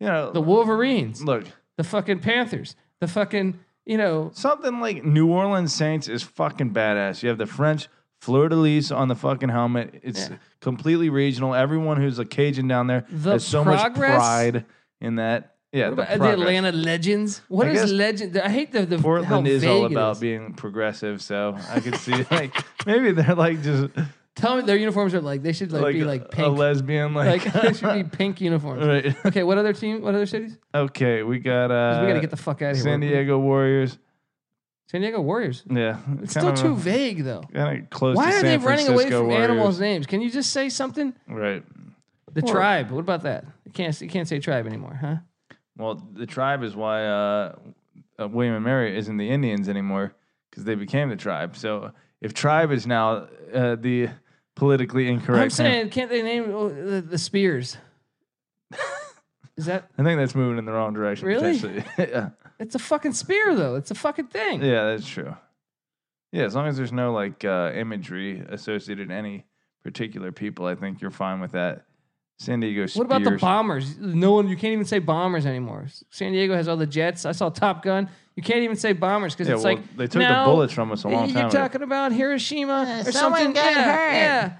[SPEAKER 2] you know,
[SPEAKER 1] the Wolverines,
[SPEAKER 2] look.
[SPEAKER 1] the fucking Panthers, the fucking, you know,
[SPEAKER 2] Something like New Orleans Saints is fucking badass. You have the French fleur de lis on the fucking helmet. It's
[SPEAKER 1] Yeah.
[SPEAKER 2] completely regional. Everyone who's a Cajun down there
[SPEAKER 1] The
[SPEAKER 2] has so
[SPEAKER 1] progress?
[SPEAKER 2] much pride in that. Yeah,
[SPEAKER 1] what about uh, the,
[SPEAKER 2] progress.
[SPEAKER 1] Atlanta Legends. What
[SPEAKER 2] I
[SPEAKER 1] is
[SPEAKER 2] guess
[SPEAKER 1] legend? I hate the, the how
[SPEAKER 2] Portland is
[SPEAKER 1] vague
[SPEAKER 2] all
[SPEAKER 1] it
[SPEAKER 2] about
[SPEAKER 1] is.
[SPEAKER 2] being progressive, so I could see like maybe they're like just
[SPEAKER 1] Tell me their uniforms are like they should like,
[SPEAKER 2] like,
[SPEAKER 1] be like
[SPEAKER 2] a
[SPEAKER 1] pink.
[SPEAKER 2] lesbian like,
[SPEAKER 1] like they should be pink uniforms.
[SPEAKER 2] right.
[SPEAKER 1] Okay, what other team? What other cities?
[SPEAKER 2] Okay, we got
[SPEAKER 1] 'Cause
[SPEAKER 2] uh
[SPEAKER 1] we gotta get the fuck out of here.
[SPEAKER 2] San
[SPEAKER 1] We're-
[SPEAKER 2] Diego Warriors.
[SPEAKER 1] San Diego Warriors.
[SPEAKER 2] Yeah.
[SPEAKER 1] It's still too vague though.
[SPEAKER 2] kind of close
[SPEAKER 1] Why
[SPEAKER 2] to
[SPEAKER 1] are
[SPEAKER 2] San
[SPEAKER 1] they running away
[SPEAKER 2] Francisco
[SPEAKER 1] from
[SPEAKER 2] Warriors.
[SPEAKER 1] animals' names? Can you just say something?
[SPEAKER 2] Right.
[SPEAKER 1] The
[SPEAKER 2] Well-
[SPEAKER 1] tribe. What about that? You can't you can't say tribe anymore, huh?
[SPEAKER 2] Well, the tribe is why uh, uh, William and Mary isn't the Indians anymore because they became the tribe. So if tribe is now uh, the politically incorrect,
[SPEAKER 1] I'm saying, can't they name oh, the, the Spears? Is that?
[SPEAKER 2] I think that's moving in the wrong direction.
[SPEAKER 1] Really?
[SPEAKER 2] Potentially. yeah.
[SPEAKER 1] It's a fucking spear though. It's a fucking thing.
[SPEAKER 2] yeah, that's true. Yeah, as long as there's no like uh, imagery associated to any particular people, I think you're fine with that. San Diego.
[SPEAKER 1] What about the
[SPEAKER 2] Spears.
[SPEAKER 1] bombers? No one. You can't even say bombers anymore. San Diego has all the jets. I saw Top Gun. You can't even say bombers because
[SPEAKER 2] Yeah,
[SPEAKER 1] it's
[SPEAKER 2] well,
[SPEAKER 1] like
[SPEAKER 2] they took
[SPEAKER 1] now
[SPEAKER 2] the bullets from us a long
[SPEAKER 1] you're
[SPEAKER 2] time ago.
[SPEAKER 1] talking about Hiroshima or
[SPEAKER 3] Uh, someone
[SPEAKER 1] something.
[SPEAKER 3] got
[SPEAKER 1] yeah,
[SPEAKER 3] hurt.
[SPEAKER 1] yeah.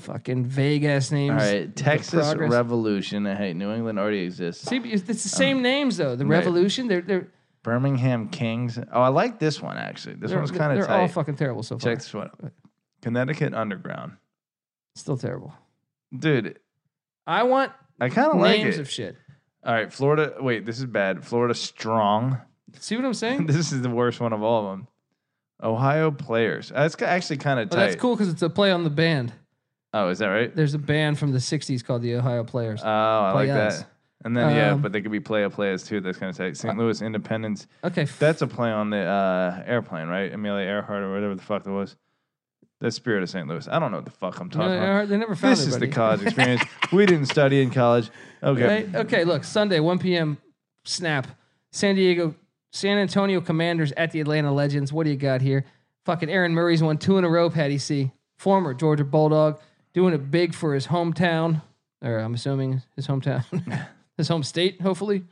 [SPEAKER 1] Fucking vague ass names.
[SPEAKER 2] All right, Texas
[SPEAKER 1] progress.
[SPEAKER 2] Revolution. Hey, New England already exists.
[SPEAKER 1] See, it's it's the same names though. The
[SPEAKER 2] right.
[SPEAKER 1] Revolution. They're they're
[SPEAKER 2] Birmingham Kings. Oh, I like this one actually. This
[SPEAKER 1] they're,
[SPEAKER 2] one's kind
[SPEAKER 1] they're
[SPEAKER 2] of tight.
[SPEAKER 1] all fucking terrible so far.
[SPEAKER 2] Check this one. out. Connecticut Underground.
[SPEAKER 1] Still terrible.
[SPEAKER 2] Dude,
[SPEAKER 1] I want
[SPEAKER 2] I kind of like
[SPEAKER 1] names
[SPEAKER 2] it.
[SPEAKER 1] of shit.
[SPEAKER 2] all right, Florida. Wait, this is bad. Florida Strong.
[SPEAKER 1] See what I'm saying?
[SPEAKER 2] this is the worst one of all of them. Ohio Players. That's ca- actually kind of
[SPEAKER 1] Oh,
[SPEAKER 2] tight.
[SPEAKER 1] that's cool because it's a play on the band.
[SPEAKER 2] Oh, is that right?
[SPEAKER 1] There's a band from the '60s called the Ohio Players.
[SPEAKER 2] Oh, I like
[SPEAKER 1] Players.
[SPEAKER 2] that. And then, yeah,
[SPEAKER 1] Um,
[SPEAKER 2] but they could be play a players too. That's kind of tight. St. Louis Independence.
[SPEAKER 1] okay, f-
[SPEAKER 2] That's a play on the uh, airplane, right? Amelia Earhart or whatever the fuck that was. That's Spirit of St. Louis. I don't know what the fuck I'm
[SPEAKER 1] you know,
[SPEAKER 2] talking about.
[SPEAKER 1] they never found
[SPEAKER 2] This is the
[SPEAKER 1] anybody.
[SPEAKER 2] college experience. we didn't study in college. Okay.
[SPEAKER 1] Right? Okay, look, Sunday, 1 p.m. Snap, San Diego, San Antonio Commanders at the Atlanta Legends. What do you got here? Fucking Aaron Murray's won two in a row. Patty C, former Georgia Bulldog, doing it big for his hometown, or I'm assuming his hometown, his home state. Hopefully,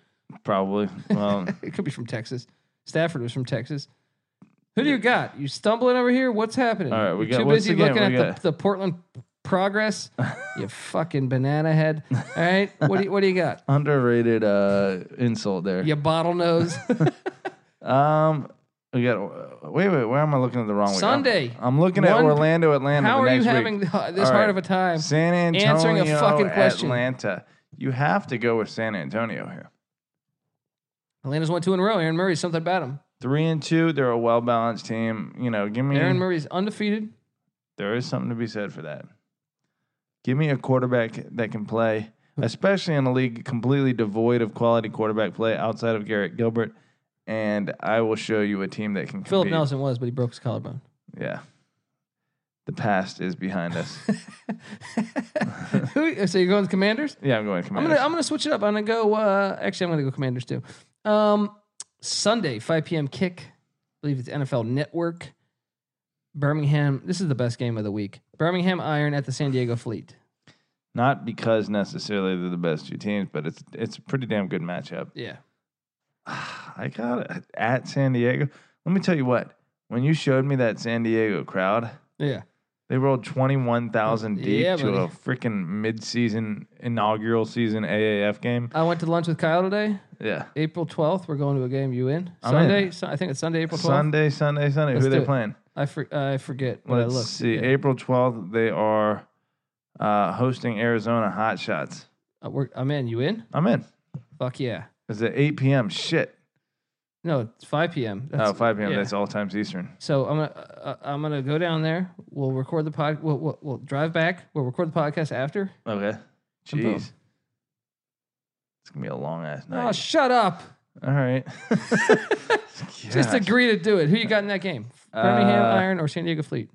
[SPEAKER 2] Probably. Well,
[SPEAKER 1] it could be from Texas. Stafford was from Texas. Who do you got? You stumbling over here? What's happening?
[SPEAKER 2] All right, we
[SPEAKER 1] You're
[SPEAKER 2] got-
[SPEAKER 1] too
[SPEAKER 2] once
[SPEAKER 1] busy
[SPEAKER 2] again,
[SPEAKER 1] looking
[SPEAKER 2] we
[SPEAKER 1] at
[SPEAKER 2] got-
[SPEAKER 1] the, the Portland Progress. you fucking banana head. All right, what do you, what do you got?
[SPEAKER 2] underrated uh, insult there.
[SPEAKER 1] You bottlenose.
[SPEAKER 2] Um, we got. Wait, wait. Where am I looking at the wrong week? I'm-
[SPEAKER 1] Sunday.
[SPEAKER 2] I'm, looking at
[SPEAKER 1] One-
[SPEAKER 2] Orlando, Atlanta.
[SPEAKER 1] How
[SPEAKER 2] the
[SPEAKER 1] are you
[SPEAKER 2] next week.
[SPEAKER 1] having th- this
[SPEAKER 2] All
[SPEAKER 1] hard
[SPEAKER 2] right.
[SPEAKER 1] of a time?
[SPEAKER 2] San Antonio,
[SPEAKER 1] answering a fucking question?
[SPEAKER 2] Atlanta. You have to go with San Antonio here.
[SPEAKER 1] Atlanta's won two in a row. Aaron Murray's something about him.
[SPEAKER 2] Three and two. They're a well balanced team. You know, give me.
[SPEAKER 1] Aaron Murray's undefeated.
[SPEAKER 2] There is something to be said for that. Give me a quarterback that can play, especially in a league completely devoid of quality quarterback play outside of Garrett Gilbert, and I will show you a team that can
[SPEAKER 1] Philip
[SPEAKER 2] compete.
[SPEAKER 1] Nelson was, but he broke his collarbone.
[SPEAKER 2] Yeah. The past is behind us.
[SPEAKER 1] Who, so you're going with Commanders?
[SPEAKER 2] yeah, I'm going
[SPEAKER 1] I'm
[SPEAKER 2] Commanders.
[SPEAKER 1] gonna I'm gonna switch it up. I'm gonna go. Uh, actually, I'm gonna go Commanders too. Um, Sunday, 5 p.m. kick. I believe it's NFL Network. Birmingham. This is the best game of the week. Birmingham Iron at the San Diego Fleet.
[SPEAKER 2] Not because necessarily they're the best two teams, but it's it's a pretty damn good matchup.
[SPEAKER 1] Yeah.
[SPEAKER 2] I got it at San Diego. Let me tell you what. When you showed me that San Diego crowd,
[SPEAKER 1] Yeah.
[SPEAKER 2] they rolled twenty one thousand deep
[SPEAKER 1] Mm, Yeah,
[SPEAKER 2] to
[SPEAKER 1] buddy.
[SPEAKER 2] a freaking mid season inaugural season AAF game.
[SPEAKER 1] I went to lunch with Kyle today,
[SPEAKER 2] Yeah.
[SPEAKER 1] April 12th. We're going to a game. You in?
[SPEAKER 2] I'm
[SPEAKER 1] Sunday.
[SPEAKER 2] in.
[SPEAKER 1] Su- I think it's Sunday, April 12th.
[SPEAKER 2] Sunday, Sunday, Sunday.
[SPEAKER 1] Let's
[SPEAKER 2] Who are
[SPEAKER 1] do
[SPEAKER 2] they
[SPEAKER 1] it.
[SPEAKER 2] playing?
[SPEAKER 1] I for, I forget. But I
[SPEAKER 2] Let's
[SPEAKER 1] looked.
[SPEAKER 2] see.
[SPEAKER 1] Yeah.
[SPEAKER 2] April twelfth, they are uh, hosting Arizona Hotshots.
[SPEAKER 1] Uh, we're, I'm in. You in?
[SPEAKER 2] I'm in.
[SPEAKER 1] Fuck yeah.
[SPEAKER 2] It's at eight p.m. Shit.
[SPEAKER 1] No, it's 5 p.m.
[SPEAKER 2] oh, 5 p.m.
[SPEAKER 1] yeah.
[SPEAKER 2] That's all times Eastern.
[SPEAKER 1] So I'm gonna uh, I'm gonna go down there. We'll record the pod. We'll, we'll, we'll drive back. We'll record the podcast after.
[SPEAKER 2] Okay.
[SPEAKER 1] And boom.
[SPEAKER 2] Jeez. It's gonna be a long ass night.
[SPEAKER 1] Oh, shut up!
[SPEAKER 2] All right.
[SPEAKER 1] Just
[SPEAKER 2] Gosh.
[SPEAKER 1] agree to do it. Who you got in that game? Birmingham
[SPEAKER 2] Uh,
[SPEAKER 1] Iron or San Diego Fleet?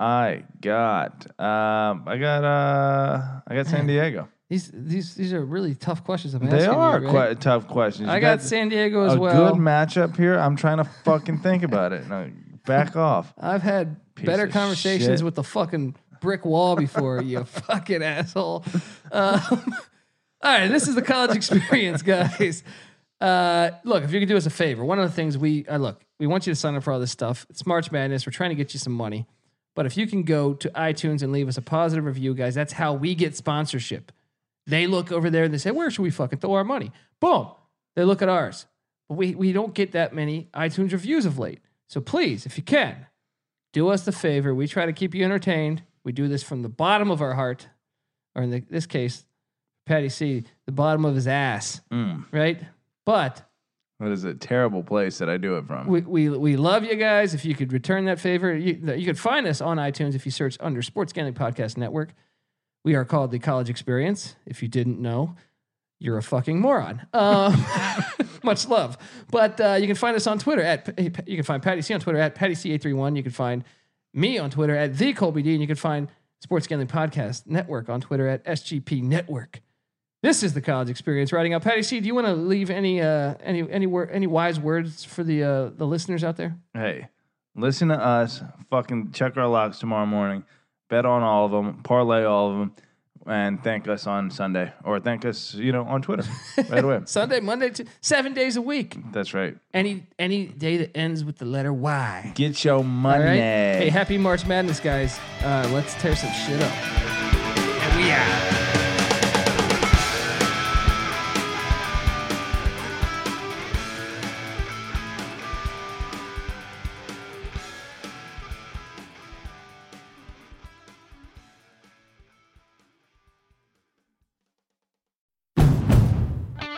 [SPEAKER 2] I got. Um, I got. Uh, I got San Diego.
[SPEAKER 1] These these these are really tough questions. I'm asking
[SPEAKER 2] They
[SPEAKER 1] you,
[SPEAKER 2] are
[SPEAKER 1] right?
[SPEAKER 2] quite tough questions.
[SPEAKER 1] I
[SPEAKER 2] You
[SPEAKER 1] got San Diego as
[SPEAKER 2] a
[SPEAKER 1] well.
[SPEAKER 2] good matchup here. I'm trying to fucking think about it. No, back off.
[SPEAKER 1] I've had
[SPEAKER 2] Piece
[SPEAKER 1] better
[SPEAKER 2] of
[SPEAKER 1] conversations
[SPEAKER 2] shit.
[SPEAKER 1] with the fucking brick wall before, you fucking asshole. Um, all right, this is the college experience, guys. Uh, look, if you could do us a favor, one of the things we uh, look, we want you to sign up for all this stuff. It's March Madness. We're trying to get you some money, but if you can go to iTunes and leave us a positive review, guys, that's how we get sponsorship. They look over there and they say, "Where should we fucking throw our money?" Boom. They look at ours. But we we don't get that many iTunes reviews of late. So please, if you can, do us the favor. We try to keep you entertained. We do this from the bottom of our heart, or in the, this case, Patty C, the bottom of his ass,
[SPEAKER 2] Mm,
[SPEAKER 1] right? But
[SPEAKER 2] that is a terrible place that I do it from.
[SPEAKER 1] we, we, we love you guys. If you could return that favor, you, you could find us on iTunes if you search under Sports Gambling Podcast Network. We are called the College Experience. If you didn't know, you're a fucking moron. Um, much love. But uh, you can find us on Twitter at you can find Patty C on Twitter at Patty C831. You can find me on Twitter at the Colby D, and you can find Sports Gambling Podcast Network on Twitter at SGP Network. This is the college experience. Writing out, Patty C. Do you want to leave any uh, any any wor- any wise words for the uh, the listeners out there?
[SPEAKER 2] Hey, listen to us. Fucking check our locks tomorrow morning. Bet on all of them. Parlay all of them. And thank us on Sunday, or thank us, you know, on Twitter right away.
[SPEAKER 1] Sunday, Monday, t- seven days a week.
[SPEAKER 2] That's right.
[SPEAKER 1] Any any day that ends with the letter Y.
[SPEAKER 2] Get your
[SPEAKER 1] All
[SPEAKER 2] money.
[SPEAKER 1] right. Hey, happy March Madness, guys. Uh, let's tear some shit up.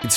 [SPEAKER 3] It's